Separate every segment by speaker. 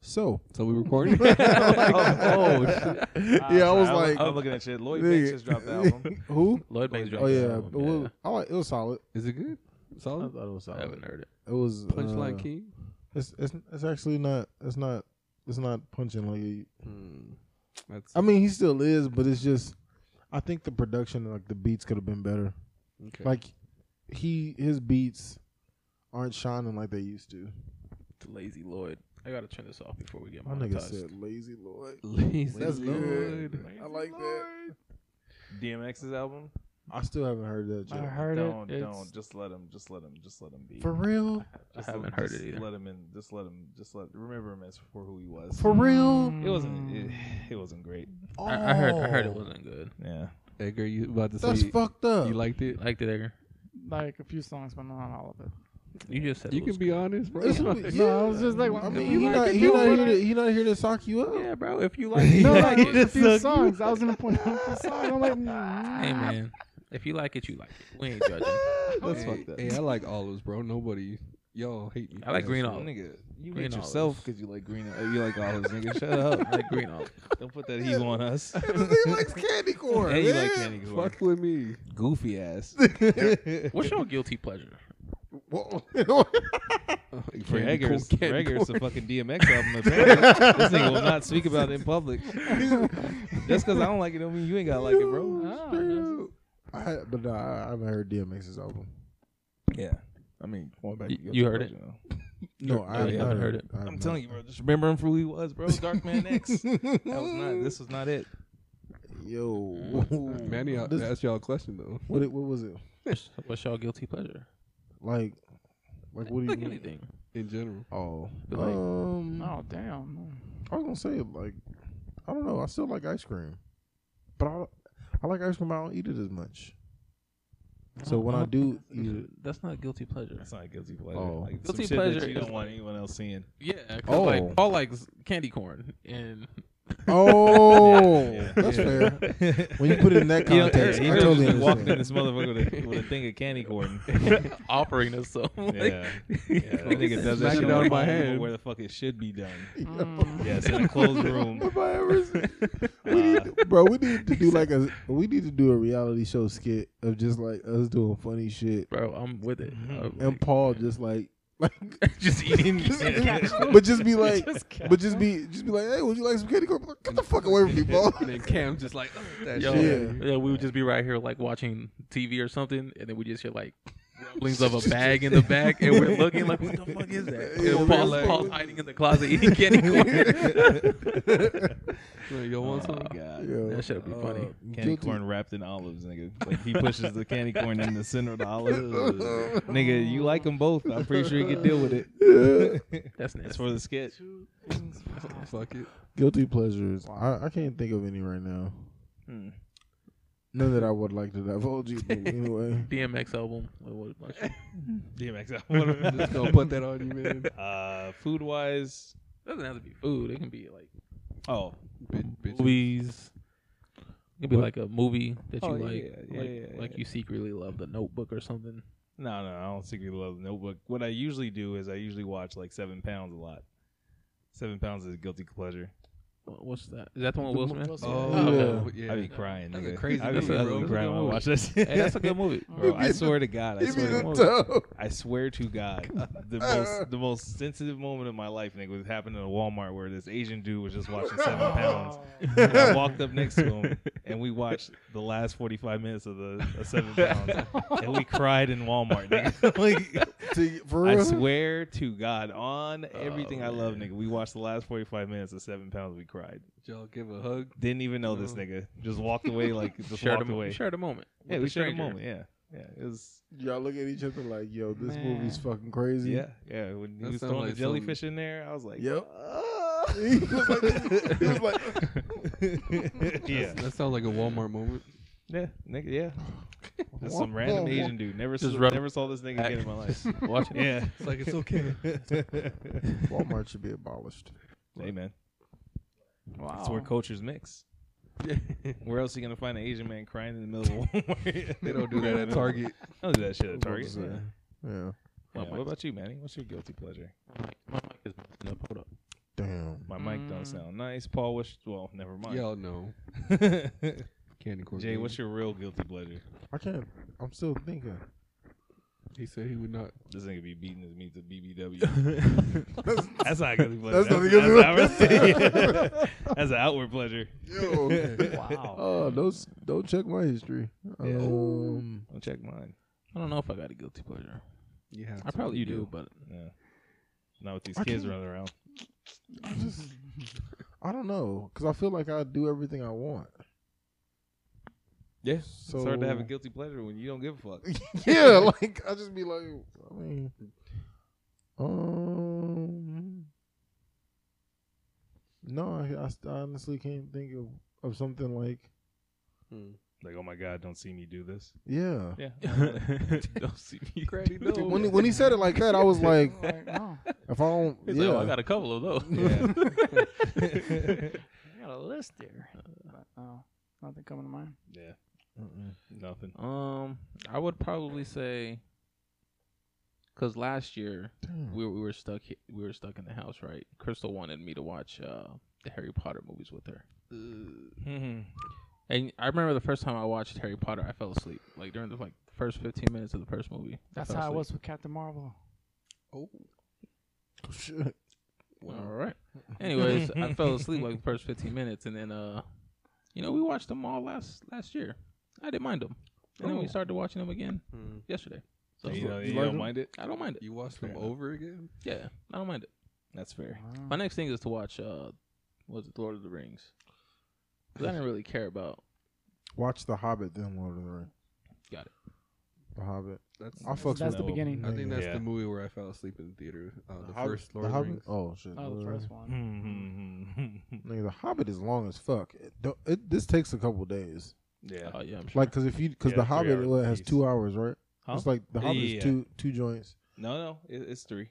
Speaker 1: So
Speaker 2: So we recording?
Speaker 3: oh, shit.
Speaker 1: yeah, I was
Speaker 3: I'm-
Speaker 1: like,
Speaker 3: I'm looking at shit. Lloyd Banks
Speaker 1: nigga.
Speaker 3: just dropped the album.
Speaker 1: who?
Speaker 2: Lloyd Banks dropped
Speaker 1: Oh
Speaker 2: his
Speaker 1: yeah,
Speaker 2: album,
Speaker 1: it was, I like- it was solid.
Speaker 2: Is it good?
Speaker 4: I
Speaker 2: Solid?
Speaker 4: thought it was
Speaker 2: I
Speaker 4: solid.
Speaker 2: haven't heard it.
Speaker 1: It was
Speaker 2: Punchline
Speaker 1: uh,
Speaker 2: King?
Speaker 1: It's, it's it's actually not it's not it's not punching like it-
Speaker 2: Hmm. That's
Speaker 1: I mean he still is, but it's just I think the production like the beats could have been better.
Speaker 2: okay.
Speaker 1: Like he his beats aren't shining like they used to.
Speaker 4: It's lazy Lloyd. I gotta turn this off before we get
Speaker 1: My nigga said lazy Lloyd.
Speaker 2: Lazy
Speaker 1: That's
Speaker 2: Lloyd.
Speaker 1: good. I like that.
Speaker 3: DMX's album.
Speaker 1: I still haven't heard that.
Speaker 4: I
Speaker 1: Yet.
Speaker 4: heard
Speaker 3: don't,
Speaker 4: it.
Speaker 3: Don't. Just let him. Just let him. Just let him be.
Speaker 1: For real?
Speaker 2: I
Speaker 3: Just let-
Speaker 2: haven't heard
Speaker 3: just
Speaker 2: it either.
Speaker 3: Let him in. Just let him. Just let. Remember him as for Mm. who he was.
Speaker 1: For real?
Speaker 3: it wasn't. It, it wasn't great.
Speaker 4: I, I heard. I heard
Speaker 1: Oh,
Speaker 4: it wasn't good.
Speaker 3: Yeah.
Speaker 2: Edgar, you about to
Speaker 1: That's
Speaker 2: say
Speaker 1: fucked up.
Speaker 2: you liked it?
Speaker 4: Liked it, Edgar.
Speaker 5: like a few songs, but not all of it.
Speaker 4: You just said
Speaker 2: You
Speaker 4: it
Speaker 2: can
Speaker 4: was
Speaker 2: be honest, bro.
Speaker 1: It's- yeah.
Speaker 5: I was just like,
Speaker 1: I
Speaker 5: well,
Speaker 1: mean,
Speaker 5: you
Speaker 1: he
Speaker 5: like
Speaker 1: not,
Speaker 5: it,
Speaker 1: he
Speaker 5: you
Speaker 1: not here
Speaker 5: like
Speaker 1: to
Speaker 5: it.
Speaker 1: he not here to sock you up.
Speaker 4: good. Yeah, bro. If you like, it,
Speaker 5: No,
Speaker 4: you
Speaker 5: like
Speaker 4: like
Speaker 5: it was a
Speaker 4: it.
Speaker 5: few songs. I was gonna point out a few songs. I'm like,
Speaker 4: Hey
Speaker 5: mm.
Speaker 4: man, if you like it, you like it. We ain't judging.
Speaker 3: That's
Speaker 2: hey,
Speaker 3: fucked up.
Speaker 2: Hey, I like olives, bro. Nobody, y'all hate me.
Speaker 4: I
Speaker 2: for
Speaker 4: like
Speaker 2: that
Speaker 4: green
Speaker 2: shit.
Speaker 4: olives.
Speaker 3: Nigga, you
Speaker 4: Green
Speaker 3: hate yourself
Speaker 4: olives.
Speaker 3: because you like green. You like olives, nigga. Shut up.
Speaker 4: I like green olive.
Speaker 3: Don't put that heat on us.
Speaker 1: he likes candy corn.
Speaker 3: and you like
Speaker 1: man.
Speaker 3: candy corn.
Speaker 2: Fuck with me.
Speaker 3: Goofy ass.
Speaker 4: What's your guilty pleasure?
Speaker 1: Whoa.
Speaker 3: For
Speaker 2: Candy
Speaker 3: Eggers,
Speaker 2: corn,
Speaker 3: for
Speaker 2: candy
Speaker 3: Eggers,
Speaker 2: corn.
Speaker 3: the fucking DMX album. Apparently, this nigga will not speak about it in public. Just because I don't like it, don't mean you ain't gotta like it, bro.
Speaker 5: Oh, yes.
Speaker 1: I had, but nah, I I haven't heard DMX's album.
Speaker 3: Yeah, I mean, going back,
Speaker 4: Y-
Speaker 3: to
Speaker 4: you
Speaker 3: Guilty
Speaker 4: heard
Speaker 3: Pleasure, though.
Speaker 1: No, I haven't
Speaker 4: haven't heard it.
Speaker 1: I haven't
Speaker 3: I'm telling you, bro. Just remember him for who he was, bro. Dark Man X. that was not. This was not it.
Speaker 1: Yo,
Speaker 2: Manny, I
Speaker 1: This-
Speaker 2: asked y'all a question though.
Speaker 1: what it, what was it
Speaker 4: What's your guilty pleasure?
Speaker 1: like? Like what do you
Speaker 4: Like
Speaker 1: mean?
Speaker 4: anything.
Speaker 2: In general,
Speaker 1: Oh,
Speaker 4: But like-
Speaker 1: um,
Speaker 5: Oh, damn.
Speaker 1: I was gonna say like, I don't know. I still like ice cream, but I I like ice cream. but I don't eat it as much.
Speaker 4: Oh,
Speaker 1: So when I do eat it,
Speaker 4: That's not guilty pleasure.
Speaker 3: That's not guilty pleasure.
Speaker 1: Oh.
Speaker 3: Like, some
Speaker 4: Guilty
Speaker 3: shit
Speaker 4: pleasure
Speaker 3: That you
Speaker 4: is
Speaker 3: don't want anyone else seeing.
Speaker 4: Yeah, 'cause,
Speaker 1: Oh.
Speaker 4: like Paul likes candy corn, and
Speaker 1: oh,
Speaker 3: Yeah.
Speaker 1: that's
Speaker 3: Yeah.
Speaker 1: fair. When you put it in that
Speaker 3: You know,
Speaker 1: context,
Speaker 3: he
Speaker 1: I
Speaker 3: could've
Speaker 1: totally
Speaker 3: just walked in
Speaker 1: understand.
Speaker 3: this motherfucker with a, with a thing of candy corn.
Speaker 4: offering us some. Like,
Speaker 3: Yeah. Yeah, that nigga does that
Speaker 2: Smack
Speaker 3: shit
Speaker 2: it out
Speaker 3: on
Speaker 2: of my
Speaker 3: my
Speaker 2: hand.
Speaker 3: hand where the fuck it should be done.
Speaker 5: Mm.
Speaker 3: Yes, in a closed room. Uh,
Speaker 1: Have I ever seen- we need, bro, we need to do like a we need to do a reality show skit of just like us doing funny shit
Speaker 4: bro, I'm with it.
Speaker 3: Mhm.
Speaker 4: I'm
Speaker 1: and Paul just like like
Speaker 4: like, just eating.
Speaker 1: but just be like but just be just be like hey would you like some candy corn Like, get the fuck away from me Paul
Speaker 2: and then Cam just like oh, that
Speaker 4: Yo,
Speaker 2: shit.
Speaker 4: yeah.
Speaker 1: Yeah.
Speaker 4: we would just be right here like watching TV or something, and then we just hear like rumblings of a bag in the back, and we're looking like, what the fuck is that?
Speaker 1: Yeah,
Speaker 4: And
Speaker 1: we're
Speaker 4: Paul's,
Speaker 1: like-
Speaker 4: Paul's hiding in the closet eating candy corn.
Speaker 2: Like, yo,
Speaker 1: Oh,
Speaker 2: want some?
Speaker 3: oh God.
Speaker 1: Yo,
Speaker 4: that should be funny.
Speaker 3: Candy
Speaker 1: Guilty.
Speaker 3: corn wrapped in olives, nigga. Like he pushes the candy corn in the center of the olive. nigga, you like them both. I'm pretty sure you can deal with it. That's
Speaker 4: That's nasty.
Speaker 3: for the sketch.
Speaker 2: Fuck it.
Speaker 1: guilty pleasures I, I can't think of any right now
Speaker 3: Hmm.
Speaker 1: none that I would like to divulge you, but anyway
Speaker 4: DMX album. What, what about you?
Speaker 3: DMX.
Speaker 2: I'm just gonna put that on you, man.
Speaker 3: Uh, food wise,
Speaker 4: doesn't have to be food. It can be like
Speaker 3: oh,
Speaker 2: Bitch, bitch.
Speaker 4: movies. It could be like a movie that you
Speaker 3: Oh,
Speaker 4: like,
Speaker 3: yeah,
Speaker 4: like,
Speaker 3: yeah, yeah,
Speaker 4: like
Speaker 3: yeah.
Speaker 4: you secretly love, The Notebook or something.
Speaker 3: no, no, I don't secretly love the Notebook. What I usually do is I usually watch like Seven Pounds a lot. Seven Pounds is a guilty pleasure.
Speaker 4: Wha- What's that? Is that the one with Will Smith?
Speaker 2: Oh, yeah.
Speaker 3: I be crying.
Speaker 2: That's a
Speaker 3: nigga.
Speaker 2: crazy
Speaker 3: I be,
Speaker 2: movie,
Speaker 3: I
Speaker 2: bro.
Speaker 3: be crying when I watch that. shit.
Speaker 4: Hey, that's a good movie.
Speaker 3: Bro, I swear to God, I
Speaker 1: Give me
Speaker 3: swear to
Speaker 1: the
Speaker 3: God.
Speaker 1: toe.
Speaker 3: I swear to God, the most the most sensitive moment of my life, nigga, was happening at Walmart where this Asian dude was just watching Seven Pounds. And I walked up next to him and we watched the last forty five minutes of the of Seven Pounds, and we cried in Walmart. Nigga. like,
Speaker 1: To- for
Speaker 3: I
Speaker 1: real?
Speaker 3: swear to God, on everything I love,
Speaker 4: Oh, man.
Speaker 3: nigga, we watched the last forty five minutes of Seven Pounds. We cried.
Speaker 2: Did y'all give a hug.
Speaker 3: Didn't even know this nigga. Just walked away like just
Speaker 4: Share the,
Speaker 3: walked
Speaker 4: Oh. mo-
Speaker 3: away.
Speaker 4: share the moment.
Speaker 3: yeah,
Speaker 4: with
Speaker 3: we
Speaker 4: the
Speaker 3: shared a
Speaker 4: stranger.
Speaker 3: moment. Yeah, yeah, it was.
Speaker 1: Y'all look at each other like, yo, this
Speaker 5: Man.
Speaker 1: movie's fucking crazy.
Speaker 3: Yeah, yeah. When
Speaker 2: That
Speaker 3: he was
Speaker 2: sound
Speaker 3: throwing
Speaker 2: like
Speaker 3: the jellyfish in there, I was like,
Speaker 1: Yep.
Speaker 3: "Ah."
Speaker 1: He was like- he was like-
Speaker 3: yeah,
Speaker 2: That sounds like a Walmart moment.
Speaker 3: yeah, nigga, yeah. Just some random Asian dude. Never,
Speaker 4: Just
Speaker 3: saw,
Speaker 4: rub-
Speaker 3: never saw this nigga again in my life.
Speaker 4: Watching it.
Speaker 3: Yeah.
Speaker 2: It's like it's okay.
Speaker 1: Walmart should be abolished.
Speaker 3: Hey man,
Speaker 5: Wow.
Speaker 3: that's where cultures mix. Where else you gonna find an Asian man crying in the middle of Walmart?
Speaker 2: they don't do that at Target.
Speaker 3: Don't do that shit at Target.
Speaker 1: What
Speaker 3: Yeah.
Speaker 1: was it? Yeah.
Speaker 3: Yeah, What about you, Manny? What's your guilty pleasure?
Speaker 4: My mic- my mic is messing up. Hold up.
Speaker 1: Damn. sound.
Speaker 3: My mic don't
Speaker 5: Mm.
Speaker 3: sound nice. Paul, what's well, never mind.
Speaker 2: Y'all know candy corn.
Speaker 3: Jay,
Speaker 2: candy.
Speaker 3: what's your real guilty pleasure?
Speaker 1: I can't. I'm still thinking.
Speaker 2: He said he would not.
Speaker 3: This nigga be beating his meat to BBW.
Speaker 1: That's,
Speaker 3: That's not a guilty pleasure.
Speaker 1: That's not a
Speaker 3: that's,
Speaker 1: guilty
Speaker 3: outward- that's an outward pleasure.
Speaker 5: Wow.
Speaker 1: Oh, don't don't check my history.
Speaker 3: Yeah.
Speaker 1: Um,
Speaker 3: I'll check mine.
Speaker 4: I don't know if I got a guilty pleasure.
Speaker 2: You have
Speaker 4: I
Speaker 2: to.
Speaker 4: probably do, but
Speaker 3: Yeah. Not with these
Speaker 1: I
Speaker 3: kids
Speaker 1: can't-
Speaker 3: running around.
Speaker 1: I just I don't know because I feel like I do everything I want.
Speaker 3: Yeah.
Speaker 1: So
Speaker 3: it's hard to have a guilty pleasure when you don't give a fuck.
Speaker 1: yeah, like I just be like, I mean, um, no, I, I st- I honestly can't think of of something like
Speaker 2: Hmm.
Speaker 3: Like, oh my God, don't see me do this.
Speaker 1: yeah.
Speaker 3: Yeah.
Speaker 4: don't see me.
Speaker 2: Grady, no.
Speaker 1: When he, when he said it like that, I was like,
Speaker 5: Like, oh.
Speaker 1: if I don't,
Speaker 4: He's
Speaker 1: yeah,
Speaker 4: like, oh, I got a couple of those.
Speaker 5: I got a list there. But, oh, nothing coming to mind.
Speaker 3: yeah. Nothing.
Speaker 4: Um, I would probably say because last year
Speaker 1: Damn.
Speaker 4: we were, we were stuck he- we were stuck in the house, right? Crystal wanted me to watch uh, the Harry Potter movies with her, Mm-hmm. and I remember the first time I watched Harry Potter, I fell asleep like during the like first fifteen minutes of the first movie. I
Speaker 5: That's
Speaker 4: fell
Speaker 5: how it
Speaker 4: asleep.
Speaker 5: was with Captain Marvel.
Speaker 1: Shit.
Speaker 4: All right. Anyways, I fell asleep like the first fifteen minutes, and then uh, you know, we watched them all last last year. I didn't mind them, and then we
Speaker 1: Oh.
Speaker 4: started watching them again yesterday. So
Speaker 3: you don't-
Speaker 1: you like
Speaker 3: you don't
Speaker 1: them?
Speaker 3: mind it?
Speaker 4: I don't mind it.
Speaker 2: You watched them
Speaker 3: Fair enough.
Speaker 2: over again?
Speaker 4: Yeah, I don't mind it.
Speaker 3: That's fair.
Speaker 4: My next thing is to watch uh was it Lord of the Rings? 'Cause I didn't really care about
Speaker 1: Watch The Hobbit, then Lord of the Rings.
Speaker 4: Got it.
Speaker 1: The Hobbit.
Speaker 2: That's.
Speaker 1: I fucks
Speaker 5: That's
Speaker 1: with
Speaker 5: the
Speaker 3: No.
Speaker 5: beginning.
Speaker 2: I think that's
Speaker 3: Yeah.
Speaker 2: the movie where I fell asleep in the theater. Uh, the,
Speaker 1: Hobbit-
Speaker 2: first Lord
Speaker 1: the
Speaker 2: of the
Speaker 1: Hobbit.
Speaker 2: Rings.
Speaker 1: Oh shit.
Speaker 5: Oh, the
Speaker 1: Lord of
Speaker 5: first
Speaker 1: the
Speaker 5: one.
Speaker 3: Mm-hmm. yeah.
Speaker 1: Rings. Nigga, The Hobbit is long as fuck. It, don't- it, this takes a couple days. Uh,
Speaker 4: Oh yeah, I'm sure.
Speaker 1: Like, cause if you, cause
Speaker 3: Yeah,
Speaker 1: the
Speaker 3: three
Speaker 1: Hobbit
Speaker 3: hours
Speaker 1: what, has
Speaker 3: piece.
Speaker 1: two hours, right?
Speaker 3: Huh?
Speaker 1: It's like the Hobbit
Speaker 3: Yeah.
Speaker 1: is two two joints.
Speaker 3: No, no, it, it's three.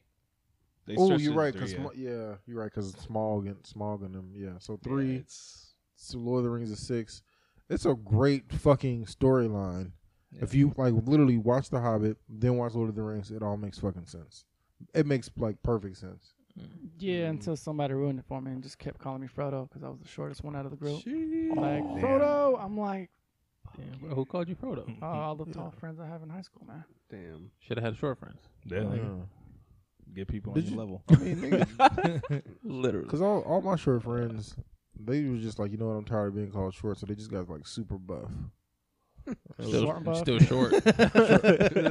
Speaker 3: They
Speaker 1: Oh,
Speaker 3: stretched it
Speaker 1: you're
Speaker 3: to
Speaker 1: right,
Speaker 3: three,
Speaker 1: cause
Speaker 3: yeah.
Speaker 1: Sma- yeah, you're right, cause Smog and Smog and them, yeah. So
Speaker 3: Yeah,
Speaker 1: three,
Speaker 3: it's-
Speaker 1: so Lord of the Rings is six. It's a great fucking storyline.
Speaker 3: Yeah.
Speaker 1: If you like, literally watch The Hobbit, then watch Lord of the Rings. It all makes fucking sense. It makes like perfect sense.
Speaker 5: Yeah, until somebody ruined it for me and just kept calling me Frodo because I was the shortest one out of the group.
Speaker 2: Jeez.
Speaker 5: Like,
Speaker 3: damn.
Speaker 5: Frodo! I'm like,
Speaker 4: Oh, Damn, bro, who called you
Speaker 3: Hmm.
Speaker 4: Frodo?
Speaker 3: Mm-hmm.
Speaker 1: Uh,
Speaker 5: oh, all the tall
Speaker 1: Yeah.
Speaker 5: friends I have in high school, man.
Speaker 2: Damn.
Speaker 4: Should have had short friends.
Speaker 3: Yeah, nigga,
Speaker 1: Yeah.
Speaker 3: get people on
Speaker 1: Did
Speaker 3: your
Speaker 1: you-
Speaker 3: level.
Speaker 1: I mean, nigga,
Speaker 4: Literally.
Speaker 1: Cause all, all my short friends, they was just like, you know what, I'm tired of being called short, so they just got like super buff.
Speaker 5: Short and
Speaker 4: Still,
Speaker 5: buff.
Speaker 4: still short.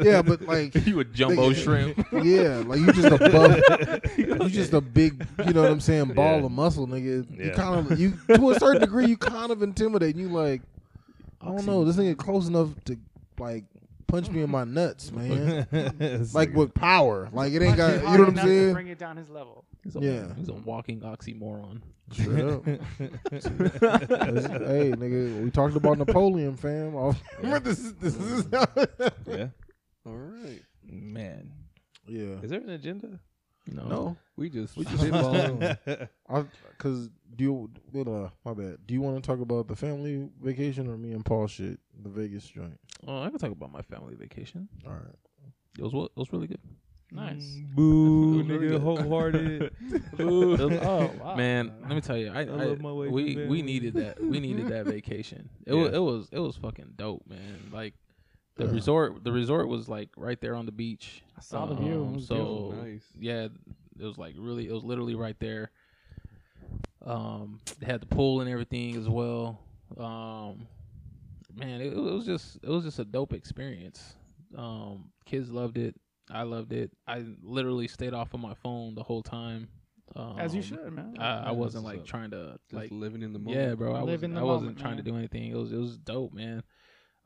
Speaker 1: yeah, but like,
Speaker 4: you a jumbo
Speaker 1: Nigga.
Speaker 4: shrimp.
Speaker 1: yeah, like you just a buff, you just a big, you know what I'm saying, ball
Speaker 3: Yeah.
Speaker 1: of muscle, nigga. You
Speaker 3: Yeah.
Speaker 1: kind of, you to a certain degree, you kind of intimidate. You like, I don't know, this nigga close enough to like punch me in my nuts, man.
Speaker 3: It's
Speaker 1: Like with power, like it ain't got,
Speaker 5: Hard
Speaker 1: you know what I'm
Speaker 5: enough to
Speaker 1: saying?
Speaker 5: Bring it down his level.
Speaker 4: He's a,
Speaker 1: Yeah.
Speaker 4: he's a walking oxymoron.
Speaker 1: Straight up. hey, nigga, we talked about Napoleon, fam. All- this is this is.
Speaker 3: yeah,
Speaker 2: All right.
Speaker 3: man.
Speaker 1: yeah.
Speaker 3: Is there an agenda?
Speaker 4: No.
Speaker 1: No,
Speaker 2: We just
Speaker 1: We
Speaker 2: we
Speaker 1: just-
Speaker 2: just ball.
Speaker 1: I because do you well, uh, my bad. Do you want to talk about the family vacation or me and Paul shit, the Vegas joint?
Speaker 4: Oh, I can talk about my family vacation.
Speaker 1: All right.
Speaker 4: It was wa- it was really good.
Speaker 5: Nice.
Speaker 3: Boo,
Speaker 4: It was really
Speaker 3: nigga,
Speaker 4: good.
Speaker 3: wholehearted.
Speaker 4: It was-
Speaker 5: Oh, wow.
Speaker 4: Man, let me tell you, I, I,
Speaker 3: love my wife
Speaker 4: we
Speaker 3: and family.
Speaker 4: we needed that. We needed that vacation. It was
Speaker 3: Yeah.
Speaker 4: it was it was fucking dope, man. Like the
Speaker 1: Yeah.
Speaker 4: resort, the resort was like right there on the beach.
Speaker 5: I saw the view.
Speaker 4: Um,
Speaker 5: It was
Speaker 4: so
Speaker 5: beautiful.
Speaker 2: nice.
Speaker 4: yeah, it was like really, it was literally right there. Um, they had the pool and everything as well. Um, man, it, it was just it was just a dope experience. Um, kids loved it. I loved it. I literally stayed off of my phone the whole time. Um,
Speaker 5: As you should, man.
Speaker 4: I, I
Speaker 2: that's
Speaker 4: wasn't
Speaker 2: what's
Speaker 4: like
Speaker 2: up.
Speaker 4: trying to
Speaker 2: Just
Speaker 4: like
Speaker 2: living in the moment.
Speaker 4: yeah, bro. I
Speaker 5: Live in
Speaker 4: wasn't,
Speaker 5: the
Speaker 4: I wasn't
Speaker 5: moment,
Speaker 4: trying to
Speaker 5: man.
Speaker 4: do anything. It was it was dope, man.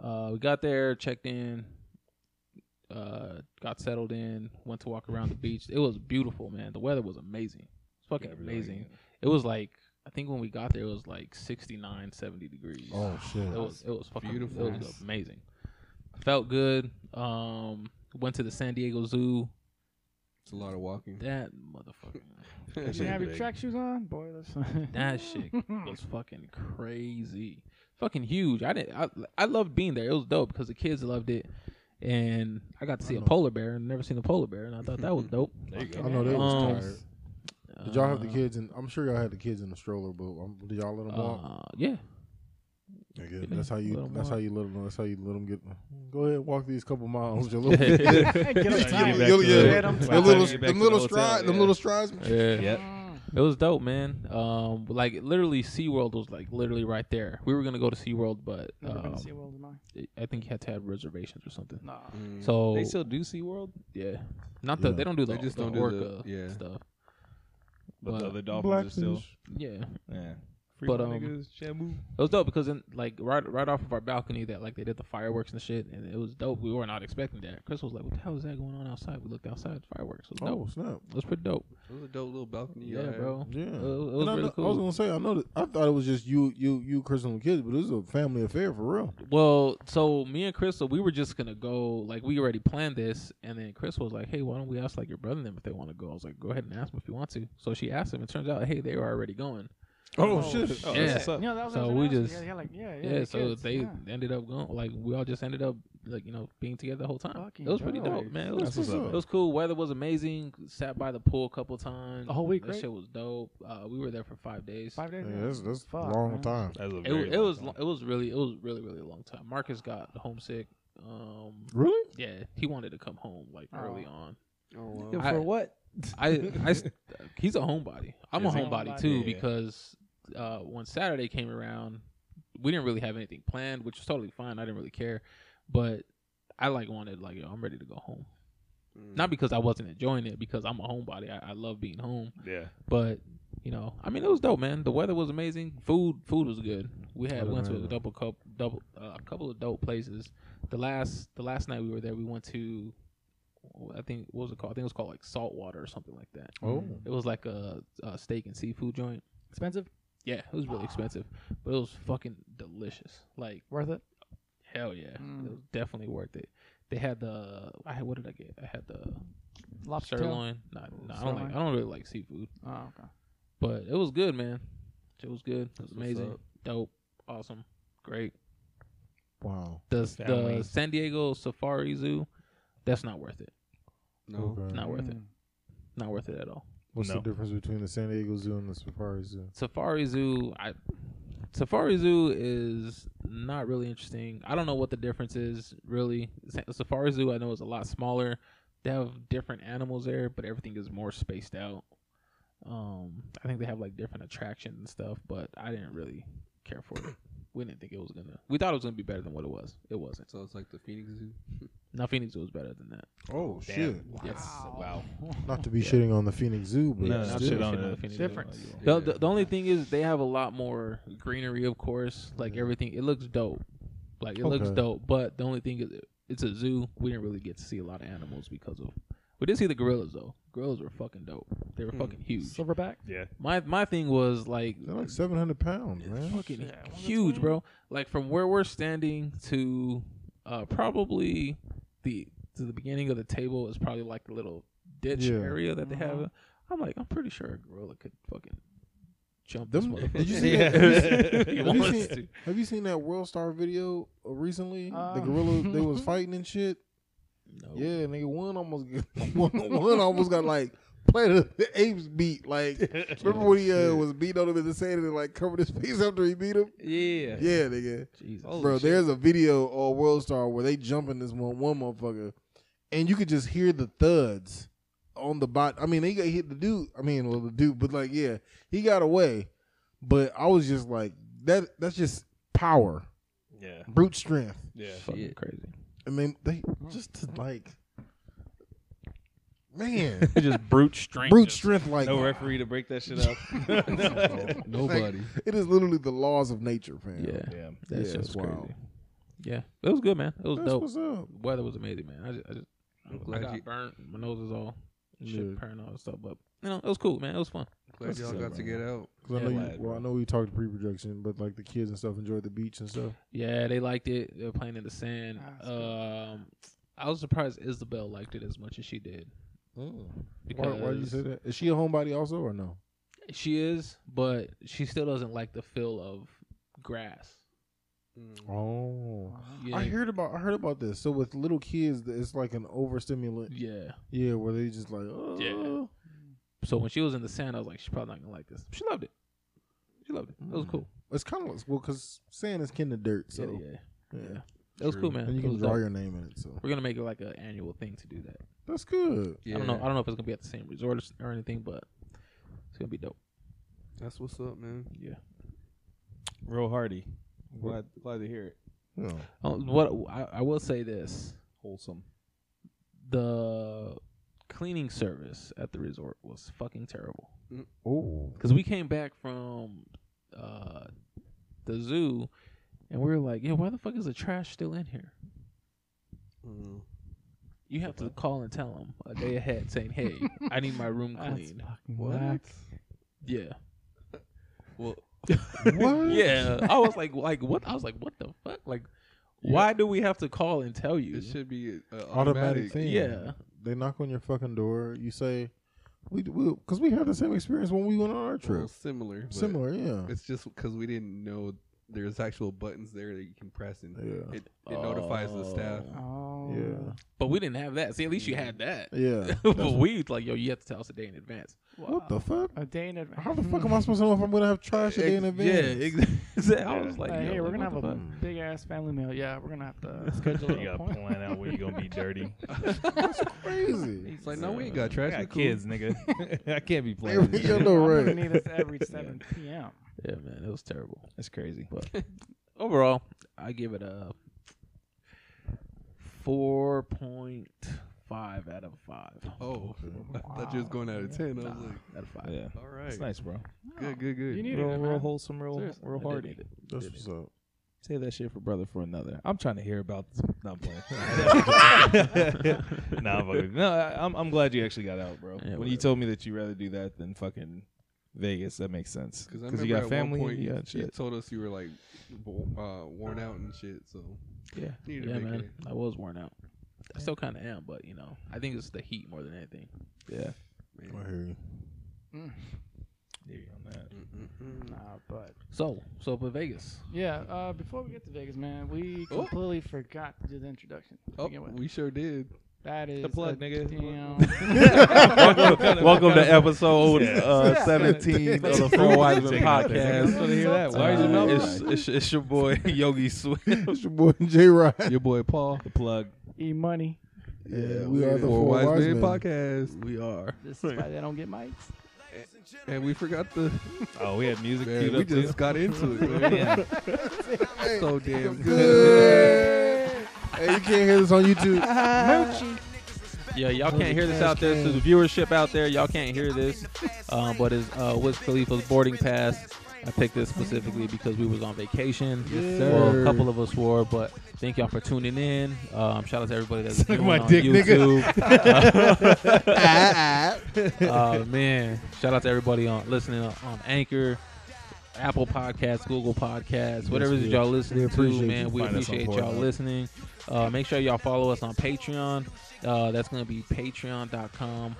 Speaker 4: Uh, we got there, checked in, uh, got settled in, went to walk around the beach. It was beautiful, man. The weather was amazing. It's fucking amazing. It was like I think when we got there, it was like 69, 70 degrees.
Speaker 1: Oh shit.
Speaker 4: It was it was fucking
Speaker 2: Beautiful.
Speaker 4: It was amazing. Felt good. Um, went to the San Diego Zoo.
Speaker 2: It's a lot of walking.
Speaker 4: That motherfucker.
Speaker 5: Did you have your track shoes on? Boy, that's
Speaker 4: That shit
Speaker 1: Hmm.
Speaker 4: was fucking crazy, fucking huge. I didn't. I, I loved being there. It was dope because the kids loved it, and I got to see
Speaker 1: I
Speaker 4: a
Speaker 1: know.
Speaker 4: polar bear. and Never seen a polar bear, and I thought that was dope.
Speaker 3: There you
Speaker 1: I know they
Speaker 4: Um,
Speaker 1: was tired. Did y'all have the
Speaker 4: Uh,
Speaker 1: kids? And I'm sure y'all had the kids in the stroller, but um, did y'all let them walk?
Speaker 4: Uh, yeah.
Speaker 1: I guess
Speaker 4: yeah,
Speaker 1: that's how
Speaker 4: let
Speaker 1: you.
Speaker 4: 'em
Speaker 1: That's how
Speaker 4: walk.
Speaker 1: you let them. That's how you let them get. Go ahead, walk these couple miles. Your little, your
Speaker 5: Get
Speaker 1: Just
Speaker 5: on
Speaker 1: give me
Speaker 5: time.
Speaker 1: back Yo, to yeah. the-
Speaker 5: Get 'em
Speaker 3: Your
Speaker 5: time.
Speaker 1: little,
Speaker 3: Get back
Speaker 1: them
Speaker 3: to
Speaker 1: little
Speaker 3: the hotel,
Speaker 1: stride, them
Speaker 3: yeah.
Speaker 1: little strides.
Speaker 4: Yeah.
Speaker 3: Yep.
Speaker 5: Mm.
Speaker 4: It was dope, man. Um, but, like literally, SeaWorld was like literally right there. We were gonna go to SeaWorld, but
Speaker 5: Never been
Speaker 4: um,
Speaker 5: to SeaWorld, am I?
Speaker 4: I think you had to have reservations or something.
Speaker 5: Nah.
Speaker 2: Mm.
Speaker 4: So
Speaker 3: They still do Sea World,
Speaker 4: yeah, not the
Speaker 1: Yeah.
Speaker 4: they don't do the
Speaker 2: They just
Speaker 4: the
Speaker 2: don't do
Speaker 4: orca
Speaker 2: the- yeah.
Speaker 4: stuff.
Speaker 3: but
Speaker 4: But-
Speaker 3: the other dolphins are still.
Speaker 4: Yeah,
Speaker 3: Yeah. Free
Speaker 4: But,
Speaker 3: my
Speaker 4: um,
Speaker 3: niggas, Shamu.
Speaker 4: It was dope because in, like right right off of our balcony that like they did the fireworks and shit and it was dope. We were not expecting that. Chris was like, "What the hell is that going on outside?" We looked outside, fireworks. It was dope.
Speaker 1: Oh snap!
Speaker 4: It was pretty dope.
Speaker 2: It was a dope little balcony.
Speaker 4: Yeah,
Speaker 2: y'all had.
Speaker 4: bro.
Speaker 1: Yeah,
Speaker 4: It, it
Speaker 1: And
Speaker 4: was
Speaker 1: I,
Speaker 4: really
Speaker 1: kn- I was
Speaker 4: cool.
Speaker 1: gonna say, I know that I thought it was just you, you, you, Chris, and the kids, but it was a family affair for real.
Speaker 4: Well, so me and Crystal, we were just gonna go. Like we already planned this, and then Crystal was like, "Hey, why don't we ask like your brother and them if they want to go?" I was like, "Go ahead and ask them if you want to." So she asked them. It turns out, hey, they were already going.
Speaker 1: Oh,
Speaker 5: Oh,
Speaker 1: shit!
Speaker 3: Oh,
Speaker 4: yeah.
Speaker 3: that's what's up.
Speaker 5: Yeah, that was
Speaker 4: So
Speaker 5: what I was
Speaker 4: we
Speaker 5: asking.
Speaker 4: just-
Speaker 5: yeah, yeah, like yeah, yeah.
Speaker 4: Yeah,
Speaker 5: the
Speaker 4: so
Speaker 5: kids,
Speaker 4: they
Speaker 5: yeah.
Speaker 4: ended up going. Like we all just ended up like you know being together the whole time.
Speaker 5: Fucking
Speaker 4: it was pretty
Speaker 5: dope.
Speaker 4: dope, man. It was
Speaker 1: That's what's
Speaker 4: It
Speaker 1: up.
Speaker 4: was cool. Weather was amazing. Sat by the pool a couple times.
Speaker 5: The whole week,
Speaker 4: That
Speaker 5: right?
Speaker 4: shit was dope. Uh, we were there for five days.
Speaker 5: Five days.
Speaker 1: Yeah,
Speaker 5: yeah.
Speaker 1: that's that's a
Speaker 5: Fuck,
Speaker 1: long
Speaker 5: man.
Speaker 1: time.
Speaker 3: That was a
Speaker 4: it,
Speaker 3: very
Speaker 4: was- it
Speaker 3: long
Speaker 4: was
Speaker 3: time.
Speaker 4: lo- it was really it was really really a long time. Marcus got homesick. Um,
Speaker 1: Really?
Speaker 4: yeah, he wanted to come home like
Speaker 5: Aw.
Speaker 4: early on.
Speaker 2: Oh
Speaker 5: Yeah,
Speaker 2: wow.
Speaker 4: I-
Speaker 5: For what?
Speaker 4: I, I s- he's a homebody. I'm
Speaker 3: Is
Speaker 4: a
Speaker 3: he?
Speaker 4: homebody
Speaker 5: Homebody.
Speaker 4: too
Speaker 3: Yeah.
Speaker 4: because uh, when Saturday came around, we didn't really have anything planned, which was totally fine. I didn't really care, but I like wanted like yo, I'm ready to go home.
Speaker 2: Mm.
Speaker 4: Not because I wasn't enjoying it, because I'm a homebody. I, I love being home.
Speaker 3: Yeah.
Speaker 4: But you know, I mean, it was dope, man. The weather was amazing. Food, food was good. We had
Speaker 1: Oh,
Speaker 4: went to a
Speaker 1: man.
Speaker 4: double cup, double uh, a couple of dope places. The last the last night we were there, we went to, I think what was it called? I think it was called like Saltwater or something like that.
Speaker 1: Oh,
Speaker 4: It was like a, a steak and seafood joint.
Speaker 5: Expensive?
Speaker 4: Yeah, it was really expensive, but it was fucking delicious. Like
Speaker 5: Worth it?
Speaker 4: hell yeah,
Speaker 5: Mm.
Speaker 4: it was definitely worth it. They had the I had what did I get? I had the
Speaker 5: Lobster tail?
Speaker 4: sirloin. Nah, nah, I don't like
Speaker 5: Sirloin.
Speaker 4: I don't really like seafood.
Speaker 5: Oh, okay.
Speaker 4: But it was good, man. It was good. It was
Speaker 2: That's what's
Speaker 4: amazing.
Speaker 2: up.
Speaker 4: Dope. Awesome. Great.
Speaker 1: wow.
Speaker 4: The,
Speaker 3: Family.
Speaker 4: the San Diego Safari Zoo, that's not worth it.
Speaker 2: No.
Speaker 1: Okay.
Speaker 4: Not worth it.
Speaker 5: Mm.
Speaker 4: Not worth it at all.
Speaker 1: What's
Speaker 3: No.
Speaker 1: the difference between the San Diego Zoo and the Safari Zoo?
Speaker 4: Safari Zoo, I Safari Zoo is not really interesting. I don't know what the difference is really. Sa- Safari Zoo I know is a lot smaller. They have different animals there, but everything is more spaced out. Um, I think they have like different attractions and stuff, but I didn't really care for it. We didn't think it was gonna. We thought it was gonna be better than what it was. It wasn't.
Speaker 2: So it's like the Phoenix Zoo.
Speaker 4: Now Phoenix Zoo was better than that.
Speaker 1: Oh
Speaker 3: Damn.
Speaker 4: Yes.
Speaker 3: Wow.
Speaker 1: Not to be shitting on the Phoenix Zoo, but
Speaker 3: No,
Speaker 4: not
Speaker 1: still.
Speaker 3: shit
Speaker 4: shit
Speaker 3: on
Speaker 4: on
Speaker 3: it.
Speaker 4: the Phoenix Zoo.
Speaker 5: Difference.
Speaker 2: Yeah.
Speaker 4: The, the, the only thing is they have a lot more greenery, of course. Like
Speaker 1: Yeah.
Speaker 4: everything, it looks dope. Like it looks
Speaker 1: Okay.
Speaker 4: dope, but the only thing is it's a zoo. We didn't really get to see a lot of animals because of. We did see the gorillas though. Gorillas were fucking dope. They were
Speaker 2: Hmm.
Speaker 4: fucking huge.
Speaker 5: Silverback?
Speaker 3: Yeah.
Speaker 4: My my thing was like
Speaker 1: They're like seven hundred pounds,
Speaker 4: it's
Speaker 1: man.
Speaker 4: fucking
Speaker 5: Yeah, well, that's
Speaker 4: huge,
Speaker 5: fine.
Speaker 4: bro. Like from where we're standing to uh, probably the to the beginning of the table is probably like the little ditch
Speaker 1: Yeah.
Speaker 4: area that they have.
Speaker 5: Mhm.
Speaker 3: Mm-hmm.
Speaker 4: I'm like, I'm pretty sure a gorilla could fucking jump
Speaker 1: Them-
Speaker 4: this motherfucker.
Speaker 1: did you see
Speaker 3: Yeah.
Speaker 1: that?
Speaker 4: He
Speaker 1: Have you
Speaker 4: wants
Speaker 1: seen-
Speaker 4: to.
Speaker 1: Have you seen that World Star video uh, recently? the
Speaker 5: Uh.
Speaker 1: gorilla they was fighting and shit.
Speaker 4: No.
Speaker 1: Yeah, nigga, one almost got- one, one almost got like Planet of the Apes beat. Like, remember when he uh, was beat on him in the sand and like covered his face after he beat him?
Speaker 2: Yeah.
Speaker 1: Yeah, nigga,
Speaker 4: Jesus.
Speaker 2: Holy
Speaker 1: bro.
Speaker 2: shit.
Speaker 1: There's a video on World Star where they jumping this one one motherfucker, and you could just hear the thuds on the bot. I mean, they got hit the dude. I mean, well, the dude, but like, yeah, he got away. But I was just like, that. That's just power,
Speaker 3: Yeah.
Speaker 1: brute strength.
Speaker 3: Yeah.
Speaker 4: fucking
Speaker 2: Shit.
Speaker 4: crazy.
Speaker 1: I mean, they just to, like, man,
Speaker 3: just brute strength.
Speaker 1: brute strength. Like,
Speaker 3: No referee to break that shit up.
Speaker 2: Nobody.
Speaker 1: it is literally the laws of nature, fam.
Speaker 4: Yeah,
Speaker 3: Yeah.
Speaker 4: that's
Speaker 1: Yeah,
Speaker 4: just
Speaker 1: it's
Speaker 4: crazy.
Speaker 1: wild.
Speaker 4: Yeah, it was good, man. It was
Speaker 1: that's
Speaker 4: dope.
Speaker 1: what's up.
Speaker 4: Weather was amazing, man. I just, I, just,
Speaker 2: I'm
Speaker 4: I
Speaker 2: glad
Speaker 4: got
Speaker 2: you-
Speaker 4: burnt. My nose is all shit,
Speaker 1: Yeah.
Speaker 4: burnt all that stuff. But you know, it was cool, man. It was fun.
Speaker 2: Glad y'all got to get out.
Speaker 1: 'Cause I
Speaker 4: Yeah,
Speaker 1: know you,
Speaker 3: lad,
Speaker 1: well, I
Speaker 3: bro.
Speaker 1: know we talked pre-production, but like the kids and stuff enjoyed the beach and stuff.
Speaker 4: Yeah, they liked it. They were playing in the sand.
Speaker 5: Ah, that's
Speaker 4: Um, I was surprised Isabel liked it as much as she did
Speaker 1: Why,
Speaker 4: because
Speaker 1: why do you say that? Is she a homebody also or no?
Speaker 4: she is, but she still doesn't like the feel of grass.
Speaker 2: Mm.
Speaker 1: Oh,
Speaker 4: Yeah,
Speaker 1: I heard about I heard about this. So with little kids, it's like an overstimulant.
Speaker 4: yeah,
Speaker 1: Yeah, where they just like, oh.
Speaker 4: Yeah. So when she was in the sand, I was like, she's probably not gonna like this. She loved it. She loved it. It was cool.
Speaker 1: It's kind of well, because sand is kin to dirt, so
Speaker 4: Mm. yeah, yeah.
Speaker 1: yeah.
Speaker 4: yeah. It was
Speaker 2: True.
Speaker 4: cool, man.
Speaker 1: And you
Speaker 4: It
Speaker 1: can
Speaker 4: was
Speaker 1: draw
Speaker 4: dope.
Speaker 1: your name in it, so
Speaker 4: We're gonna make it like an annual thing to do that.
Speaker 1: that's good.
Speaker 2: Yeah.
Speaker 4: I don't know. I don't know if it's gonna be at the same resort or anything, but it's gonna be dope.
Speaker 2: That's what's up, man.
Speaker 4: Yeah.
Speaker 3: Real hearty. Glad, glad to hear it.
Speaker 1: Yeah.
Speaker 4: Oh, what I, I will say this:
Speaker 3: Wholesome.
Speaker 4: the cleaning service at the resort was fucking terrible.
Speaker 1: Oh,
Speaker 4: Because we came back from uh, the zoo, and we were like, "Yeah, why the fuck is the trash still in here?"
Speaker 2: Mm.
Speaker 4: You have to call and tell them a day ahead, saying, "Hey, I need my room
Speaker 5: That's
Speaker 4: cleaned."
Speaker 5: fucking
Speaker 2: What?
Speaker 5: whack.
Speaker 4: Yeah. Well,
Speaker 1: What?
Speaker 4: yeah. I was like, like what? I was like, what the fuck? Like, why do we have to call and tell you?
Speaker 2: It should be uh,
Speaker 1: automatic thing.
Speaker 4: Yeah.
Speaker 1: they knock on your fucking door. You say, "We because we, had the same experience when we went on our
Speaker 2: Well,
Speaker 1: trip.
Speaker 2: similar. but
Speaker 1: Similar, yeah,
Speaker 2: It's just because we didn't know there's actual buttons there that you can press and
Speaker 1: Yeah.
Speaker 2: it, it notifies the staff.
Speaker 4: Oh.
Speaker 5: Oh.
Speaker 1: yeah,
Speaker 4: But we didn't have that. See, at least you had that.
Speaker 1: yeah."
Speaker 4: but we was like, yo, you have to tell us a day in advance.
Speaker 1: What the fuck?
Speaker 5: A day in advance.
Speaker 1: How the fuck am I supposed to know if I'm gonna have trash a day in advance?
Speaker 4: Yeah, exactly. I was like,
Speaker 5: Like,
Speaker 4: yo,
Speaker 5: hey, we're
Speaker 4: like,
Speaker 5: gonna have
Speaker 4: what
Speaker 5: a
Speaker 4: the fuck?
Speaker 5: big ass family meal. Yeah, we're gonna have to schedule
Speaker 3: You
Speaker 5: an
Speaker 3: gotta
Speaker 5: appointment.
Speaker 3: plan out where you're gonna be dirty.
Speaker 1: That's crazy.
Speaker 2: It's like, no, we ain't got trash.
Speaker 3: I
Speaker 2: we
Speaker 3: got
Speaker 2: cool.
Speaker 3: kids, nigga. I can't be playing. This
Speaker 1: You're
Speaker 3: shit.
Speaker 1: no
Speaker 5: I'm gonna
Speaker 1: right.
Speaker 5: need this every 7 p.m.
Speaker 4: Yeah, man, it was terrible.
Speaker 3: That's crazy.
Speaker 4: But overall, I give it a four point five out of five.
Speaker 2: Oh, I thought you was going out of 10. I was like,
Speaker 4: Out of five.
Speaker 3: yeah,
Speaker 2: all
Speaker 3: it's
Speaker 2: right.
Speaker 3: nice, bro.
Speaker 2: Good, good, good.
Speaker 5: You need
Speaker 3: Real,
Speaker 5: it,
Speaker 3: real
Speaker 5: man.
Speaker 3: wholesome, real,
Speaker 4: Seriously, I
Speaker 3: real
Speaker 4: did
Speaker 3: hearty.
Speaker 4: need it.
Speaker 1: That's what's up.
Speaker 3: Say that shit for brother for another. I'm trying to hear about. No, I'm playing. nah, I'm fucking- no, I- I'm I'm glad you actually got out, bro.
Speaker 4: Yeah,
Speaker 3: when you
Speaker 4: whatever.
Speaker 3: told me that you'd rather do that than fucking Vegas, that makes sense.
Speaker 2: Because I
Speaker 3: Because
Speaker 2: remember
Speaker 3: you got
Speaker 2: at
Speaker 3: family,
Speaker 2: one point
Speaker 3: you
Speaker 2: you,
Speaker 3: got
Speaker 2: you
Speaker 3: shit.
Speaker 2: told us you were like w- uh, worn out and shit. So
Speaker 3: Yeah.
Speaker 2: you need
Speaker 4: Yeah,
Speaker 2: a big
Speaker 4: man, I was worn out. I still kind of am, but you know, I think it's the heat more than anything.
Speaker 3: Yeah,
Speaker 1: I hear you.
Speaker 5: Mm. Nah, but
Speaker 4: So, so but Vegas.
Speaker 5: yeah. Uh, before we get to Vegas, man, we
Speaker 2: Oh.
Speaker 5: completely forgot to do the introduction. to
Speaker 2: Oh,
Speaker 5: begin with.
Speaker 2: we sure did.
Speaker 5: that is
Speaker 3: plug,
Speaker 5: a
Speaker 3: nigga.
Speaker 5: Damn.
Speaker 3: welcome,
Speaker 6: Welcome to episode
Speaker 3: Yeah.
Speaker 6: uh, 17 of the Four Wiseman
Speaker 3: Podcast.
Speaker 6: podcast.
Speaker 3: want to hear that. Why is your mouth
Speaker 6: Uh,
Speaker 3: dry?
Speaker 6: it's, it's, it's your boy Yogi Swift.
Speaker 1: It's your boy J Rod.
Speaker 2: Your boy Paul.
Speaker 3: The plug.
Speaker 5: E money.
Speaker 1: Yeah, we are the
Speaker 2: Four
Speaker 1: Four
Speaker 2: Wise
Speaker 1: Wise
Speaker 2: Men
Speaker 1: Men.
Speaker 2: podcast.
Speaker 4: We are.
Speaker 5: This is why they don't get mics.
Speaker 2: And we forgot the.
Speaker 3: Oh, we had music
Speaker 2: Man,
Speaker 3: queued
Speaker 2: we
Speaker 3: up too.
Speaker 2: just got into it. Man.
Speaker 3: Yeah.
Speaker 2: So damn good.
Speaker 1: Good. hey, you can't hear this on YouTube.
Speaker 4: Yeah, y'all can't hear this out there. So the viewership out there, y'all can't hear this. Um, but it's uh, Wiz Khalifa's boarding pass. I picked this specifically because we was on vacation.
Speaker 1: Yes,
Speaker 4: Well,
Speaker 1: sir.
Speaker 4: a couple of us were, but thank y'all for tuning in. Um, shout out to everybody that's
Speaker 3: Suck
Speaker 4: viewing
Speaker 3: my
Speaker 4: on
Speaker 3: dick, nigga.
Speaker 4: YouTube. uh, man, shout out to everybody on listening on, on Anchor, Apple Podcasts, Google Podcasts, whatever it is
Speaker 1: we-
Speaker 4: y'all listening
Speaker 1: we appreciate
Speaker 4: to, man.
Speaker 1: you.
Speaker 4: We
Speaker 3: Find us on
Speaker 4: appreciate y'all
Speaker 3: Pornhub.
Speaker 4: listening. Uh, make sure y'all follow us on Patreon. Uh, that's gonna be patreon.com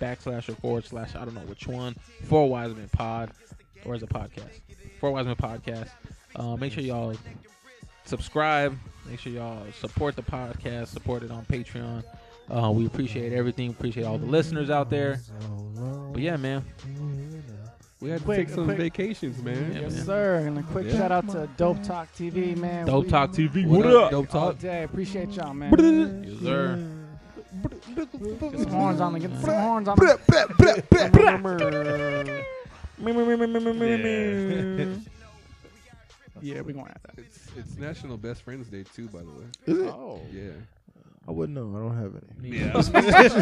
Speaker 4: backslash or forward slash I don't know which one. Four Wiseman Pod or is a podcast. Four Wiseman Podcast. Uh, make sure y'all subscribe. Make sure y'all support the podcast. Support it on Patreon. Uh, we appreciate everything. Appreciate all the listeners out there. But yeah, man.
Speaker 2: We had to
Speaker 5: Quick,
Speaker 2: take some
Speaker 5: quick.
Speaker 2: vacations, man.
Speaker 4: Yeah,
Speaker 5: Yes,
Speaker 4: man.
Speaker 5: sir. And a quick
Speaker 2: Yeah.
Speaker 5: shout out to Dope Talk TV, man.
Speaker 4: Dope
Speaker 5: We-
Speaker 4: Talk TV.
Speaker 2: What, up? Dope
Speaker 5: All
Speaker 2: talk.
Speaker 5: day. Appreciate y'all, man.
Speaker 4: Yes, sir.
Speaker 5: Get some horns on it. Get some horns on it.
Speaker 1: Brett,
Speaker 3: Yeah.
Speaker 5: Yeah, we're going to have that.
Speaker 2: It's, it's National Best Friends Day too, by the way.
Speaker 1: Is it?
Speaker 5: Oh.
Speaker 2: Yeah.
Speaker 1: I wouldn't know. I don't have any.
Speaker 3: Yeah, I was gonna- I was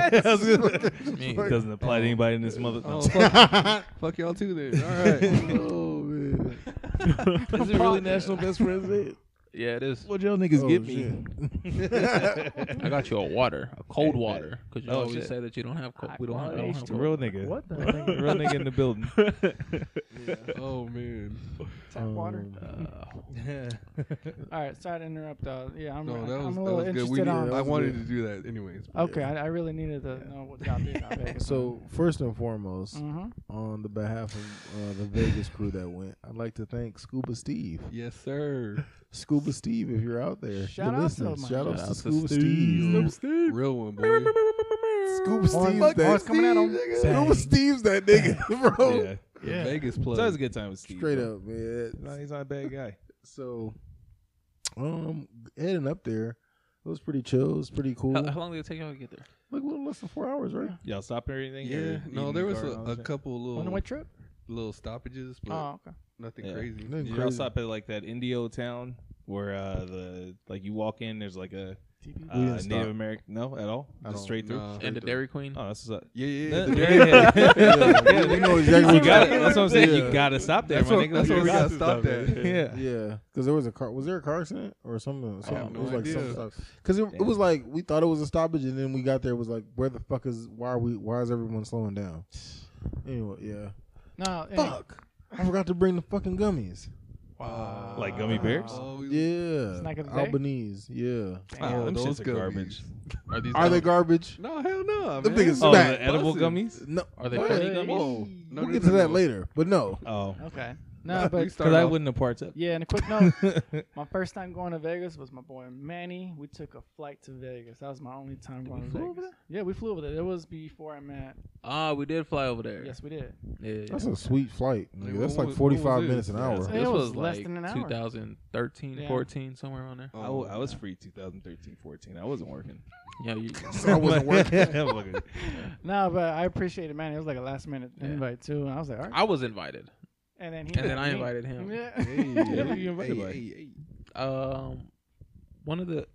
Speaker 3: gonna- it doesn't apply to anybody in this mother.
Speaker 2: Oh,
Speaker 3: No.
Speaker 2: fuck, fuck y'all too then. All right.
Speaker 1: Oh man,
Speaker 4: Is it really
Speaker 1: National Best Friends Day.
Speaker 4: Yeah, it is.
Speaker 3: What y'all niggas
Speaker 1: Oh,
Speaker 3: get me?
Speaker 4: I got you a water, a cold water, because you
Speaker 3: Oh,
Speaker 4: always
Speaker 3: shit.
Speaker 4: say that you don't have cold. We don't have. I don't have
Speaker 5: Hydration.
Speaker 4: cold.
Speaker 3: Real nigga.
Speaker 5: What the
Speaker 3: Real
Speaker 5: heck?
Speaker 3: nigga in the building.
Speaker 2: Oh man.
Speaker 5: Tap water.
Speaker 4: Uh,
Speaker 5: All right, sorry to interrupt. Uh, yeah, I'm,
Speaker 2: No,
Speaker 5: I,
Speaker 2: that was
Speaker 5: am
Speaker 2: that
Speaker 5: a little
Speaker 2: was good.
Speaker 5: interested
Speaker 2: We need,
Speaker 5: on.
Speaker 2: I
Speaker 1: was
Speaker 2: wanted to
Speaker 1: good.
Speaker 2: do that anyways.
Speaker 5: okay, I, I really needed to know what y'all did out Vegas.
Speaker 1: So first and foremost,
Speaker 5: Mhm.
Speaker 1: on the behalf of uh, the Vegas crew that went, I'd like to thank Scuba Steve.
Speaker 2: Yes, sir.
Speaker 1: Scuba Steve, if you're out there,
Speaker 5: Shout
Speaker 1: you're
Speaker 5: out to
Speaker 1: listening.
Speaker 5: my-
Speaker 1: Shout out
Speaker 4: Shout
Speaker 1: to
Speaker 4: out to
Speaker 1: Scuba
Speaker 4: Steve.
Speaker 1: Steve.
Speaker 2: Real one, boy.
Speaker 1: Scuba Steve's
Speaker 5: Orange-
Speaker 1: that.
Speaker 5: orange coming at 'em.
Speaker 1: Steve, nigga.
Speaker 4: Bang.
Speaker 1: Scuba Steve's that nigga, bro.
Speaker 3: Yeah.
Speaker 2: The Vegas plug.
Speaker 3: It's always a good time with Steve.
Speaker 1: Straight
Speaker 3: bro.
Speaker 1: up, man.
Speaker 3: No, he's not a bad guy.
Speaker 1: So, um, heading up there, it was pretty chill. It was pretty cool.
Speaker 4: How, how long did it take y'all to get there?
Speaker 1: Like a little less than four hours, right?
Speaker 3: Y'all stopping or anything? Or
Speaker 2: Yeah, no,
Speaker 3: eating
Speaker 2: there was
Speaker 3: garden,
Speaker 2: a,
Speaker 3: all that
Speaker 2: a
Speaker 3: shit?
Speaker 2: couple
Speaker 5: On the
Speaker 2: little
Speaker 5: way trip?
Speaker 2: little stoppages, but
Speaker 5: Oh, okay.
Speaker 2: nothing
Speaker 3: Yeah.
Speaker 2: crazy.
Speaker 1: Nothing
Speaker 3: Did y'all
Speaker 1: crazy.
Speaker 3: stop at like that Indio town where uh the like you walk in, there's like a
Speaker 5: TP.
Speaker 3: uh,
Speaker 1: didn't
Speaker 3: Native
Speaker 1: stop.
Speaker 3: American no at all,
Speaker 2: I
Speaker 3: just
Speaker 2: don't-
Speaker 3: straight through.
Speaker 2: nah.
Speaker 4: And the Dairy Queen.
Speaker 3: Oh, that's what's up.
Speaker 2: Yeah, yeah, yeah.
Speaker 3: Yeah,
Speaker 2: the
Speaker 3: yeah,
Speaker 2: Dairy Queen.
Speaker 3: yeah, yeah.
Speaker 1: yeah, we know exactly
Speaker 3: You
Speaker 1: what
Speaker 3: got
Speaker 1: you're-
Speaker 3: That's what I'm saying.
Speaker 1: Yeah.
Speaker 3: You gotta stop there,
Speaker 2: That's
Speaker 3: my
Speaker 2: what-
Speaker 3: nigga. That's
Speaker 2: that's
Speaker 3: what we
Speaker 2: what
Speaker 3: got.
Speaker 2: got stopped at.
Speaker 3: Yeah.
Speaker 1: Yeah, because there was a car. Was there a car accident or something?
Speaker 2: I have
Speaker 1: Something-
Speaker 2: no
Speaker 1: it was like
Speaker 2: idea.
Speaker 1: Because it, it was like we thought it was a stoppage, and then we got there. It was like, where the fuck is? Why are we? Why is everyone slowing down? Anyway, yeah.
Speaker 5: No, and-
Speaker 1: Fuck. I forgot to bring the fucking gummies.
Speaker 2: Wow.
Speaker 3: Like gummy bears?
Speaker 2: Oh, we-
Speaker 1: Yeah.
Speaker 5: Snack of the day?
Speaker 1: Albanese. Yeah.
Speaker 2: wow,
Speaker 3: them
Speaker 2: those
Speaker 3: shits are garbage.
Speaker 2: gummies.
Speaker 4: Are these
Speaker 1: Are they garbage?
Speaker 2: No, hell no.
Speaker 1: Them
Speaker 2: man.
Speaker 1: niggas
Speaker 3: Oh,
Speaker 1: Smack.
Speaker 3: the edible
Speaker 2: Buzzing.
Speaker 3: gummies?
Speaker 1: No.
Speaker 4: Are they
Speaker 1: Wait,
Speaker 4: funny gummies?
Speaker 1: whoa.
Speaker 2: No,
Speaker 1: we'll
Speaker 2: no,
Speaker 1: get
Speaker 2: no,
Speaker 1: to that
Speaker 2: no.
Speaker 1: later, but no.
Speaker 3: Oh.
Speaker 5: Okay. No, but
Speaker 3: Because I
Speaker 2: off-
Speaker 3: wouldn't have partook.
Speaker 5: yeah, and a quick note. My first time going to Vegas was my boy Manny. We took a flight to Vegas. That was my only time going
Speaker 4: we
Speaker 5: to
Speaker 4: flew
Speaker 5: Vegas.
Speaker 4: over
Speaker 5: Yeah, we flew over there. It was before I met.
Speaker 4: Ah, we did fly over there.
Speaker 5: Yes, we did.
Speaker 4: Yeah.
Speaker 1: That's a sweet flight. nigga.
Speaker 2: Like, what
Speaker 1: That's like
Speaker 2: was- what was
Speaker 1: 45
Speaker 2: this?
Speaker 1: minutes an
Speaker 2: Yeah,
Speaker 1: hour.
Speaker 4: This
Speaker 5: It was
Speaker 4: was,
Speaker 5: less
Speaker 4: like
Speaker 5: than an hour.
Speaker 4: 2013,
Speaker 5: Yeah.
Speaker 4: 14, somewhere around there.
Speaker 3: I,
Speaker 2: Oh,
Speaker 3: w- I was free 2013, 14. I wasn't working.
Speaker 4: Yeah, you,
Speaker 1: I wasn't working.
Speaker 3: I'm like,
Speaker 5: No, but I appreciated Manny. It was like a last minute
Speaker 4: Yeah.
Speaker 5: invite too, and I was like, all right.
Speaker 4: I was invited,
Speaker 5: And then he
Speaker 4: and then I
Speaker 5: me.
Speaker 4: invited him.
Speaker 5: Yeah.
Speaker 2: Hey,
Speaker 3: you invited
Speaker 2: hey,
Speaker 3: by?
Speaker 2: hey, hey.
Speaker 4: Um, one of the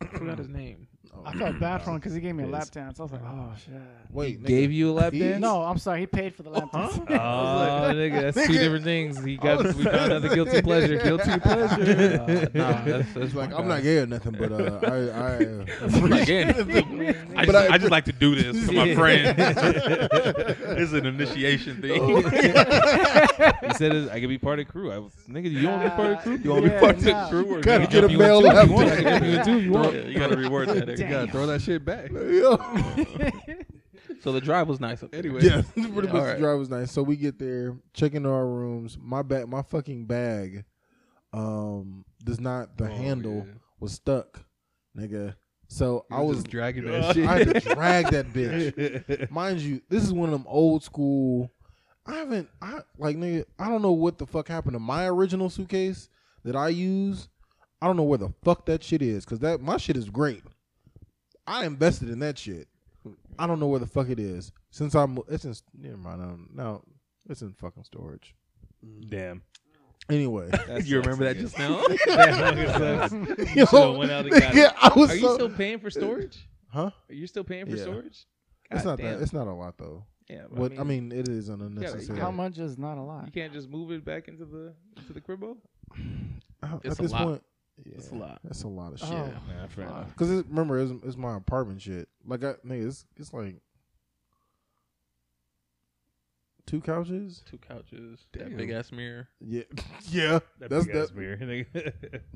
Speaker 4: I forgot his name.
Speaker 5: I felt bad for him because he gave me a
Speaker 3: Yes.
Speaker 5: lap dance. I was like, oh shit.
Speaker 1: Wait, nigga.
Speaker 3: Gave you a lap
Speaker 1: He-
Speaker 3: dance?
Speaker 5: No, I'm sorry. He paid for the lap dance.
Speaker 3: Oh, nigga, that's two different things. He got
Speaker 1: was-
Speaker 3: we found out the guilty pleasure, guilty pleasure.
Speaker 4: Uh, nah, that's, that's
Speaker 1: He's like,
Speaker 2: Oh
Speaker 4: my
Speaker 1: I'm
Speaker 4: guy.
Speaker 1: not gay or nothing, but uh, I, I, uh,
Speaker 4: Again.
Speaker 6: I
Speaker 1: But
Speaker 6: just,
Speaker 1: I-
Speaker 6: I just like to do this to my
Speaker 4: Yeah.
Speaker 6: friends. it's an initiation thing.
Speaker 3: He said, it- "I could be part of the crew." I was, nigga, you want to be part of the crew?
Speaker 5: You
Speaker 6: want to be part of the
Speaker 5: nah.
Speaker 6: crew or
Speaker 1: gotta
Speaker 6: not?
Speaker 1: get a
Speaker 3: You
Speaker 1: male
Speaker 3: want two if
Speaker 1: lap
Speaker 3: you want. I can do it
Speaker 1: dance.
Speaker 3: too if you want.
Speaker 6: Yeah, you gotta reward that.
Speaker 2: You
Speaker 6: nigga.
Speaker 2: gotta throw that shit back.
Speaker 1: Yeah.
Speaker 4: so the drive was nice. Up there.
Speaker 2: Anyway,
Speaker 1: Yeah, pretty much
Speaker 4: All right.
Speaker 1: the drive was nice. So we get there, check into our rooms. My bag, my fucking bag, um, does not the
Speaker 2: Oh,
Speaker 1: handle
Speaker 2: yeah.
Speaker 1: was stuck, nigga. So
Speaker 2: You
Speaker 1: I
Speaker 2: were
Speaker 1: was
Speaker 2: just dragging that
Speaker 1: I had to
Speaker 2: shit.
Speaker 1: drag that bitch. Mind you, this is one of them old school. I haven't, I like nigga. I don't know what the fuck happened to my original suitcase that I use. I don't know where the fuck that shit is because that my shit is great. I invested in that shit. I don't know where the fuck it is since I'm. It's in. Never mind. Um, no, it's in fucking storage.
Speaker 6: Damn.
Speaker 1: Anyway,
Speaker 3: That's-
Speaker 6: You remember that
Speaker 3: that's
Speaker 6: just now?
Speaker 3: good. That nigga sucks.
Speaker 1: Yo,
Speaker 3: should've went out and got it.
Speaker 1: I was
Speaker 3: Are you
Speaker 1: so-
Speaker 3: still paying for storage?
Speaker 1: huh?
Speaker 3: Are you still paying for
Speaker 1: Yeah.
Speaker 3: storage?
Speaker 1: it's not
Speaker 3: Goddamn.
Speaker 1: that. It's not a lot though.
Speaker 3: Yeah, but
Speaker 1: What I mean, it is an
Speaker 3: you
Speaker 1: unnecessary.
Speaker 5: How much is not a lot?
Speaker 3: you can't just move it back into the into the cribbo.
Speaker 1: Uh,
Speaker 4: It's
Speaker 1: at
Speaker 4: a
Speaker 1: this
Speaker 4: lot.
Speaker 1: point, yeah,
Speaker 4: It's a lot.
Speaker 1: That's a lot of shit.
Speaker 5: Oh.
Speaker 3: Nah, fair enough.
Speaker 1: Cause it, remember, it's, it's my apartment shit. Like I, nigga, it's, it's like two couches.
Speaker 4: Two couches,
Speaker 2: Damn.
Speaker 4: that big ass mirror.
Speaker 1: Yeah, yeah. That's
Speaker 3: big-ass
Speaker 1: that.
Speaker 3: beer, nigga.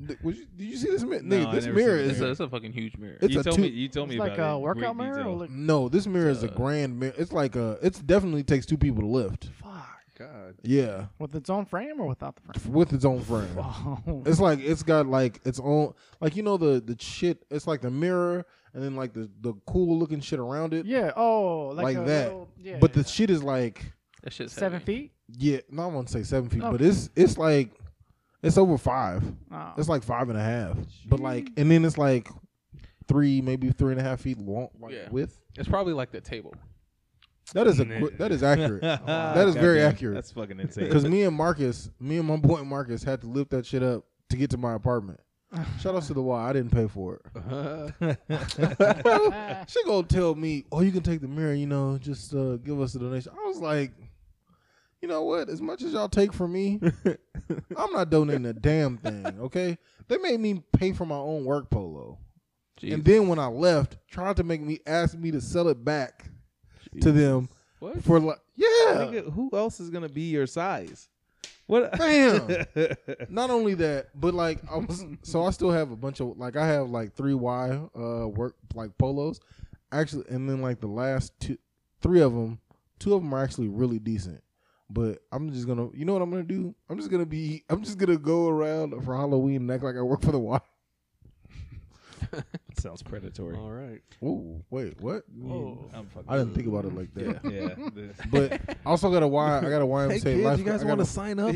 Speaker 1: th- was you, did you see this mirror?
Speaker 3: No,
Speaker 1: nigga,
Speaker 3: I
Speaker 1: this
Speaker 3: never seen
Speaker 1: mirror
Speaker 3: the
Speaker 1: is
Speaker 4: It's a,
Speaker 3: mirror.
Speaker 4: it's a fucking huge mirror.
Speaker 1: It's
Speaker 3: you
Speaker 1: a
Speaker 3: told
Speaker 1: two-
Speaker 3: me. You told
Speaker 5: It's
Speaker 3: me
Speaker 5: like
Speaker 3: about
Speaker 5: a
Speaker 3: it.
Speaker 5: workout
Speaker 3: Great
Speaker 5: mirror. Or
Speaker 3: detail.
Speaker 5: look,
Speaker 1: no. This mirror is a grand mirror. It's like a. It's definitely takes two people to lift.
Speaker 5: fuck.
Speaker 2: God.
Speaker 1: Yeah,
Speaker 5: With its own frame or without the frame?
Speaker 1: with its own frame.
Speaker 5: Oh.
Speaker 1: It's like it's got like its own like you know the the shit. It's like the mirror and then like the the cool looking shit around it.
Speaker 5: Yeah. Oh, like,
Speaker 1: Like
Speaker 5: a
Speaker 1: that.
Speaker 5: little- yeah,
Speaker 1: but
Speaker 5: yeah,
Speaker 1: the shit is like
Speaker 4: That shit's
Speaker 5: seven
Speaker 4: heavy.
Speaker 5: feet.
Speaker 1: Yeah, no, I won't say seven feet, but
Speaker 5: Okay.
Speaker 1: it's it's like it's over five.
Speaker 5: Oh.
Speaker 1: It's like five and a half. But like, and then it's like three, maybe three and a half feet long, like
Speaker 4: Yeah.
Speaker 1: width.
Speaker 4: It's probably like the table.
Speaker 1: That is a gr- that is
Speaker 5: Oh,
Speaker 1: accurate.
Speaker 3: that
Speaker 1: is very accurate.
Speaker 3: Oh, That's fucking insane.
Speaker 1: Because me and Marcus, me and my boy Marcus, had to lift that shit up to get to my apartment. Shout out to the Y. I didn't pay for it.
Speaker 2: Uh,
Speaker 5: Ah,
Speaker 1: She gonna tell me, "Oh, you can take the mirror. You know, just uh, give us a donation." I was like, "You know what? As much as y'all take from me, I'm not donating a damn thing." Okay? They made me pay for my own work polo, and then when I left, tried to make me ask me to sell it back to them
Speaker 3: What?
Speaker 1: for like, yeah,
Speaker 3: Nigga, who else is gonna be your size? What?
Speaker 1: damn. Not only that, but like I was, so I still have a bunch of like I have like three Y uh work like polos, actually, and then like the last two, three of them, two of them are actually really decent. But I'm just gonna, you know what I'm gonna do? I'm just gonna be, I'm just gonna go around for Halloween and act like I work for the Y.
Speaker 3: Sounds predatory.
Speaker 2: All right.
Speaker 1: Ooh, wait, what?
Speaker 5: Whoa.
Speaker 3: I'm fucking
Speaker 1: I didn't think about it like that.
Speaker 3: Yeah. this-
Speaker 1: But I also got a Y. I got a YMCA life. I got a-
Speaker 2: sign up?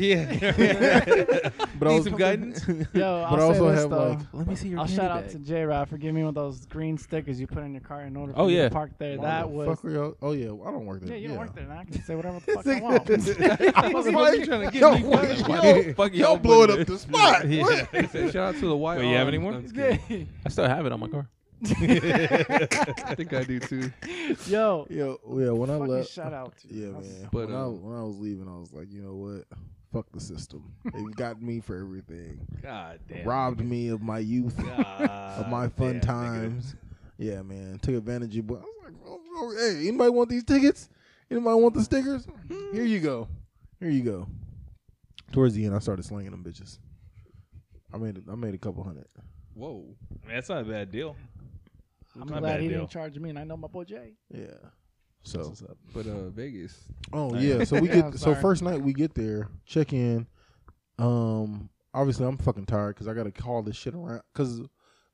Speaker 3: yeah.
Speaker 1: But I
Speaker 3: Need
Speaker 1: was-
Speaker 3: some guidance?
Speaker 5: Oh. Yo, I'll
Speaker 1: I also
Speaker 5: say this,
Speaker 1: have,
Speaker 5: though.
Speaker 1: like-
Speaker 2: Let me see your
Speaker 5: I'll shout out to J Rod for giving me one of those green stickers you put in your car in order for
Speaker 4: Oh,
Speaker 5: you
Speaker 4: yeah.
Speaker 5: to park there.
Speaker 1: Why the
Speaker 5: that was
Speaker 1: fuck are y'all- Oh yeah, I don't work there.
Speaker 5: yeah, you don't work there. Now I can say whatever the fuck I want.
Speaker 1: I
Speaker 5: was
Speaker 1: like,
Speaker 2: trying to
Speaker 1: yo, yo,
Speaker 2: fuck
Speaker 1: y'all blowing up the spot.
Speaker 3: Yeah.
Speaker 1: What?
Speaker 2: Shout out to the white.
Speaker 3: Wait, you have any
Speaker 2: Arms.
Speaker 3: more?
Speaker 2: I'm just kidding.
Speaker 4: I still have it on my car.
Speaker 2: I think I do too.
Speaker 5: Yo,
Speaker 1: Yo, yeah. When I
Speaker 5: fucking
Speaker 1: left,
Speaker 5: shout out to
Speaker 1: yeah,
Speaker 5: you. That's-
Speaker 1: man.
Speaker 2: But,
Speaker 1: when, I,
Speaker 2: uh,
Speaker 3: um,
Speaker 1: when I was leaving, I was like, you know what? Fuck the system. They've got me for everything.
Speaker 3: God damn.
Speaker 1: Robbed me of my youth,
Speaker 3: God
Speaker 1: of my fun
Speaker 3: damn, nigga.
Speaker 1: times. Yeah, man. Took advantage of. But I was like, oh, oh, hey, anybody want these tickets? Anybody want the stickers? Here you go. Here you go. Towards the end, I started slinging them bitches. I made a, I made a couple hundred.
Speaker 2: Whoa.
Speaker 3: Man, that's not a bad deal.
Speaker 5: I'm
Speaker 3: My
Speaker 5: glad
Speaker 3: bad
Speaker 5: he
Speaker 3: deal.
Speaker 5: didn't charge me, and I know my boy Jay.
Speaker 1: Yeah. So
Speaker 2: But uh, Vegas.
Speaker 1: Oh
Speaker 2: Nice.
Speaker 1: yeah, so we
Speaker 5: Yeah, I'm
Speaker 1: get so
Speaker 5: sorry.
Speaker 1: first night we get there, check in. Um, obviously I'm fucking tired because I got to call this shit around because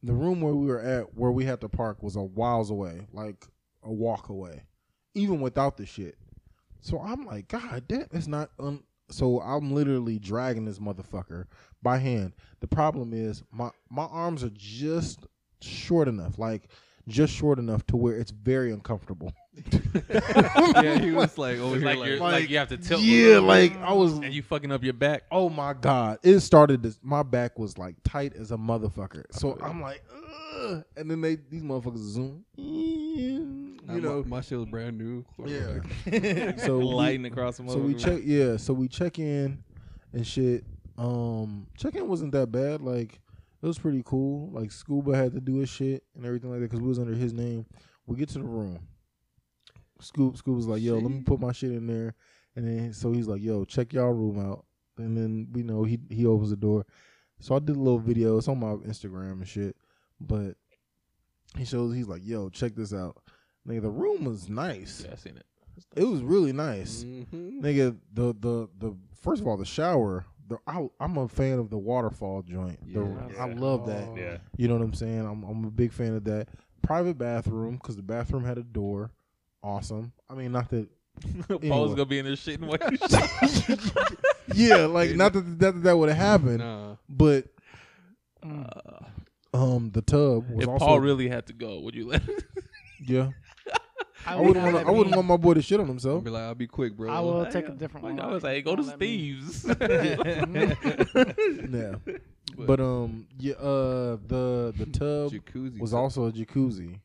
Speaker 1: the room where we were at where we had to park was a miles away, like a walk away, even without the shit. So I'm like, God damn, it's not. Un-. So I'm literally dragging this motherfucker by hand. The problem is my my arms are just short enough, like just short enough to where it's very uncomfortable.
Speaker 2: yeah, he was like over
Speaker 6: It's
Speaker 2: here
Speaker 6: like,
Speaker 2: like,
Speaker 6: you're, like,
Speaker 1: like-
Speaker 6: you have to tilt. a
Speaker 1: yeah,
Speaker 6: little bit
Speaker 1: like I was
Speaker 6: and you fucking up your back.
Speaker 1: Oh my god! It started. To, my back was like tight as a motherfucker. So I'm like, Ugh. and then they these motherfuckers zoom. You
Speaker 2: "Nah,
Speaker 1: know,
Speaker 2: my, my shit was brand new.
Speaker 1: yeah.
Speaker 3: So
Speaker 1: So we-
Speaker 3: lighting across the
Speaker 1: So we
Speaker 3: motherfucker.
Speaker 1: check. Yeah. So we check in and shit. Um, check in wasn't that bad. Like it was pretty cool. Like Scuba had to do his shit and everything like that because we was under his name. We get to the room. Scoop Scuba's like, yo, let me put my shit in there. And then so he's like, yo, check y'all room out. And then we know he he opens the door. So I did a little video. It's on my Instagram and shit. But he shows he's like, yo, check this out. Nigga, the room was nice.
Speaker 4: Yeah, I seen it.
Speaker 1: It was really nice.
Speaker 2: Mm-hmm.
Speaker 1: Nigga, the the the first of all, the shower. The I, I'm a fan of the waterfall joint. The-
Speaker 2: Yeah.
Speaker 1: I love that.
Speaker 3: Yeah.
Speaker 1: You know what I'm saying? I'm I'm a big fan of that. Private bathroom because the bathroom had a door. Awesome. I mean, not that.
Speaker 6: Paul's
Speaker 1: Anyway.
Speaker 6: gonna be in there shitting while you shit.
Speaker 1: Yeah, like not that that, that would have happened,
Speaker 2: Nah.
Speaker 1: but
Speaker 5: Mm.
Speaker 1: um, the tub was
Speaker 4: If
Speaker 1: also
Speaker 4: Paul really had to go, would you let him?
Speaker 1: yeah. I
Speaker 5: would
Speaker 1: wouldn't want
Speaker 5: not let
Speaker 1: I wouldn't
Speaker 5: me-
Speaker 1: want my boy to shit on
Speaker 2: I'll
Speaker 1: himself.
Speaker 2: be like, I'll be quick, bro.
Speaker 5: I will take a different
Speaker 4: Like,
Speaker 5: one.
Speaker 4: I was like, go
Speaker 5: Don't
Speaker 4: to
Speaker 5: let me-
Speaker 4: Steve's.
Speaker 1: Yeah, but um, yeah, uh, the the tub
Speaker 2: Jacuzzi
Speaker 1: was
Speaker 2: tub.
Speaker 1: also a jacuzzi.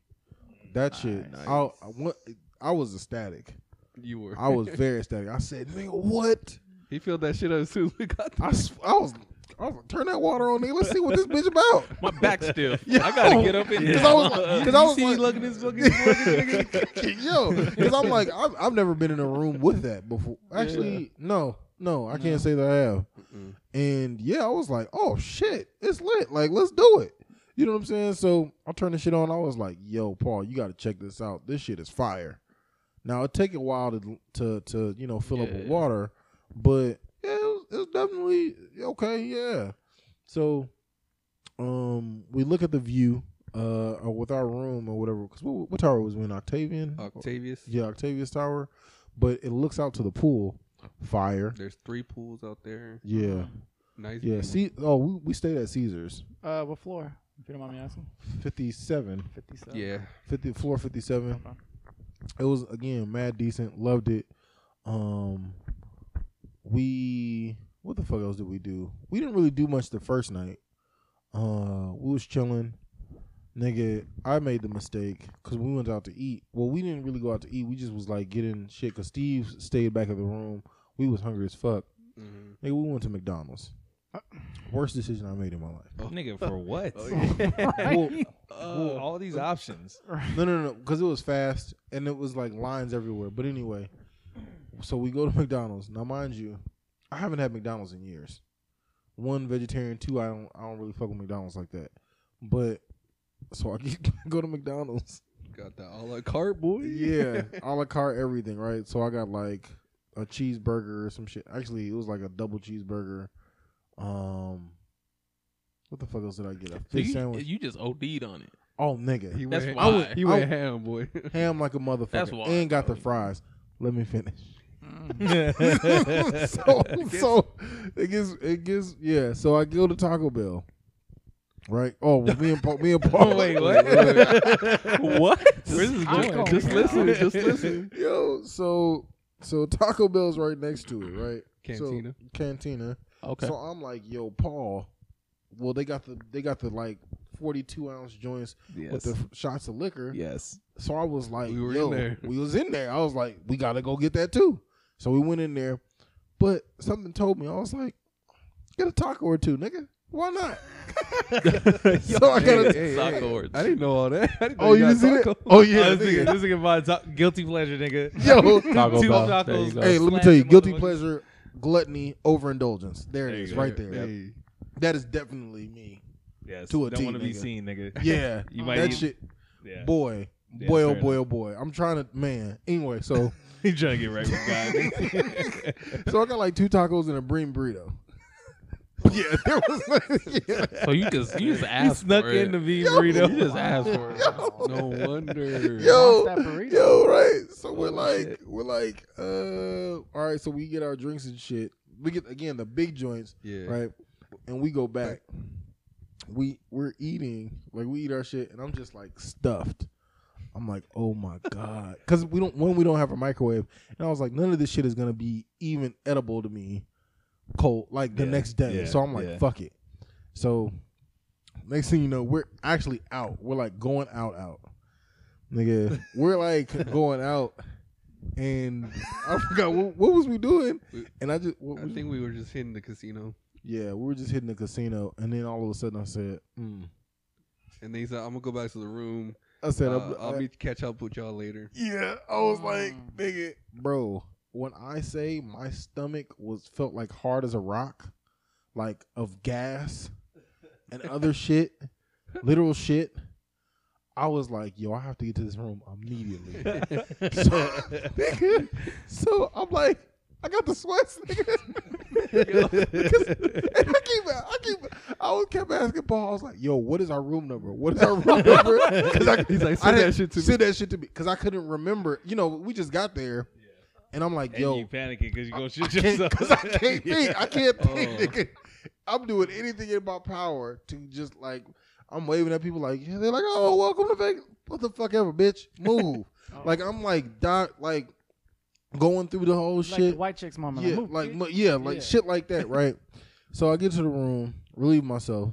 Speaker 1: That shit,
Speaker 5: Nice.
Speaker 1: I, I, wa- I was ecstatic.
Speaker 2: You were.
Speaker 1: I was very ecstatic. I said, "Nigga, what?"
Speaker 2: he filled that shit up as soon as we got
Speaker 1: I, s- I was, I was like, turn that water on, nigga. Let's see what this bitch about.
Speaker 6: My back still.
Speaker 1: Yeah.
Speaker 6: I gotta get up in there.
Speaker 1: Cause I was, like, cause I was
Speaker 6: You
Speaker 1: like,
Speaker 6: looking this fucking nigga.
Speaker 1: yo, because I'm like, I've, I've never been in a room with that before. Actually, no, no, I can't say that I have.
Speaker 2: Mm-mm.
Speaker 1: And yeah, I was like, oh shit, it's lit. Like, let's do it. You know what I'm saying? So I turned the shit on. I was like, yo, Paul, you got to check this out. This shit is fire. Now it take a while to to to you know fill up with
Speaker 4: Yeah.
Speaker 1: water, but yeah, it was, it was definitely okay. Yeah. So, um, we look at the view. Uh, or with our room or whatever, because what, what tower was we in? Octavian.
Speaker 2: Octavius.
Speaker 1: Yeah, Octavius Tower, but it looks out to the pool. Fire.
Speaker 2: There's three pools out there.
Speaker 1: Yeah,
Speaker 2: Nice.
Speaker 1: yeah.
Speaker 2: view.
Speaker 1: See, oh, we, we stayed at Caesars,
Speaker 5: Uh, what floor? If you don't mind me asking.
Speaker 1: 57,
Speaker 5: 57.
Speaker 2: Yeah.
Speaker 1: 50, floor fifty-seven.
Speaker 5: Okay.
Speaker 1: It was again mad decent. Loved it. Um, we what the fuck else did we do? We didn't really do much the first night. Uh, we was chilling. Nigga, I made the mistake because we went out to eat. Well, we didn't really go out to eat. We just was like getting shit because Steve stayed back at the room. We was hungry as fuck.
Speaker 2: Mhm.
Speaker 1: Nigga, we went to McDonald's. Worst decision I made in my life.
Speaker 3: Nigga, for what?
Speaker 1: Oh, Well,
Speaker 3: Well, all these options.
Speaker 1: no, no, no, because it was fast and it was like lines everywhere. But anyway, so we go to McDonald's. Now, mind you, I haven't had McDonald's in years. One vegetarian, two I don't, I don't really fuck with McDonald's like that. But so I go to McDonald's.
Speaker 2: Got that a la carte, boy.
Speaker 1: Yeah, a la carte everything, right? So I got like a cheeseburger or some shit. Actually, it was like a double cheeseburger. Um, what the fuck else did I get? A
Speaker 4: So
Speaker 1: fish
Speaker 4: you,
Speaker 1: sandwich.
Speaker 4: you just OD'd on it.
Speaker 1: Oh nigga,
Speaker 2: He
Speaker 4: That's
Speaker 2: went,
Speaker 4: why. I would-
Speaker 2: he
Speaker 1: I
Speaker 2: went
Speaker 1: would-
Speaker 2: ham, boy.
Speaker 1: ham like a motherfucker,
Speaker 4: That's wild,
Speaker 1: and got the
Speaker 4: bro.
Speaker 1: fries. Let me finish.
Speaker 3: yeah.
Speaker 1: so, so it gets it gets yeah. So I go to Taco Bell, right? Oh, well, me and Paul, me and Paul.
Speaker 3: Wait, what? what?
Speaker 2: Where's this
Speaker 5: I'm
Speaker 2: going?
Speaker 5: going
Speaker 2: Just
Speaker 5: now.
Speaker 2: listen, just listen.
Speaker 1: Yo, so so Taco Bell's right next to it, right? So-
Speaker 2: Cantina.
Speaker 1: Cantina.
Speaker 4: Okay.
Speaker 1: So I'm like, yo, Paul. Well, they got the they got the like 42 ounce joints with
Speaker 2: Yes.
Speaker 1: the f- shots of liquor.
Speaker 2: yes.
Speaker 1: So I was like,
Speaker 2: We were in
Speaker 1: yo,
Speaker 2: there.
Speaker 1: we was in there. I was like, we gotta go get that too. So we went in there, but something told me I was like, get a taco or two, nigga. Why not? so I got a.
Speaker 2: Hey,
Speaker 4: Taco
Speaker 2: hey,
Speaker 4: or
Speaker 2: I didn't know all that. I didn't know
Speaker 1: Oh, you
Speaker 2: got
Speaker 1: didn't see that?
Speaker 2: taco.
Speaker 1: Oh yeah,
Speaker 3: this
Speaker 1: nigga.
Speaker 3: nigga, this nigga vibes out- guilty pleasure, nigga.
Speaker 1: yo.
Speaker 4: Taco
Speaker 3: Two
Speaker 4: Bell.
Speaker 3: tacos.
Speaker 4: There you go.
Speaker 1: Hey, let me
Speaker 3: slapped
Speaker 1: tell you,
Speaker 3: him
Speaker 1: guilty
Speaker 3: motherfuckers.
Speaker 1: pleasure, gluttony, overindulgence. There it
Speaker 3: There you
Speaker 1: is,
Speaker 3: go.
Speaker 1: right there.
Speaker 2: Hey,
Speaker 1: That is definitely me.
Speaker 3: Yes.
Speaker 1: To a
Speaker 3: don't
Speaker 1: T,
Speaker 3: wanna be
Speaker 1: nigga.
Speaker 3: seen, nigga.
Speaker 1: Yeah,
Speaker 3: You might
Speaker 1: that
Speaker 3: need-
Speaker 1: shit,
Speaker 3: Yeah.
Speaker 1: boy,
Speaker 3: Yeah,
Speaker 1: boy, oh
Speaker 3: fair
Speaker 1: boy, oh boy. I'm trying to, man. Anyway, so
Speaker 3: He's trying to get right with God.
Speaker 1: so I got like two tacos and a bream burrito. yeah, there was. yeah.
Speaker 4: So you just you just
Speaker 3: he
Speaker 4: asked
Speaker 3: snuck
Speaker 4: for it.
Speaker 3: in the V
Speaker 4: You
Speaker 3: burrito.
Speaker 4: just asked for it.
Speaker 2: no wonder.
Speaker 1: yo,
Speaker 5: Wants that burrito.
Speaker 1: yo, right. So we're like, we're like, uh, all right. So we get our drinks and shit. We get again the big joints,
Speaker 2: Yeah.
Speaker 1: right? And we go back. We we're eating like we eat our shit, and I'm just like stuffed. I'm like, oh my god, because we don't when we don't have a microwave, and I was like, none of this shit is gonna be even edible to me, cold like the
Speaker 3: Yeah,
Speaker 1: next day.
Speaker 3: yeah,
Speaker 1: so I'm like,
Speaker 3: yeah.
Speaker 1: fuck it. So next thing you know, we're actually out. We're like going out, out, nigga. we're like going out, and I forgot what, what was we doing, and I just what
Speaker 2: I
Speaker 1: was-
Speaker 2: think we were just hitting the casino,
Speaker 1: yeah, we were just hitting the casino, and then all of a sudden I said, mm.
Speaker 2: and they said, "I'm gonna go back to the room.
Speaker 1: I said,
Speaker 2: Uh,
Speaker 1: I-
Speaker 2: I'll meet catch up with y'all later."
Speaker 1: Yeah, I was like,
Speaker 5: Mm.
Speaker 1: nigga, bro. When I say my stomach was felt like hard as a rock, like of gas and other shit, literal shit. I was like, yo, I have to get to this room immediately. so, nigga, so I'm like, I got the sweats, nigga. and I keep, I keep, I was kept asking Paul. I was like, yo, what is our room number? What is our room number? 'Cause I,
Speaker 2: He's like,
Speaker 1: I
Speaker 2: "Send that
Speaker 1: didn't-
Speaker 2: shit to me."
Speaker 1: Send that shit to me because I couldn't remember. You know, we just got there, and I'm like,
Speaker 3: And
Speaker 1: yo,
Speaker 3: you panicking because you go
Speaker 1: I
Speaker 3: shit
Speaker 1: can't,
Speaker 3: yourself.
Speaker 1: cause I can't think. I can't think.
Speaker 2: Oh.
Speaker 1: Nigga. I'm doing anything in my power to just like I'm waving at people like yeah, they're like, oh, welcome to Vegas. What the fuck ever, bitch? Move.
Speaker 5: Oh.
Speaker 1: like I'm like dot like going through the whole
Speaker 5: Like the
Speaker 1: shit.
Speaker 5: white chicks, mama.
Speaker 1: yeah,
Speaker 5: move,
Speaker 1: like
Speaker 5: bitch.
Speaker 1: mu- yeah, like
Speaker 5: Yeah.
Speaker 1: shit like that, right? so I get to the room, relieve myself,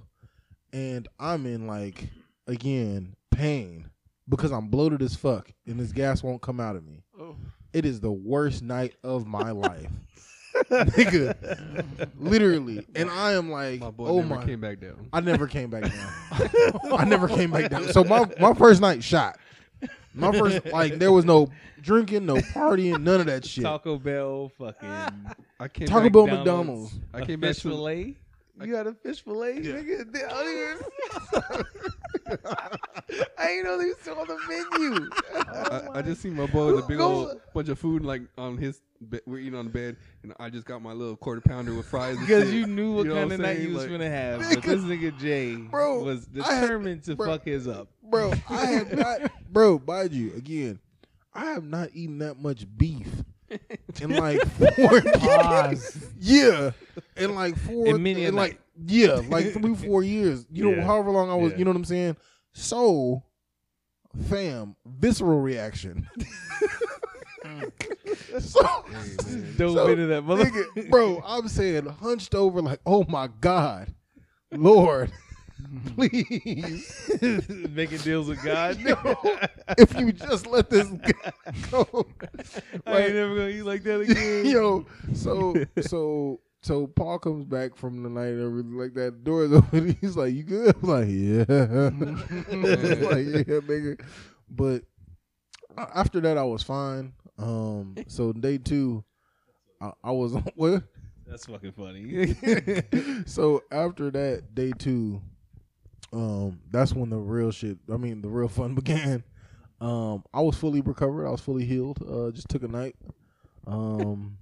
Speaker 1: and I'm in like again pain because I'm bloated as fuck and this gas won't come out of me.
Speaker 5: Oh.
Speaker 1: It is the worst night of my life. Nigga. Literally. And I am like,
Speaker 2: My boy
Speaker 1: oh
Speaker 2: never
Speaker 1: my.
Speaker 2: came back down.
Speaker 1: I never came back down. I never came back down. So my, my first night shot. My first, like, there was no drinking, no partying, none of that shit. Taco,
Speaker 3: Taco Bell, fucking
Speaker 2: I came back.
Speaker 1: Bell
Speaker 3: McDonald's.
Speaker 1: McDonald's.
Speaker 2: I
Speaker 3: a
Speaker 2: came back
Speaker 3: fish
Speaker 2: to.
Speaker 3: fillet.
Speaker 2: You had a fish fillet, nigga.
Speaker 6: I ain't know they was still on the menu.
Speaker 1: Oh
Speaker 2: I, I just seen my boy with a big old bunch of food, like on his. Be- we're eating on the bed, and I just got my little quarter pounder with fries. and
Speaker 3: Because
Speaker 2: shit.
Speaker 3: you knew what
Speaker 2: You know
Speaker 3: kind of
Speaker 2: what I'm
Speaker 3: night you was
Speaker 2: saying?
Speaker 3: gonna have. But this nigga Jay
Speaker 1: Bro,
Speaker 3: was
Speaker 1: I had-
Speaker 3: determined to
Speaker 1: bro.
Speaker 3: fuck his up.
Speaker 1: Bro, I have not, bro, mind you, again, I have not eaten that much beef in like four
Speaker 5: Pause.
Speaker 1: Yeah, in like four,
Speaker 3: In many a
Speaker 1: in like
Speaker 3: night.
Speaker 1: yeah, like three, four years. You know,
Speaker 3: Yeah.
Speaker 1: however long I was.
Speaker 3: Yeah.
Speaker 1: You know what I'm saying? So, fam, visceral reaction. so,
Speaker 3: Dove
Speaker 1: So,
Speaker 3: into that mother.
Speaker 1: nigga, bro, I'm saying hunched over, like, oh my god, Lord, please,
Speaker 3: making deals with God.
Speaker 1: if you just let this go,
Speaker 3: I
Speaker 1: right?
Speaker 3: ain't never gonna eat like that again.
Speaker 1: Yo, so so so Paul comes back from the night and everything like that. Doors open. He's like, "You good?" I'm like, "Yeah." I was like, "Yeah, nigga." But a- after that, I was fine. Um, so day two, I, I was on what?
Speaker 3: That's fucking funny.
Speaker 1: so after that day two, um, that's when the real shit. I mean, the real fun began. Um, I was fully recovered. I was fully healed. Uh, just took a night. Um,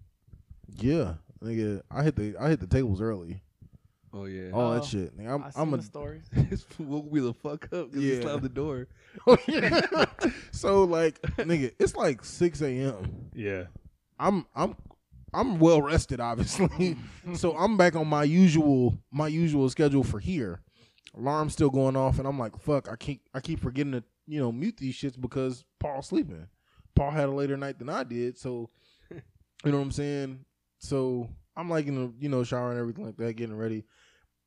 Speaker 1: yeah, nigga, I hit the I hit the tables early.
Speaker 2: Oh yeah.
Speaker 1: All that
Speaker 5: Oh,
Speaker 1: shit. Nigga, I'm,
Speaker 5: I seen
Speaker 1: I'm a
Speaker 5: the stories.
Speaker 2: This fool woke me the fuck up because
Speaker 1: Yeah.
Speaker 2: he slammed the door.
Speaker 1: so like nigga, it's like six a.m.
Speaker 3: Yeah.
Speaker 1: I'm I'm I'm well rested, obviously. so I'm back on my usual my usual schedule for here. Alarm's still going off, and I'm like, fuck, I can't I keep forgetting to you know mute these shits because Paul's sleeping. Paul had a later night than I did, so you know what I'm saying. So I'm like in the you know shower and everything like that, getting ready.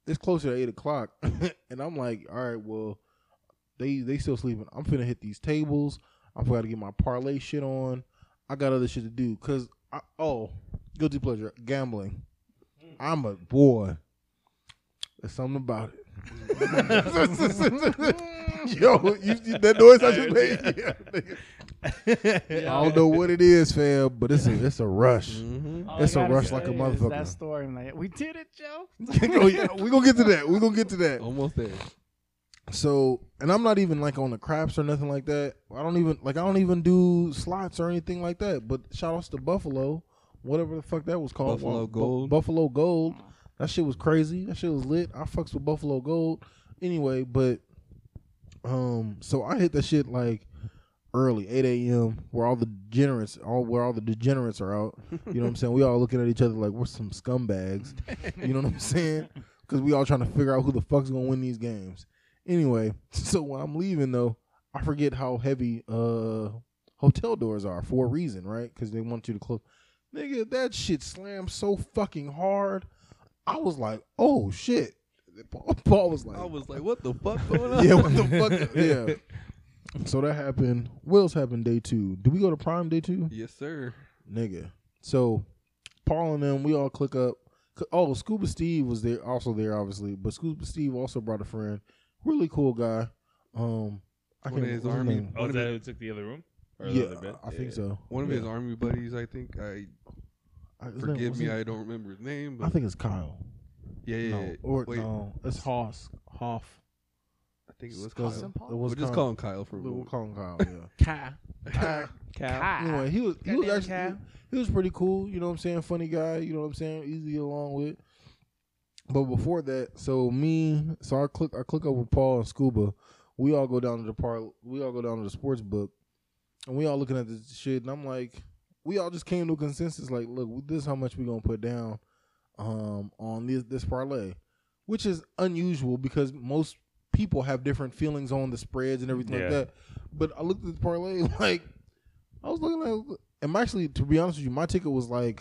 Speaker 1: It's closer to eight o'clock, and I'm like, all right, well, they they still sleeping. I'm finna hit these tables. I forgot to get my parlay shit on. I got other shit to do. Cause I, oh, guilty pleasure, gambling. I'm a boy. There's something about it. Yo, you, you- that noise I just made. Yeah, nigga. I don't know what it is, fam, but it's a it's a rush.
Speaker 2: Mm-hmm.
Speaker 5: All I
Speaker 1: It's a
Speaker 5: gotta
Speaker 1: rush like a
Speaker 5: say is
Speaker 1: motherfucker.
Speaker 5: That story, I'm like, we did it, Joe.
Speaker 1: oh, yeah, we're gonna get to that. We're gonna get to that.
Speaker 2: Almost there.
Speaker 1: So, and I'm not even like on the craps or nothing like that. I don't even like I don't even do slots or anything like that. But shout outs to Buffalo, whatever the fuck that was called.
Speaker 2: Buffalo
Speaker 1: Bu-
Speaker 2: Gold.
Speaker 1: Buffalo Gold. That shit was crazy. That shit was lit. I fucks with Buffalo Gold. Anyway, but um, so I hit that shit like early, eight a.m. where all the degenerates, all where all the degenerates are out. You know what I'm saying? We all looking at each other like we're some scumbags. You know what I'm saying? Because we all trying to figure out who the fuck's gonna win these games. Anyway, so when I'm leaving though, I forget how heavy uh hotel doors are for a reason, right? Because they want you to close. Nigga, that shit slammed so fucking hard. I was like, oh shit. Paul, Paul was like,
Speaker 2: I was like, what the fuck going on?
Speaker 1: yeah, what the fuck? Yeah. So that happened. What else happened day two? Did we go to prime day two?
Speaker 2: Yes, sir.
Speaker 1: Nigga. So Paul and them, we all click up. C- Oh, Scuba Steve was there also there, obviously. But Scuba Steve also brought a friend. Really cool guy. Um I
Speaker 2: One
Speaker 1: can't
Speaker 2: of his
Speaker 1: what's
Speaker 2: army-
Speaker 1: name.
Speaker 3: Oh,
Speaker 2: One
Speaker 3: is
Speaker 2: of
Speaker 3: that
Speaker 2: the-
Speaker 3: who took the other room? Or the
Speaker 1: Yeah,
Speaker 3: other bed?
Speaker 1: I I think so.
Speaker 2: One of
Speaker 1: Yeah.
Speaker 2: his army buddies, I think. I
Speaker 1: I- his name-
Speaker 2: forgive
Speaker 1: what's
Speaker 2: me,
Speaker 1: his-
Speaker 2: I don't remember his name, but
Speaker 1: I think it's Kyle.
Speaker 2: yeah, yeah, yeah.
Speaker 1: No, or
Speaker 2: Wait,
Speaker 1: no, it's Hoss. Hoff.
Speaker 2: I think it was Kyle.
Speaker 1: Because
Speaker 5: Austin Paul?
Speaker 1: It was
Speaker 2: We'll just
Speaker 1: Kyle.
Speaker 2: call him Kyle for a
Speaker 1: We'll
Speaker 2: moment.
Speaker 1: call him Kyle. Yeah.
Speaker 4: Kai. Kai.
Speaker 5: Kai.
Speaker 1: Anyway, he was he
Speaker 5: That
Speaker 1: was
Speaker 5: nigga
Speaker 1: actually
Speaker 5: Cal.
Speaker 1: he was pretty cool. You know what I'm saying? Funny guy. You know what I'm saying? Easy to get along with. But before that, so me, so I click I click up with Paul and Scuba. We all go down to the par. We all go down to the sports book, and we all looking at this shit. And I'm like, we all just came to a consensus. Like, look, this is how much we gonna put down um, on this this parlay, which is unusual because most people have different feelings on the spreads and everything
Speaker 3: Yeah.
Speaker 1: like that. But I looked at the parlay like I was looking at. And actually, to be honest with you, my ticket was like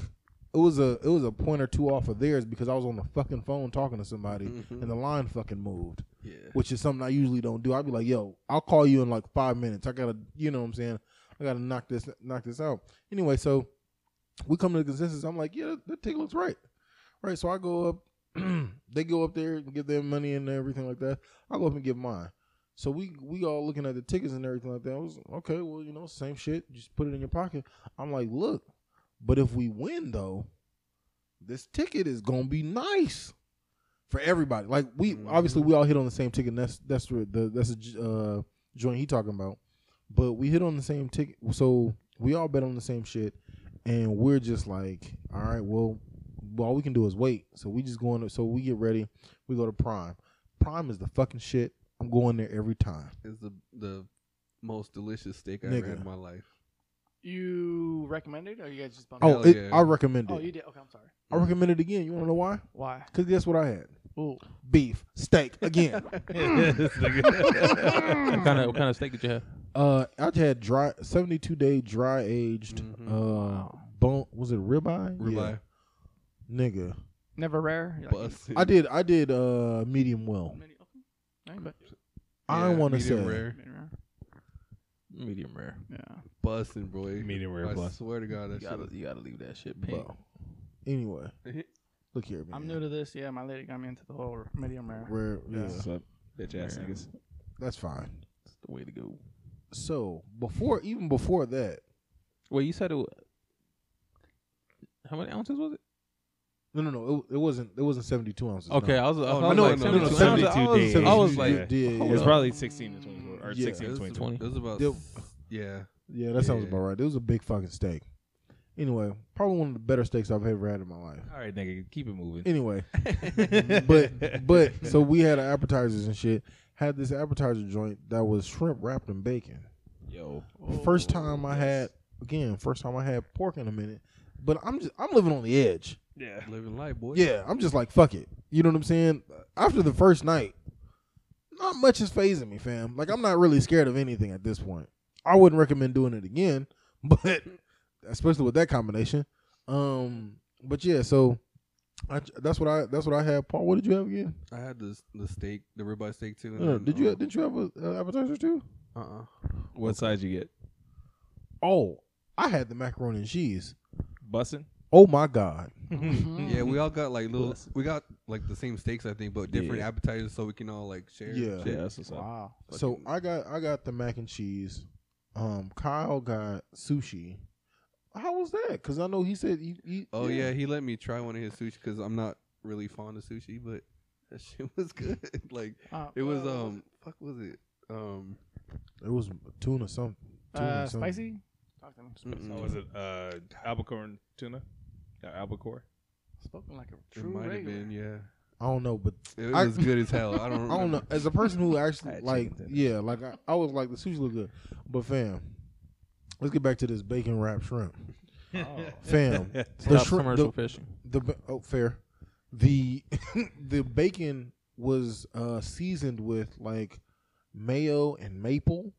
Speaker 1: it was a it was a point or two off of theirs because I was on the fucking phone talking to somebody
Speaker 2: Mhm.
Speaker 1: and the line fucking moved,
Speaker 2: Yeah.
Speaker 1: which is something I usually don't do. I'd be like, "Yo, I'll call you in like five minutes. I gotta, you know what I'm saying? I gotta knock this knock this out." Anyway, so we come to the consensus. I'm like, "Yeah, that ticket looks right, right." So I go up. they go up there and give their money and everything like that. I go up and give mine. So we we all looking at the tickets and everything like that. I was okay, well, you know, same shit. Just put it in your pocket. I'm like, look, but if we win though, this ticket is gonna be nice for everybody. Like we
Speaker 2: Mhm.
Speaker 1: obviously we all hit on the same ticket. And that's that's the, the that's the uh, joint he talking about. But we hit on the same ticket, so we all bet on the same shit, and we're just like, all right, well, all we can do is wait. So we just going. So we get ready. We go to Prime. Prime is the fucking shit. I'm going there every time.
Speaker 2: It's the the most delicious steak I
Speaker 1: Nigga.
Speaker 2: ever had in my life.
Speaker 5: You recommended, or you guys just bumped?
Speaker 1: Oh,
Speaker 2: Hell
Speaker 1: it,
Speaker 2: yeah.
Speaker 1: I recommend it.
Speaker 5: oh, you did. Okay, I'm sorry.
Speaker 1: I recommend it again. You want to know why?
Speaker 5: Why?
Speaker 1: Because guess what I had?
Speaker 5: Ooh,
Speaker 1: Beef steak again.
Speaker 3: This nigga.
Speaker 4: What kind of what kind of steak did you have?
Speaker 1: uh, I had dry seventy two day dry aged
Speaker 2: Mhm.
Speaker 1: uh bone. Was it ribeye?
Speaker 2: Ribeye.
Speaker 1: Yeah, nigga.
Speaker 5: never rare. You're like, "Mm,
Speaker 2: Busted.
Speaker 1: I did. I did uh medium well.
Speaker 5: many- okay. Ain't bad.
Speaker 1: I
Speaker 2: Yeah,
Speaker 1: want to say.
Speaker 2: medium rare.
Speaker 5: Many rare.
Speaker 4: Medium rare.
Speaker 5: Yeah.
Speaker 2: Busting, boy.
Speaker 3: Medium rare
Speaker 2: I
Speaker 3: bust.
Speaker 2: swear to God,
Speaker 4: You
Speaker 2: Oh, that shit.
Speaker 4: gotta,
Speaker 2: was-
Speaker 4: you gotta leave that shit pink.
Speaker 1: Bro. Anyway, look here. Man.
Speaker 5: I'm new to this. Yeah, my lady got me into the whole medium rare.
Speaker 1: Rare, yeah,
Speaker 3: What's up, bitch ass niggas?
Speaker 1: that's fine.
Speaker 4: That's the way to go.
Speaker 1: So before, even before that,
Speaker 4: Wait, you said it. wa- How many ounces was it?
Speaker 1: no, no, no, it, it wasn't. It wasn't seventy two ounces. no.
Speaker 4: Okay, I was. I,
Speaker 2: Oh,
Speaker 4: was
Speaker 2: no,
Speaker 4: like
Speaker 2: no, no,
Speaker 4: 72
Speaker 2: no,
Speaker 4: ounces. I was-
Speaker 3: 72
Speaker 4: I was
Speaker 3: days.
Speaker 4: like,
Speaker 1: Yeah, yeah,
Speaker 4: hold
Speaker 3: It's
Speaker 4: up.
Speaker 3: probably sixteen to twenty-four or
Speaker 1: uh, Yeah.
Speaker 3: sixteen to
Speaker 2: It was-
Speaker 3: twenty-four.
Speaker 4: Twenty.
Speaker 2: It was about.
Speaker 1: Yep.
Speaker 2: Yeah.
Speaker 1: Yeah, that sounds
Speaker 2: Yeah.
Speaker 1: about right. It was a big fucking steak. Anyway, probably one of the better steaks I've ever had in my life.
Speaker 3: All right, nigga, keep it moving.
Speaker 1: Anyway, but but so we had appetizers and shit. Had this appetizer joint that was shrimp wrapped in bacon.
Speaker 3: Yo,
Speaker 1: first time I had again, first time I had pork in a minute. But I'm just I'm living on the edge.
Speaker 3: yeah,
Speaker 2: Living life, boy.
Speaker 1: Yeah, I'm just like fuck it. You know what I'm saying? After the first night, not much is phasing me, fam. Like I'm not really scared of anything at this point. I wouldn't recommend doing it again, but especially with that combination. Um, but yeah, so I, that's what I that's what I had. Paul, what did you have again?
Speaker 2: I had the the steak, the ribeye steak too.
Speaker 1: Uh, did you did you have a, a appetizer too?
Speaker 5: Uh-uh.
Speaker 2: Uh uh
Speaker 3: what size you get?
Speaker 1: Oh, I had the macaroni and cheese.
Speaker 3: Bussin'?
Speaker 1: Oh my god.
Speaker 3: Mm-hmm.
Speaker 5: Mm-hmm.
Speaker 2: Yeah, we all got like little.
Speaker 3: Bless.
Speaker 2: We got like the same steaks, I think, but different
Speaker 3: Yeah.
Speaker 2: appetizers, so we can all like share.
Speaker 1: Yeah.
Speaker 2: shit.
Speaker 3: that's what's
Speaker 5: Wow.
Speaker 1: So I got I got the mac and cheese. Um, Kyle got sushi. How was that? Because I know he said he. he
Speaker 2: Oh yeah. he let me try one of his sushi because I'm not really fond of sushi, but that shit was good. like
Speaker 5: Uh,
Speaker 2: it was
Speaker 5: uh,
Speaker 2: um, fuck was it um,
Speaker 1: it was tuna something. Tuna
Speaker 5: uh,
Speaker 1: something.
Speaker 5: spicy. Talk to me.
Speaker 2: mm-mm.
Speaker 3: was it uh, albacore tuna? albacore?
Speaker 5: Spoken like a
Speaker 2: It
Speaker 5: true
Speaker 2: might have
Speaker 5: regular.
Speaker 2: been yeah.
Speaker 1: I don't know, but
Speaker 2: It
Speaker 1: I-
Speaker 2: was good as hell.
Speaker 1: I
Speaker 2: I don't.
Speaker 1: don't know.
Speaker 2: remember.
Speaker 1: As a person who actually
Speaker 3: had
Speaker 1: like,
Speaker 3: chicken tenders.
Speaker 1: yeah, like I, I was like the sushi look good, but fam, let's get back to this bacon wrapped shrimp,
Speaker 5: Oh.
Speaker 1: fam. The
Speaker 4: Stop
Speaker 1: shrimp-
Speaker 4: commercial
Speaker 1: the-
Speaker 4: fishing.
Speaker 1: The ba- oh fair, the the bacon was uh seasoned with like mayo and maple,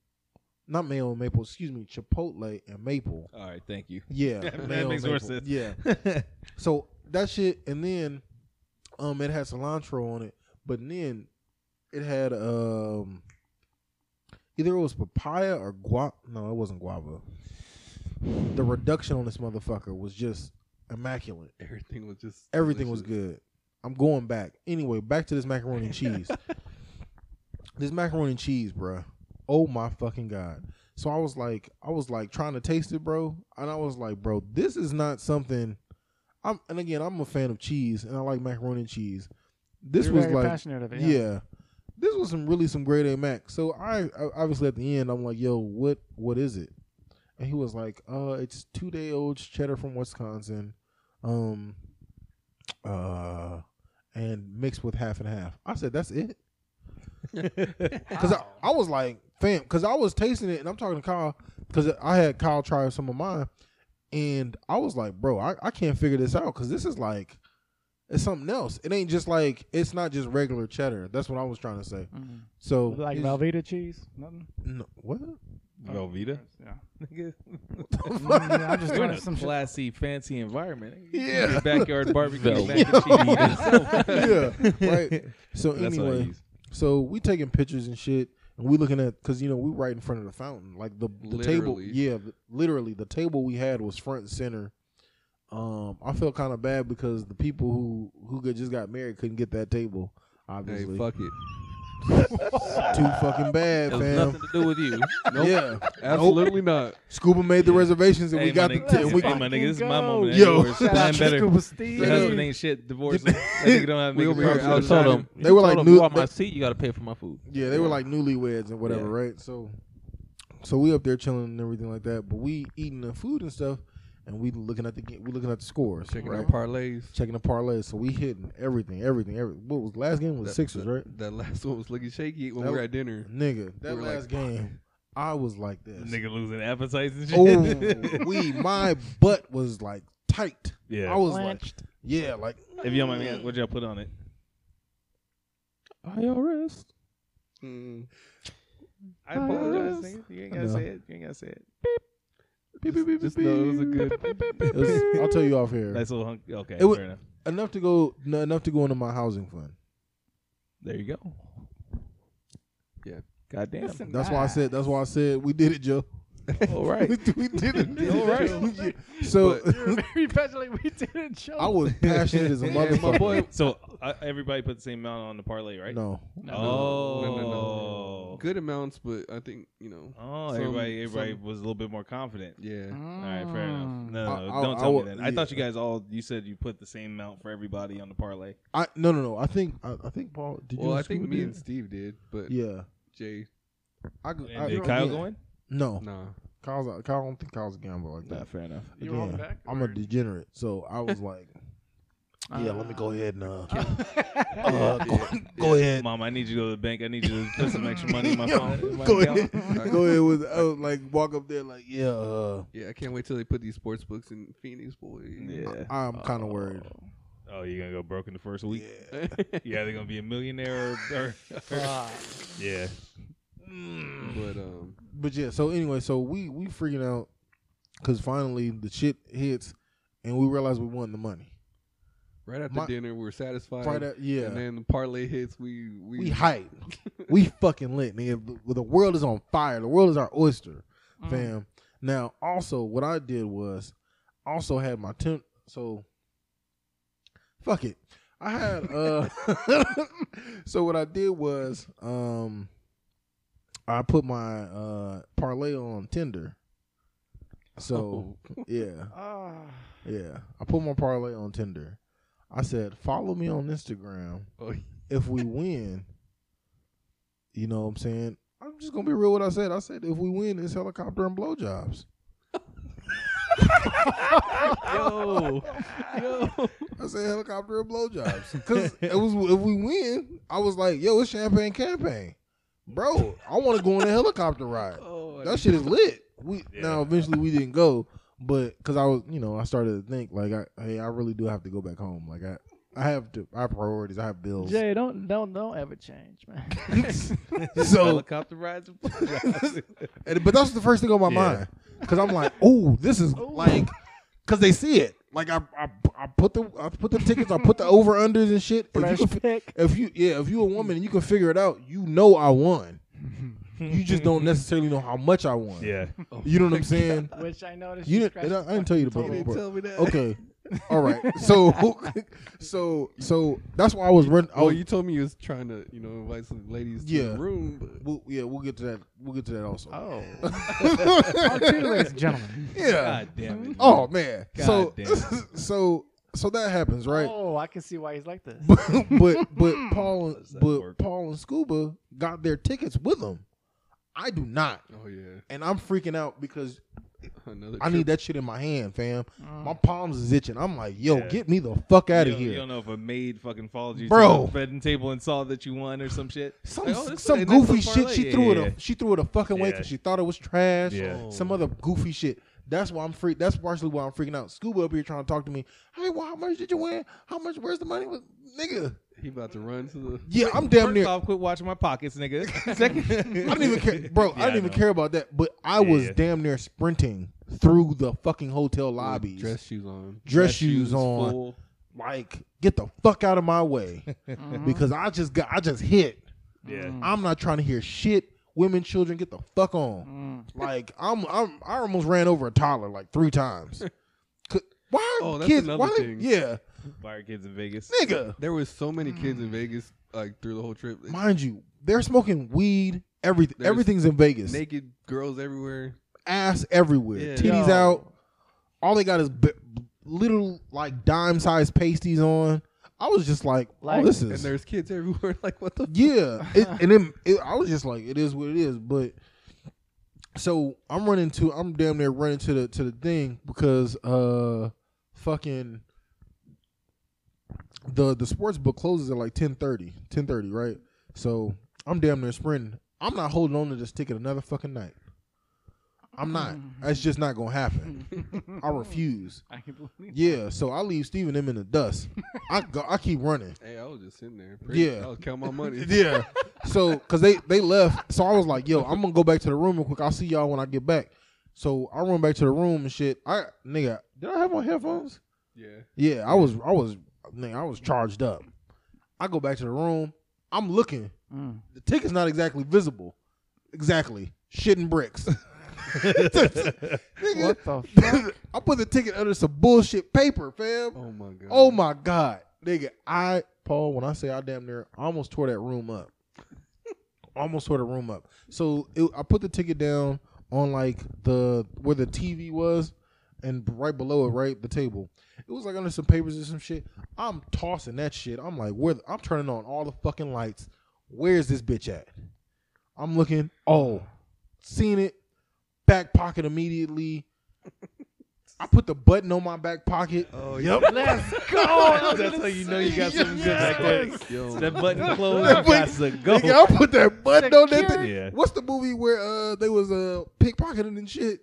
Speaker 1: not mayo and maple. Excuse me, chipotle and maple.
Speaker 3: All right, thank you.
Speaker 1: Yeah,
Speaker 3: That
Speaker 1: mayo and
Speaker 3: makes more
Speaker 1: maple.
Speaker 3: sense.
Speaker 1: Yeah, so that shit, and then um, it had cilantro on it, but then it had um, either it was papaya or guava. No, it wasn't guava. The reduction on this motherfucker was just immaculate.
Speaker 2: Everything was just
Speaker 1: Everything was
Speaker 2: delicious.
Speaker 1: good. I'm going back. Anyway, back to this macaroni and cheese. this macaroni and cheese, bruh. Oh my fucking god. So I was like, I was like trying to taste it, bro, and I was like, bro, this is not something. I'm and again, I'm a fan of cheese, and I like macaroni and cheese. This
Speaker 5: You're
Speaker 1: was
Speaker 5: very
Speaker 1: like,
Speaker 5: passionate of it.
Speaker 1: yeah. this was some really some grade A mac. So I, I obviously at the end, I'm like, yo, what what is it? And he was like, uh, it's two day old cheddar from Wisconsin, um, uh, and mixed with half and half. I said, that's it. Cause I, I was like, fam, cause I was tasting it, and I'm talking to Kyle, cause I had Kyle try some of mine, and I was like, bro, I, I can't figure this out, cause this is like, it's something else. It ain't just like it's not just regular cheddar. That's what I was trying to say.
Speaker 5: Mhm.
Speaker 1: So
Speaker 5: Like
Speaker 1: he's-
Speaker 5: Velveeta cheese, nothing.
Speaker 1: no, what?
Speaker 3: Velveeta?
Speaker 5: Yeah.
Speaker 3: Nigga.
Speaker 5: Mm, yeah, I'm just
Speaker 3: We're in
Speaker 5: doing
Speaker 3: a
Speaker 5: some shit.
Speaker 3: classy, fancy environment.
Speaker 1: Yeah.
Speaker 3: Backyard barbecue,
Speaker 4: Velvet.
Speaker 3: mac and cheese. yourself.
Speaker 1: yeah, right. So
Speaker 3: That's what I
Speaker 1: anyway,
Speaker 3: use.
Speaker 1: so we taking pictures and shit, and we looking at because you know we right in front of the fountain, like the the table.
Speaker 2: Literally.
Speaker 1: Yeah, the- literally the table we had was front and center. Um, I felt kind of bad because the people who who got- just got married couldn't get that table.
Speaker 2: Hey,
Speaker 1: Obviously,
Speaker 2: fuck it.
Speaker 1: too fucking bad,
Speaker 4: It was
Speaker 1: fam.
Speaker 4: nothing to do with you.
Speaker 1: Yeah,
Speaker 2: Absolutely not.
Speaker 1: Scuba made the reservations and
Speaker 3: Hey,
Speaker 1: we got
Speaker 3: my
Speaker 1: the
Speaker 3: nigga,
Speaker 1: t- we
Speaker 3: hey, my nigga, this is my
Speaker 5: Fucking
Speaker 3: moment.
Speaker 1: go.
Speaker 3: Yo,
Speaker 5: Shout out
Speaker 3: plan
Speaker 5: to
Speaker 3: better.
Speaker 5: Scuba
Speaker 3: Your
Speaker 5: Steve.
Speaker 3: husband ain't shit. Divorce. him. that nigga don't have
Speaker 2: We
Speaker 3: niggas
Speaker 2: over here
Speaker 3: problems.
Speaker 4: I told them.
Speaker 1: They were like new-
Speaker 4: you on
Speaker 1: they-
Speaker 4: my seat. You got to pay for my food.
Speaker 1: Yeah, they were like newlyweds and whatever,
Speaker 4: Yeah.
Speaker 1: right? So, so we up there chilling and everything like that. But we eating the food and stuff, and we looking at the ga- we looking at the scores,
Speaker 2: Checking
Speaker 1: right?
Speaker 2: out parlays.
Speaker 1: Checking the parlays. So we hitting everything, everything, every. What was last game was
Speaker 2: That-
Speaker 1: Sixers,
Speaker 2: that-
Speaker 1: right?
Speaker 2: That last one was looking shaky when
Speaker 1: That
Speaker 2: we were
Speaker 1: was-
Speaker 2: at dinner.
Speaker 1: Nigga,
Speaker 2: We
Speaker 1: that
Speaker 2: were
Speaker 1: last
Speaker 2: like,
Speaker 1: game, I was like this.
Speaker 3: Nigga losing appetites and shit.
Speaker 1: Oh, we, my butt was like tight.
Speaker 3: yeah.
Speaker 1: I was like,
Speaker 5: Blanched.
Speaker 1: yeah, like
Speaker 3: if you don't mind me asking, what y'all put on it?
Speaker 4: IRS.
Speaker 2: Mm.
Speaker 3: I
Speaker 5: apologize,
Speaker 3: nigga. You ain't
Speaker 1: gotta say
Speaker 3: it. You ain't gotta say it.
Speaker 1: beep, beep, beep,
Speaker 2: Just
Speaker 1: beep,
Speaker 2: know it was a
Speaker 1: beep.
Speaker 2: good.
Speaker 1: It was- I'll tell you off here.
Speaker 3: Nice little hunk. Okay,
Speaker 1: It wa-
Speaker 3: fair enough.
Speaker 1: enough to go, n- enough to go into my housing fund.
Speaker 3: There you go.
Speaker 2: Yeah.
Speaker 3: Goddamn.
Speaker 5: Listen,
Speaker 1: That's why I said. That's why I said we did it, Joe.
Speaker 3: All
Speaker 1: we
Speaker 3: right.
Speaker 1: did it.
Speaker 3: All right.
Speaker 1: So
Speaker 5: Very passionately, we did a show.
Speaker 1: I was passionate as a
Speaker 2: Yeah,
Speaker 1: motherfucker.
Speaker 2: my boy.
Speaker 3: So uh, everybody put the same amount on the parlay, right?
Speaker 1: No,
Speaker 3: Oh.
Speaker 2: No, no, no. Good amounts, but I think you know.
Speaker 3: Oh,
Speaker 2: Some-
Speaker 3: everybody, everybody
Speaker 2: some-
Speaker 3: was a little bit more confident.
Speaker 2: Yeah.
Speaker 3: All right, fair
Speaker 5: Hmm. Mm.
Speaker 3: enough. No, no, no,
Speaker 1: I- I-
Speaker 3: don't
Speaker 1: I
Speaker 3: tell
Speaker 1: will-
Speaker 3: me that. I thought you
Speaker 1: yeah.
Speaker 3: guys all. You said you put the same amount for everybody on the parlay.
Speaker 1: I no no no. I think I, I think Paul. Did you?
Speaker 2: Well, I
Speaker 1: and
Speaker 2: think
Speaker 1: Scuba
Speaker 2: me
Speaker 1: did?
Speaker 2: and Steve did, but
Speaker 1: yeah.
Speaker 2: Jay,
Speaker 1: I, go-
Speaker 3: And
Speaker 1: I-
Speaker 3: did Kyle
Speaker 1: yeah.
Speaker 3: go in?
Speaker 1: No,
Speaker 2: nah.
Speaker 1: Kyle's, I don't think Kyle's a gambler like that.
Speaker 7: Nah, fair enough.
Speaker 5: You roll
Speaker 1: Yeah,
Speaker 5: back.
Speaker 1: I'm a degenerate, so I was like, yeah, let me go ahead and uh, uh, go, go ahead.
Speaker 3: Mom, I need you to go to the bank. I need you to put some extra money in my phone. in my
Speaker 1: go
Speaker 3: account.
Speaker 1: ahead, go ahead with I was like walk up there like yeah. Uh,
Speaker 2: Yeah, I can't wait till they put these sports books in Phoenix, boy.
Speaker 7: Yeah.
Speaker 1: I'm
Speaker 3: Uh,
Speaker 1: kind of worried.
Speaker 3: Oh, you're gonna go broke in the first week?
Speaker 1: Yeah.
Speaker 3: Yeah, they're gonna be a millionaire. Or, or, yeah,
Speaker 2: But um,
Speaker 1: But yeah, so anyway, so we we freaking out because finally the shit hits, and we realize we won the money.
Speaker 2: right after
Speaker 1: My-
Speaker 2: dinner, we're satisfied.
Speaker 1: Right at- yeah,
Speaker 2: And then the parlay hits. We we,
Speaker 1: we hype. we fucking lit, nigga. The, the world is on fire. The world is our oyster,
Speaker 5: Mm.
Speaker 1: fam. Now, also, what I did was, I also had my temp. So, fuck it. I had uh. so what I did was, um, I put my uh parlay on Tinder. So yeah,
Speaker 5: Ah.
Speaker 1: yeah, I put my parlay on Tinder. I said, follow me on Instagram
Speaker 2: Oh,
Speaker 1: if we win, you know what I'm saying? I'm just gonna be real what I said. I said if we win, it's helicopter and blowjobs.
Speaker 3: yo,
Speaker 1: I said helicopter and blowjobs because it was if we win, I was like, yo, it's champagne campaign, bro. I want to go on a helicopter ride.
Speaker 2: oh,
Speaker 1: That shit is lit. We
Speaker 3: Yeah.
Speaker 1: now eventually we didn't go, but because I was, you know, I started to think like, I, hey, I really do have to go back home. Like I, I have to, I have priorities, I have bills.
Speaker 5: Jay, don't don't don't ever change, man.
Speaker 1: so
Speaker 3: helicopter rides.
Speaker 1: And, but that's the first thing on my
Speaker 3: Yeah.
Speaker 1: mind because I'm like, oh, this is like, because they see it. Like I, I, I put the I put the tickets, I put the over unders and shit.
Speaker 5: Fresh
Speaker 1: If you, can-
Speaker 5: pick.
Speaker 1: if you, yeah, if you a woman and you can figure it out, you know I won. You just don't necessarily know how much I won.
Speaker 3: yeah,
Speaker 1: you know what I'm saying.
Speaker 5: Which I noticed.
Speaker 1: You didn't.
Speaker 5: scratched
Speaker 1: and I, I
Speaker 5: the
Speaker 1: didn't tell you to
Speaker 5: fucking
Speaker 1: break
Speaker 5: total.
Speaker 1: up. bro.
Speaker 2: tell me that.
Speaker 1: Okay. All right. So, so, so that's why I was running. I
Speaker 2: Oh,
Speaker 1: was,
Speaker 2: you told me you was trying to, you know, invite some ladies to
Speaker 1: Yeah.
Speaker 2: the room, but
Speaker 1: we'll, yeah, we'll get to that. We'll get to that also.
Speaker 2: oh,
Speaker 5: Part two, ladies and gentlemen.
Speaker 1: yeah.
Speaker 3: god damn it.
Speaker 1: Oh man.
Speaker 3: God
Speaker 1: so
Speaker 3: damn.
Speaker 1: so so that happens, right?
Speaker 5: Oh, I can see why he's like this.
Speaker 1: But but but Paul
Speaker 3: does that
Speaker 1: but
Speaker 3: work?
Speaker 1: Paul and Scuba got their tickets with them. I do not.
Speaker 2: oh yeah,
Speaker 1: And I'm freaking out because
Speaker 2: another.
Speaker 1: I
Speaker 2: trip.
Speaker 1: need that shit in my hand, fam.
Speaker 5: Mm.
Speaker 1: My palms is itching. I'm like, yo,
Speaker 3: Oh. Yeah.
Speaker 1: get me the fuck out
Speaker 3: You
Speaker 1: of
Speaker 3: don't- You
Speaker 1: here.
Speaker 3: don't know if a maid fucking followed you
Speaker 1: Bro.
Speaker 3: to the betting table and saw that you won or some shit.
Speaker 1: Some
Speaker 3: Like, oh, this-
Speaker 1: some
Speaker 3: and that's
Speaker 1: goofy
Speaker 3: so
Speaker 1: shit.
Speaker 3: parlay.
Speaker 1: She
Speaker 3: Yeah,
Speaker 1: threw it.
Speaker 3: yeah,
Speaker 1: A, she threw it a fucking way because
Speaker 3: Yeah.
Speaker 1: she thought it was trash.
Speaker 3: Yeah.
Speaker 1: Some other goofy shit. That's why I'm freak. That's partially why I'm freaking out. Scuba up here trying to talk to me. Hey, well, how much did you win? How much? Where's the money? Nigga.
Speaker 2: He about to run to the.
Speaker 1: Yeah, I'm damn
Speaker 3: First
Speaker 1: near.
Speaker 3: off, quit watching my pockets, nigga. Second,
Speaker 1: I didn't even care, bro. I
Speaker 3: Yeah,
Speaker 1: didn't
Speaker 3: I
Speaker 1: even
Speaker 3: know.
Speaker 1: care about that. But I
Speaker 3: Yeah,
Speaker 1: was
Speaker 3: yeah.
Speaker 1: damn near sprinting through the fucking hotel lobbies,
Speaker 2: with
Speaker 1: dress,
Speaker 2: Dress shoes
Speaker 1: shoes,
Speaker 2: on.
Speaker 1: on.
Speaker 2: full.
Speaker 1: Like, get the fuck out of my way, because I just got, I just hit.
Speaker 3: Yeah.
Speaker 2: Mm.
Speaker 1: I'm not trying to hear shit. Women, children, get the fuck on.
Speaker 2: Mm.
Speaker 1: Like, I'm, I'm, I almost ran over a toddler like three times. 'Cause- Why are
Speaker 2: Oh, that's
Speaker 1: kids?
Speaker 2: another
Speaker 1: Why? they-
Speaker 2: thing.
Speaker 1: Yeah,
Speaker 3: Fire kids in Vegas.
Speaker 1: nigga.
Speaker 2: There was so many kids
Speaker 1: Mm.
Speaker 2: in Vegas, like through the whole trip.
Speaker 1: Mind you, they're smoking weed. Everything,
Speaker 2: There's
Speaker 1: everything's in Vegas.
Speaker 2: naked girls everywhere.
Speaker 1: ass everywhere,
Speaker 2: Yeah.
Speaker 1: titties
Speaker 5: Yo.
Speaker 1: out. All they got is b- b- little like dime sized pasties on. I was just like,
Speaker 5: Like-
Speaker 1: oh, this
Speaker 2: And
Speaker 1: is
Speaker 2: there's kids everywhere. Like what the?
Speaker 1: yeah. It, and then it, I was just like, it is what it is. But so I'm running to, I'm damn near running to the to the thing because uh, fucking the the sports book closes at like 10:30, 10:30, right? So I'm damn near sprinting. I'm not holding on to this ticket another fucking night. I'm not. That's just not gonna happen. I refuse.
Speaker 5: I can believe.
Speaker 1: Yeah, so I leave Steven him in the dust. I go, I keep running.
Speaker 2: Hey, I was just sitting there. Pretty,
Speaker 1: Yeah.
Speaker 2: I was counting my money.
Speaker 1: Yeah. So, cause they they left, so I was like, "Yo, I'm gonna go back to the room real quick. I'll see y'all when I get back." So I run back to the room and shit. I nigga, did I have on headphones?
Speaker 2: Yeah.
Speaker 1: Yeah, I was, I was, nigga, I was charged up. I go back to the room. I'm looking.
Speaker 5: Mm.
Speaker 1: The ticket's not exactly visible. Exactly, shit and bricks. Nigga,
Speaker 5: What the fuck?
Speaker 1: I put the ticket under some bullshit paper, fam.
Speaker 2: Oh my god.
Speaker 1: Oh my god, nigga! I Paul, when I say I damn near I almost tore that room up, almost tore the room up. So it, I put the ticket down on like the where the TV was, and right below it, right the table. It was like under some papers or some shit. I'm tossing that shit. I'm like, where? the- I'm turning on all the fucking lights. Where's this bitch at? I'm looking. Oh, seen it. back pocket immediately. I put the button on my back pocket.
Speaker 2: Oh,
Speaker 1: yep.
Speaker 5: Let's go.
Speaker 3: That's how you know you got something good
Speaker 1: Yes.
Speaker 3: back there.
Speaker 2: Yo,
Speaker 3: That button closed.
Speaker 1: That
Speaker 3: you
Speaker 1: button-
Speaker 3: got
Speaker 1: Nigga,
Speaker 3: to go.
Speaker 1: I put that button on that thing.
Speaker 3: Yeah.
Speaker 1: What's the movie where uh they was uh pickpocketing and shit?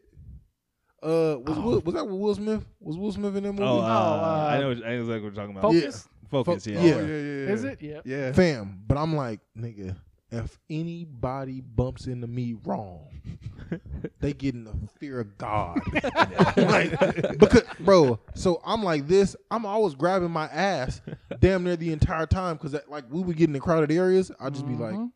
Speaker 1: Uh, was Will, was that with Will Smith? Was Will Smith in that movie?
Speaker 3: Oh, uh,
Speaker 5: uh,
Speaker 3: I know. what- I know exactly what you're talking about.
Speaker 1: Yeah.
Speaker 3: Focus.
Speaker 5: Focus.
Speaker 1: Fo-
Speaker 3: yeah.
Speaker 1: yeah.
Speaker 2: yeah, Oh. yeah, yeah.
Speaker 5: Is it? Yep.
Speaker 2: Yeah.
Speaker 1: Fam, but I'm like, nigga, if anybody bumps into me wrong, they get in the fear of God. like, because, bro, so I'm like this. I'm always grabbing my ass, damn near the entire time, because like we would get in the crowded areas, I'd just be like,
Speaker 5: Mhm.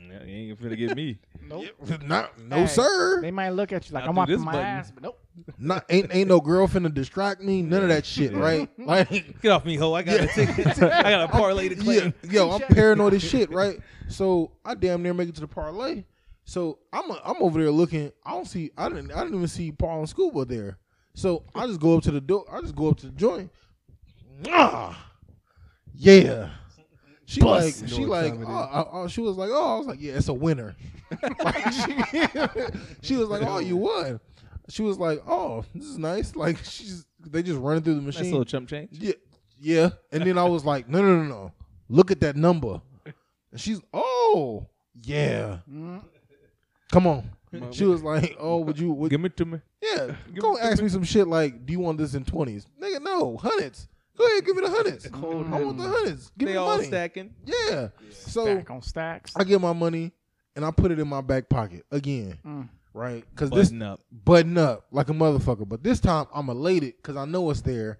Speaker 2: Mm-hmm.
Speaker 3: Yeah, You ain't finna get me.
Speaker 5: Nope.
Speaker 1: not, no
Speaker 5: Hey.
Speaker 1: sir,
Speaker 5: They might look at you like
Speaker 3: Not
Speaker 5: I'm
Speaker 3: through
Speaker 5: off
Speaker 3: this
Speaker 5: my
Speaker 3: button.
Speaker 5: ass, but nope.
Speaker 1: not ain't ain't no girl finna distract me, none of that shit,
Speaker 3: Yeah.
Speaker 1: right? Like.
Speaker 3: Get off me, ho! I got a ticket. I got a parlay to
Speaker 1: Yeah,
Speaker 3: claim.
Speaker 1: yo, I'm paranoid as shit, right? So I damn near make it to the parlay. So I'm a, I'm over there looking. I don't see. I didn't. I didn't even see Paul and Scuba there. So I just go up to the door. I just go up to the joint. Ah, yeah. She
Speaker 5: Bust.
Speaker 1: like
Speaker 2: You know
Speaker 1: she
Speaker 2: what
Speaker 1: like
Speaker 2: time it
Speaker 1: oh,
Speaker 2: is.
Speaker 1: oh, oh, she was like oh I was like yeah it's a winner. Like, she, she was like oh you won. She was like oh this is nice. Like she's they just running through the
Speaker 3: Nice
Speaker 1: machine.
Speaker 3: little chump change.
Speaker 1: Yeah, yeah. And then I was like, no, no, no, no. Look at that number. And she's, oh, yeah.
Speaker 5: Mm.
Speaker 1: Come on.
Speaker 2: My-
Speaker 1: She was like, oh, would you? Would,
Speaker 3: Give it to me.
Speaker 1: yeah. Go ask me some shit like, do you want this in twenties? Nigga, no, hundreds. Go ahead, give me the hundreds. I want the hundreds. Give me
Speaker 3: They
Speaker 1: the
Speaker 3: all
Speaker 1: money.
Speaker 3: stacking.
Speaker 1: Yeah. So
Speaker 5: Stack on stacks.
Speaker 1: Oh. I get my money and I put it in my back pocket again,
Speaker 5: Mm.
Speaker 1: right? Because this
Speaker 3: Button up.
Speaker 1: button up like a motherfucker. But this time I'm elated because I know it's there.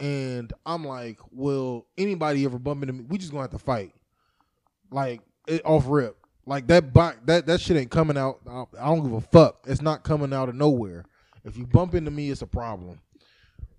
Speaker 1: And I'm like, will anybody ever bump into me? We just gonna have to fight. Like it, off rip. Like that box that, that shit ain't coming out. I, I don't give a fuck. It's not coming out of nowhere. If you bump into me, it's a problem.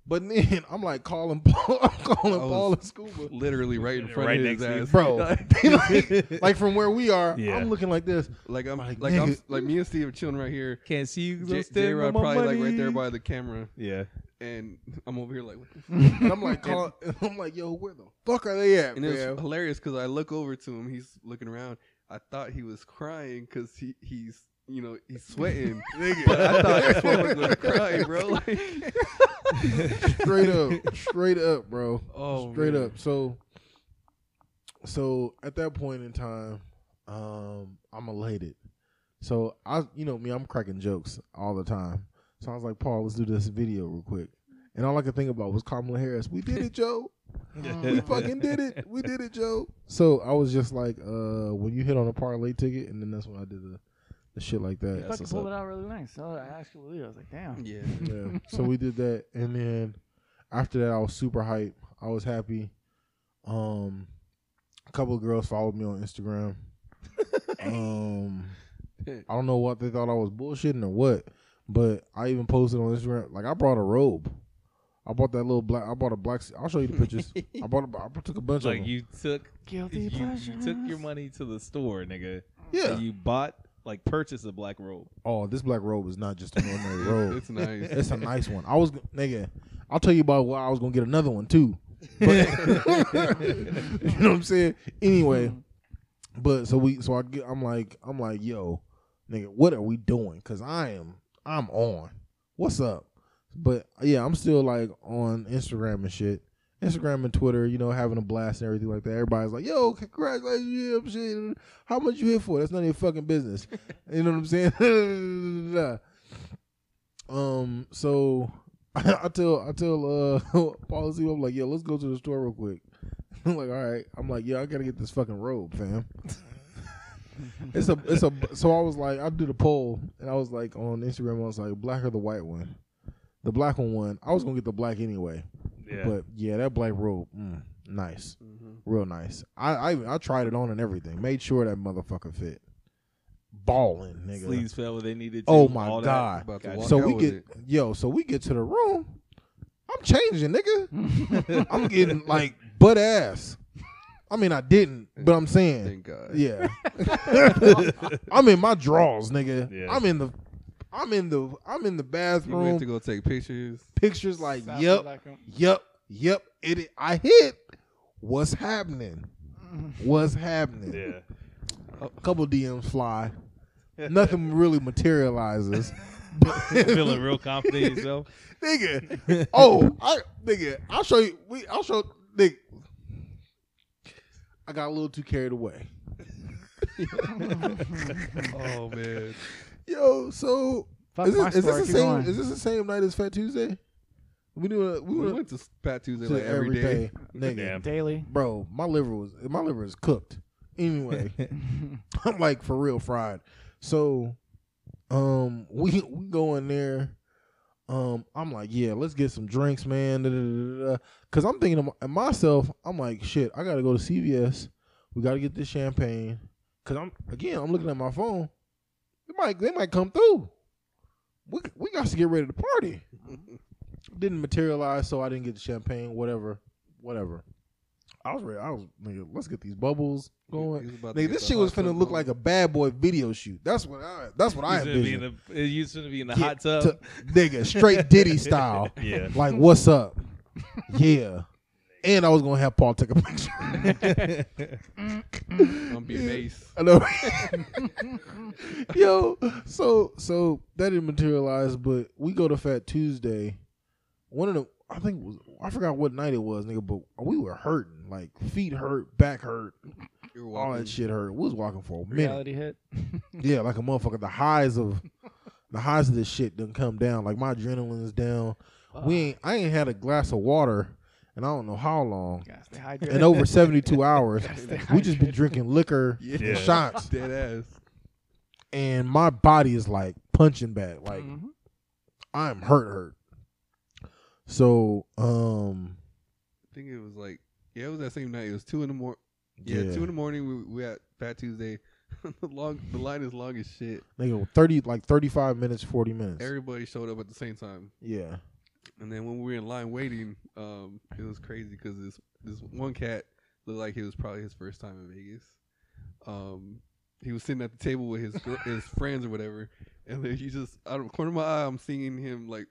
Speaker 1: But then I'm like calling Paul I'm calling
Speaker 2: I was-
Speaker 1: Paul and Scuba.
Speaker 2: Literally right in front
Speaker 6: Right
Speaker 2: of his
Speaker 6: next to
Speaker 2: ass,
Speaker 1: Bro. like, like from where we are,
Speaker 3: Yeah.
Speaker 1: I'm looking like this.
Speaker 2: Like I'm,
Speaker 1: Like,
Speaker 2: like, I'm,
Speaker 1: nigga.
Speaker 2: like me and Steve are chilling right here.
Speaker 3: Can't see you. 'cause I'm
Speaker 2: J-
Speaker 3: standing
Speaker 2: J-Rod
Speaker 3: on my
Speaker 2: probably like right there
Speaker 3: money.
Speaker 2: by the camera,
Speaker 3: Yeah.
Speaker 2: and I'm over here like, what the f-
Speaker 1: And I'm like call, I'm like, yo, where the fuck are they at?
Speaker 2: and it
Speaker 1: fam?
Speaker 2: was hilarious because I look over to him, he's looking around. I thought he was crying because he he's you know he's sweating. but I thought this motherfucker was crying, bro. Like,
Speaker 1: straight up, straight up, bro,
Speaker 2: oh,
Speaker 1: straight
Speaker 2: man.
Speaker 1: up. So, so at that point in time, um, I'm elated. So I, you know me, I'm cracking jokes all the time. So I was like, Paul, let's do this video real quick. And all I could think about was Kamala Harris. We did it, Joe.
Speaker 5: Mm-hmm.
Speaker 1: We fucking did it. We did it, Joe. So I was just like, uh, when you hit on a parlay ticket, and then that's when I did the, the shit like that.
Speaker 3: That's
Speaker 5: Fucking
Speaker 3: what's
Speaker 5: pulled
Speaker 3: up.
Speaker 5: it out really nice. So I asked you, I was like, damn.
Speaker 2: Yeah,
Speaker 1: yeah. So we did that, and then after that, I was super hype. I was happy. Um, a couple of girls followed me on Instagram. um, I don't know what they thought I was bullshitting or what, but I even posted on Instagram. Like I brought a robe. I bought that little black. I bought a black. I'll show you the pictures. I bought. A, I took a bunch of
Speaker 3: Like
Speaker 1: them.
Speaker 3: you took
Speaker 5: Guilty
Speaker 3: you,
Speaker 5: pleasure.
Speaker 3: you took your money to the store, nigga.
Speaker 1: yeah.
Speaker 3: And you bought like purchased a black robe.
Speaker 1: oh, this black robe is not just an ordinary robe.
Speaker 2: it's nice.
Speaker 1: Oh. It's a nice one. I was g- nigga. I'll tell you about why I was gonna get another one too. But, you know what I'm saying? Anyway, but so we so I get I'm like I'm like yo, nigga, what are we doing? Cause I am I'm on. What's up? But yeah, I'm still like on Instagram and shit. Instagram and Twitter, you know, having a blast and everything like that. Everybody's like, "Yo, congratulations, you know, shit. How much you here for? That's none of your fucking business." you know what I'm saying? Um, so I tell I tell uh Paul Z, I'm like, yo, let's go to the store real quick. I'm like, all right. I'm like, yo, I gotta get this fucking robe, fam. it's a it's a so I was like, I did a poll and I was like on Instagram, I was like, black or the white one. The black one won. I was gonna get the black anyway,
Speaker 3: Yeah.
Speaker 1: but yeah, that black robe, mm, nice,
Speaker 2: Mhm.
Speaker 1: real nice. I, I I tried it on and everything, made sure that motherfucker fit. Balling, nigga.
Speaker 3: Sleeves fell where they needed to.
Speaker 1: Oh my
Speaker 3: all that.
Speaker 1: God.
Speaker 2: About to
Speaker 3: Gotcha.
Speaker 2: walk
Speaker 1: So
Speaker 2: out
Speaker 1: we
Speaker 2: with
Speaker 1: get
Speaker 2: it.
Speaker 1: yo, so we get to the room. I'm changing, nigga. I'm getting like butt ass. I mean, I didn't, but I'm saying,
Speaker 2: Thank God.
Speaker 1: yeah. I'm in my drawers, nigga.
Speaker 3: Yeah.
Speaker 1: I'm in the, I'm in the, I'm in the
Speaker 2: You went to
Speaker 1: bathroom.
Speaker 2: go take pictures.
Speaker 1: Pictures like,
Speaker 5: Sounds
Speaker 1: yep,
Speaker 5: like a-
Speaker 1: yep, yep. It, i- I hit. What's happening? What's happening?
Speaker 3: Yeah.
Speaker 1: A couple DMs fly. Nothing really materializes.
Speaker 3: Feeling real confident in yourself.
Speaker 1: nigga. Oh, I nigga, I'll show you. We, I'll show nigga. I got a little too carried away.
Speaker 2: oh man,
Speaker 1: Yo, so
Speaker 5: Fuck
Speaker 1: is
Speaker 5: my
Speaker 1: this, is
Speaker 5: story.
Speaker 1: this the
Speaker 5: keep
Speaker 1: same?
Speaker 5: going.
Speaker 1: Is this the same night as Fat Tuesday? We do. A, we,
Speaker 2: we
Speaker 1: went
Speaker 2: went to Pat Tuesday
Speaker 1: to
Speaker 2: like every day.
Speaker 1: nigga.
Speaker 3: Damn.
Speaker 5: Daily.
Speaker 1: Bro, my liver was my liver is cooked. Anyway, I'm like for real fried. So, um, we we go in there. Um, I'm like, yeah, let's get some drinks, man. da, da, da, da, da. Cause I'm thinking to my- myself, I'm like, shit, I gotta go to CVS. We gotta get this champagne. Cause I'm again, I'm looking at my phone. They might they might come through. We we got to get ready to party. Didn't materialize, so I didn't get the champagne. Whatever, whatever. I was ready. I was nigga. Let's get these bubbles going.
Speaker 2: He was about to
Speaker 1: Nigga,
Speaker 2: get
Speaker 1: this
Speaker 2: the
Speaker 1: shit was
Speaker 2: hot
Speaker 1: finna
Speaker 2: tub
Speaker 1: look
Speaker 2: going.
Speaker 1: like a bad boy video shoot. That's what I. That's what I
Speaker 3: You should be in
Speaker 1: envisioned.
Speaker 3: the, you should be in the
Speaker 1: Yeah,
Speaker 3: hot tub.
Speaker 1: to- nigga, straight Diddy style.
Speaker 3: Yeah.
Speaker 1: Like, what's up? yeah. And I was gonna have Paul take a picture.
Speaker 2: I'm being ace.
Speaker 1: I know. Yo, so so that didn't materialize, but we go to Fat Tuesday. One of the I think it was I forgot what night it was, nigga, but we were hurting. Like feet hurt, back hurt,
Speaker 2: You're
Speaker 1: all
Speaker 2: walking.
Speaker 1: that shit hurt. We was walking for a minute.
Speaker 5: Reality hit.
Speaker 1: Yeah, like a motherfucker. The highs of the highs of this shit done come down. Like my adrenaline is down. We ain't I ain't had a glass of water and I don't know how long.
Speaker 5: Gotta stay hydrated.
Speaker 1: In over seventy two hours.
Speaker 5: Gotta stay
Speaker 1: We just been
Speaker 5: hydrated.
Speaker 1: drinking liquor
Speaker 2: Yeah.
Speaker 1: and shots.
Speaker 2: Dead ass.
Speaker 1: And my body is like punching back. Like
Speaker 2: Mm-hmm.
Speaker 5: Mhm.
Speaker 1: I'm hurt hurt. So um
Speaker 2: I think it was like yeah, it was that same night. It was two in the morning.
Speaker 1: yeah,
Speaker 2: Yeah, two in the morning. We we at Fat Tuesday. the long the line is long as shit.
Speaker 1: nigga thirty like thirty five minutes, forty minutes.
Speaker 2: Everybody showed up at the same time,
Speaker 1: yeah.
Speaker 2: and then when we were in line waiting, um, it was crazy because this this one cat looked like it was probably his first time in Vegas. Um, he was sitting at the table with his gr- his friends or whatever, and then he just out of the corner of my eye, I'm seeing him like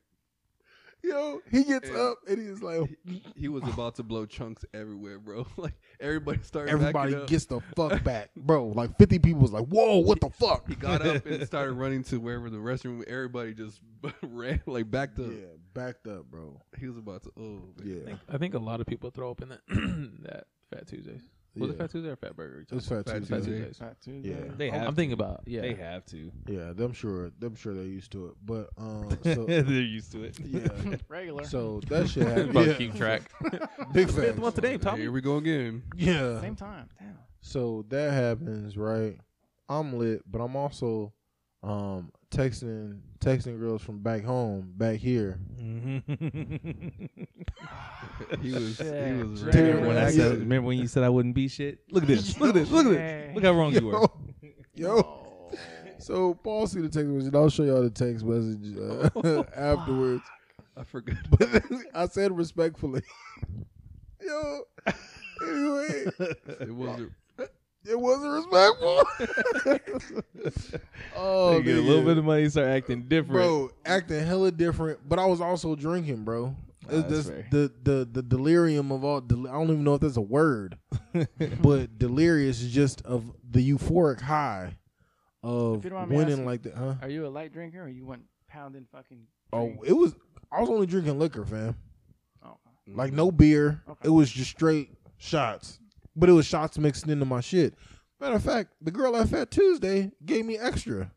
Speaker 1: Yo, he gets
Speaker 2: And-
Speaker 1: up and he's like
Speaker 2: he, he was about to blow chunks everywhere, bro. Like everybody started. backing
Speaker 1: Everybody
Speaker 2: up.
Speaker 1: gets the fuck back, bro. Like fifty people was like, "Whoa, what the fuck?"
Speaker 2: He got up and started running to wherever the restroom. Everybody just ran like backed up.
Speaker 1: Yeah, backed up, bro.
Speaker 2: He was about to. Oh, man.
Speaker 1: Yeah,
Speaker 4: I think a lot of people throw up in that that Fat Tuesday. Was
Speaker 1: yeah.
Speaker 4: it Fat Tuesday or Fat Burger?
Speaker 1: It's Fat
Speaker 2: Fat
Speaker 1: Tuesday.
Speaker 4: Fat
Speaker 2: Tuesday.
Speaker 4: Tuesdays.
Speaker 5: Fat Tuesday.
Speaker 1: Yeah.
Speaker 3: They have
Speaker 4: I'm
Speaker 3: to.
Speaker 4: thinking about yeah.
Speaker 3: They have to.
Speaker 1: Yeah, I'm sure. I'm sure they're used to it. But um,
Speaker 3: They're
Speaker 1: so
Speaker 3: used to it.
Speaker 1: yeah,
Speaker 5: Regular.
Speaker 1: so that shit happened.
Speaker 6: About to
Speaker 1: yeah.
Speaker 6: keep track.
Speaker 1: Big facts.
Speaker 3: today,
Speaker 2: Here we go again.
Speaker 1: Yeah.
Speaker 5: Same time. Damn.
Speaker 1: So that happens, right? I'm lit, but I'm also um texting texting girls from back home, back here.
Speaker 2: He was. He
Speaker 5: Shit.
Speaker 2: was.
Speaker 5: Dude,
Speaker 2: ready.
Speaker 3: remember, when I said, remember when you said I wouldn't be shit? Look at this. Look at this. Look at this. Look how wrong Oh, you were.
Speaker 1: Yo, yo.
Speaker 5: Oh.
Speaker 1: So Paul see the text message. I'll show y'all the text message
Speaker 2: Oh,
Speaker 1: uh, afterwards.
Speaker 2: I forgot.
Speaker 1: But I said respectfully. Yo. Anyway,
Speaker 2: It wasn't.
Speaker 1: it wasn't respectful. oh,
Speaker 3: you get a
Speaker 1: nigga.
Speaker 3: little bit of money, start acting different.
Speaker 1: bro, acting hella different. But I was also drinking, bro. It's
Speaker 3: that's
Speaker 1: just
Speaker 3: fair.
Speaker 1: the the the delirium of all. Del- I don't even know if that's a word, but delirious is just of the euphoric high of
Speaker 5: If you don't mind me
Speaker 1: winning
Speaker 5: asking-
Speaker 1: like that, huh?
Speaker 5: Are you a light drinker or you went pounding fucking?
Speaker 1: Oh,
Speaker 5: drinks?
Speaker 1: it was. I was only drinking liquor, fam.
Speaker 5: Oh, okay.
Speaker 1: Like no beer.
Speaker 5: Okay.
Speaker 1: It was just straight shots, but it was shots mixed into my shit. Matter of fact, the girl at Fat Tuesday gave me extra.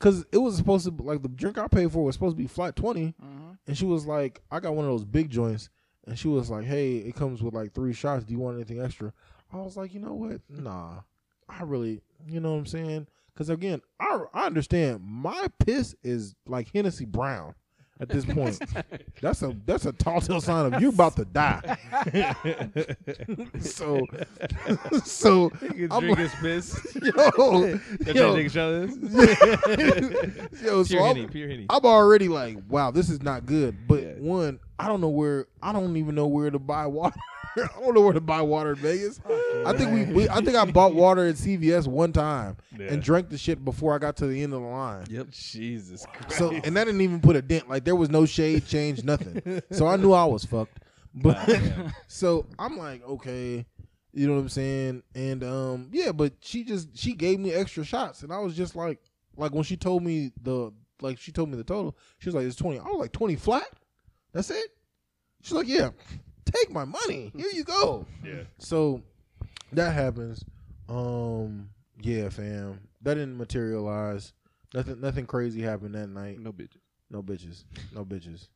Speaker 1: Cause it was supposed to be- like the drink I paid for was supposed to be flat twenty,
Speaker 5: Mhm.
Speaker 1: and she was like, I got one of those big joints, and she was like, Hey, it comes with like three shots. Do you want anything extra? I was like, You know what? Nah, I really, you know what I'm saying? Cause again, I I understand my piss is like Hennessy Brown at this point. that's a that's a tall tale sign of you're about to die. so so
Speaker 3: You
Speaker 1: I'm
Speaker 3: can drink his piss.
Speaker 1: yo
Speaker 3: Yo,
Speaker 1: yo.
Speaker 3: take a shot of this.
Speaker 1: yo so
Speaker 3: Pure
Speaker 1: I'm,
Speaker 3: henny, pure henny.
Speaker 1: I'm already like, wow, this is not good. But
Speaker 3: Yeah.
Speaker 1: one, I don't know where. I don't even know where to buy water. I don't know where to buy water in Vegas. I think we, we. I think I bought water at CVS one time
Speaker 3: Yeah.
Speaker 1: and drank the shit before I got to the end of the line.
Speaker 2: Yep.
Speaker 3: Jesus Christ.
Speaker 1: So and that didn't even put a dent. Like there was no shade change, nothing. so I knew I was fucked. But so I'm like, okay, you know what I'm saying? And um, yeah, but she just she gave me extra shots, and I was just like, Like when she told me the like she told me the total, she was like, "It's 20. I was like, "20 flat? That's it?" She's like, "Yeah, take my money. Here you go."
Speaker 6: Yeah.
Speaker 1: So that happens. Um, yeah, fam, that didn't materialize. Nothing, nothing crazy happened that night.
Speaker 2: No bitches.
Speaker 1: No bitches. No bitches.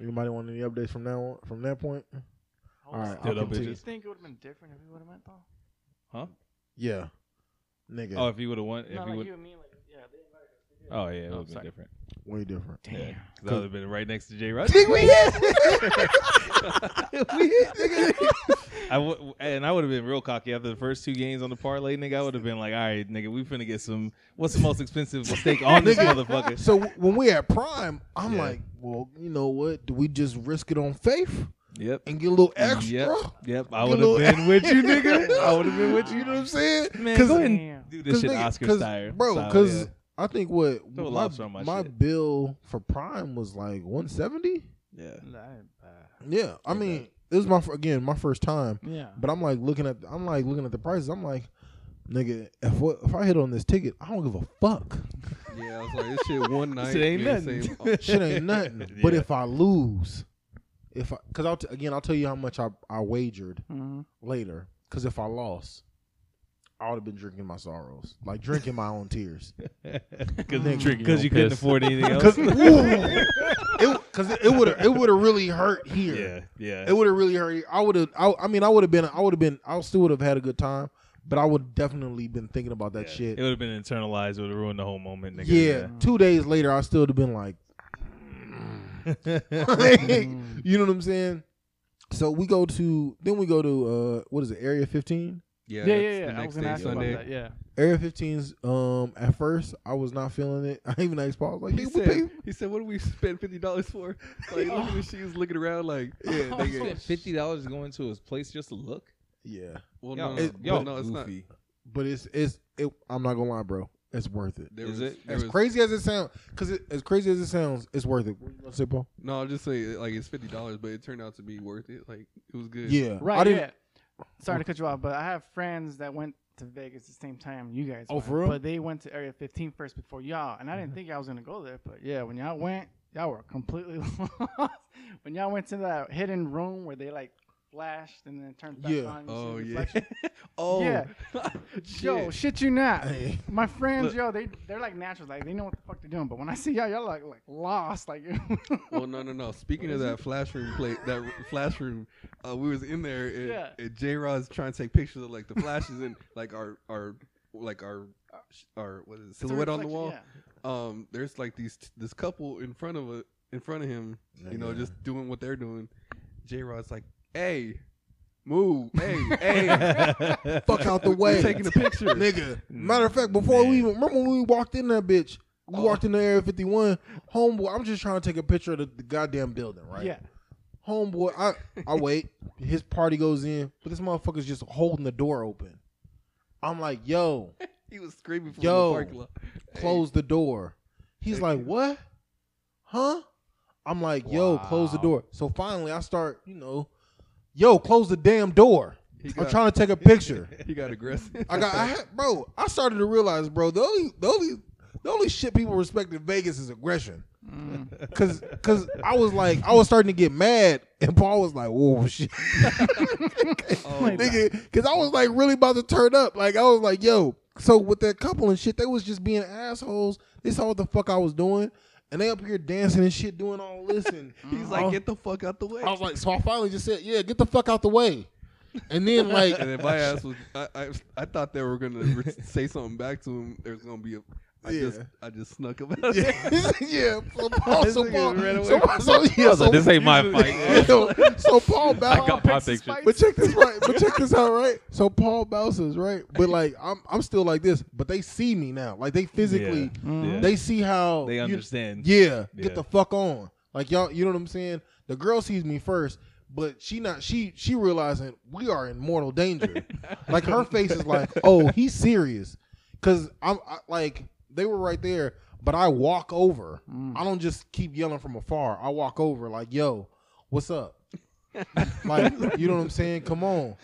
Speaker 1: Anybody want any updates from now on, from that point? All right,
Speaker 3: Still
Speaker 1: I'll
Speaker 3: no
Speaker 5: Do you
Speaker 1: continue.
Speaker 3: bitches.
Speaker 5: think it would have been different if we would have went though?
Speaker 1: Yeah, nigga,
Speaker 3: Oh, if he would have won, if
Speaker 5: no,
Speaker 3: he
Speaker 5: like
Speaker 3: would,
Speaker 5: you and me, like yeah, they invited us. They did.
Speaker 3: oh yeah, it would
Speaker 5: No,
Speaker 3: have been
Speaker 5: sorry.
Speaker 3: different.
Speaker 1: way different.
Speaker 5: Damn.
Speaker 2: Oh,
Speaker 3: Yeah, because I would have been right next to Jay Rod.
Speaker 1: Nigga, we hit. we hit, nigga.
Speaker 3: I w- and I would have been real cocky after the first two games on the parlay, nigga. I would have been like, all right, nigga, we finna get some. What's the most expensive steak on this
Speaker 1: Nigga.
Speaker 3: motherfucker?
Speaker 1: So when we at prime, I'm
Speaker 3: Yeah.
Speaker 1: like, well, you know what? Do we just risk it on faith
Speaker 3: Yep.
Speaker 1: and get a little extra?
Speaker 3: Yep. Yep. I
Speaker 1: Get
Speaker 3: would
Speaker 1: a little-
Speaker 3: have been with you, nigga. I would have been with you.
Speaker 1: You know what I'm saying?
Speaker 3: Man,
Speaker 1: 'Cause-
Speaker 3: go ahead and
Speaker 5: Damn.
Speaker 3: do this shit
Speaker 1: nigga,
Speaker 3: Oscar
Speaker 1: 'cause,
Speaker 3: style,
Speaker 1: bro.
Speaker 3: style,
Speaker 1: Because
Speaker 3: yeah.
Speaker 1: I think what
Speaker 3: Throw a
Speaker 1: my,
Speaker 3: lobster on my
Speaker 1: my
Speaker 3: shit.
Speaker 1: bill for prime was like 170.
Speaker 3: yeah.
Speaker 5: That ain't bad.
Speaker 1: Yeah, I mean, this is my fir- again my first time,
Speaker 5: Yeah.
Speaker 1: but I'm like looking at I'm like looking at the prices. I'm like, nigga, if what, if I hit on this ticket, I don't give a fuck.
Speaker 2: Yeah, I was like, this shit one night.
Speaker 3: Shit ain't
Speaker 2: we the
Speaker 3: nothing.
Speaker 2: same- oh,
Speaker 1: Shit ain't nothing. But
Speaker 3: Yeah.
Speaker 1: if I lose, if I because I'll t- again I'll tell you how much I I wagered
Speaker 5: Mm-hmm.
Speaker 1: later. Because if I lost, I would have been drinking my sorrows, like drinking my own tears.
Speaker 3: Because
Speaker 1: Nigga.
Speaker 3: you couldn't afford anything else.
Speaker 1: Because it, 'cause it would have it would have really hurt here.
Speaker 3: yeah, yeah.
Speaker 1: It would have really hurt. I would have. I, I mean, I would have been. I would have been. I still would have had a good time, but I would definitely been thinking about that shit.
Speaker 3: It would have been internalized. It would have ruined the whole moment, nigga.
Speaker 1: yeah, Two days later, I still would have been like, you know what I'm saying? So we go to then we go to uh what is it? Area 15.
Speaker 2: Yeah,
Speaker 5: Yeah,
Speaker 2: that's
Speaker 5: yeah,
Speaker 2: The
Speaker 5: yeah. I
Speaker 2: next
Speaker 5: was gonna
Speaker 2: day,
Speaker 5: ask you about
Speaker 2: Sunday.
Speaker 5: that. Yeah.
Speaker 1: Area 15's. Um, at first I was not feeling it. I even asked Paul I was like,
Speaker 2: He
Speaker 1: "Nigga, we pay-
Speaker 2: said, he said, what do we spend fifty dollars for? Like, look at this, she was looking around like,
Speaker 1: yeah,
Speaker 5: Oh,
Speaker 1: nigga.
Speaker 5: shit.
Speaker 3: Fifty dollars going to his place just to look.
Speaker 1: yeah."
Speaker 2: well,
Speaker 3: Y'all-
Speaker 2: no,
Speaker 1: it-
Speaker 2: but
Speaker 3: y'all
Speaker 2: no, "Uh, it's not.
Speaker 3: goofy.
Speaker 1: But it's it's it, I'm not gonna lie, bro. It's worth it.
Speaker 2: There
Speaker 3: Is
Speaker 2: was,
Speaker 3: it?
Speaker 2: There
Speaker 1: as
Speaker 2: was,
Speaker 1: crazy as it sounds, because it, as crazy as it sounds, it's worth it. What you gonna say, Paul?
Speaker 2: no, I'll just say like it's fifty dollars, but it turned out to be worth it. Like it was good.
Speaker 1: Yeah,
Speaker 5: Right.
Speaker 1: I didn't,
Speaker 5: yeah. Sorry to cut you off, but I have friends that went to Vegas the same time you guys.
Speaker 1: Oh,
Speaker 5: went,
Speaker 1: for real? Mm-hmm.
Speaker 5: But they went to Area 15 first before y'all, and I didn't think I was gonna go there. But yeah, when y'all went, y'all were completely lost. when y'all went to that hidden room where they like flashed and then turned back
Speaker 1: Yeah.
Speaker 5: on. you see
Speaker 2: Oh
Speaker 5: the
Speaker 2: yeah.
Speaker 5: reflection.
Speaker 2: oh.
Speaker 5: Yeah. Yo,
Speaker 2: Shit.
Speaker 5: shit, you not.
Speaker 1: Hey.
Speaker 5: My friends,
Speaker 2: Look.
Speaker 5: yo, they they're like natural, like they know what the fuck they're doing. But when I see y'all, y'all like like lost, like.
Speaker 2: Well, no, no, no. Speaking of that flash room play, that r- flash room, uh, we was in there, and,
Speaker 5: Yeah.
Speaker 2: and J. Rod's trying to take pictures of like the flashes and like our our like our our what is it,
Speaker 5: It's a
Speaker 2: silhouette on the
Speaker 5: reflection,
Speaker 2: wall.
Speaker 5: yeah.
Speaker 2: um, there's like these this couple in front of a, in front of him, you know,
Speaker 1: Nigga.
Speaker 2: just doing what they're doing. J Rod's like, "Hey, move, hey, hey,
Speaker 1: fuck out the
Speaker 2: we're
Speaker 1: way,
Speaker 2: taking a picture."
Speaker 1: nigga. Matter of fact, before we even remember when we walked in that bitch, we walked in the Area 51. Homeboy, I'm just trying to take a picture of the, the goddamn building, right?
Speaker 5: Yeah.
Speaker 1: Homeboy, I I wait. His party goes in, but this motherfucker's just holding the door open. I'm like, yo,
Speaker 2: he was screaming from
Speaker 1: Yo.
Speaker 2: the parking lot. Hey.
Speaker 1: close the door. He's like, what? Huh? I'm like, yo, close the
Speaker 3: Wow.
Speaker 1: door. So finally, I start, you know, yo, close the damn door.
Speaker 2: He
Speaker 1: I'm
Speaker 2: got-
Speaker 1: trying to take a picture.
Speaker 2: He got aggressive.
Speaker 1: I got, I had, bro. I started to realize, bro, the only, the only, the only shit people respect in Vegas is aggression. Cause, cause I was like, I was starting to get mad, and Paul was like, "Whoa, shit,
Speaker 2: Oh,
Speaker 1: nigga," cause I was like really about to turn up. Like I was like, "Yo." So with that couple and shit, they was just being assholes. They saw what the fuck I was doing, and they up here dancing and shit, doing all this. And
Speaker 2: he's like, "Get the fuck out the way."
Speaker 1: I was like, so I finally just said, "Yeah, get the fuck out the way." And then like,
Speaker 2: and then my ass was. I, I, I thought they were gonna re- say something back to him. There's gonna be a. I just
Speaker 1: Yeah.
Speaker 2: I just snuck him out.
Speaker 1: yeah, yeah. So Paul,
Speaker 2: This
Speaker 1: so
Speaker 2: nigga
Speaker 1: Paul,
Speaker 2: ran away
Speaker 1: so,
Speaker 2: from
Speaker 1: so, yeah,
Speaker 6: I was like,
Speaker 1: so-
Speaker 6: this ain't my
Speaker 1: Yeah,
Speaker 6: fight.
Speaker 1: so, so Paul
Speaker 6: I
Speaker 1: Bowser,
Speaker 5: uh,
Speaker 6: got my picture.
Speaker 1: but check this right, but check this out, right? So Paul Bowser's right, but like I'm, I'm still like this, but they see me now, like they physically,
Speaker 3: Yeah.
Speaker 1: they see how
Speaker 3: They
Speaker 1: you-
Speaker 3: understand.
Speaker 1: yeah,
Speaker 3: Yeah.
Speaker 1: get the fuck on, like y'all, you know what I'm saying? The girl sees me first, but she not, she, she realizing we are in mortal danger. like her face is like, oh, he's serious, because I'm I, like they were right there, but I walk over.
Speaker 5: Mm.
Speaker 1: I don't just keep yelling from afar. I walk over like, yo, what's up? like, you know what I'm saying? Come on.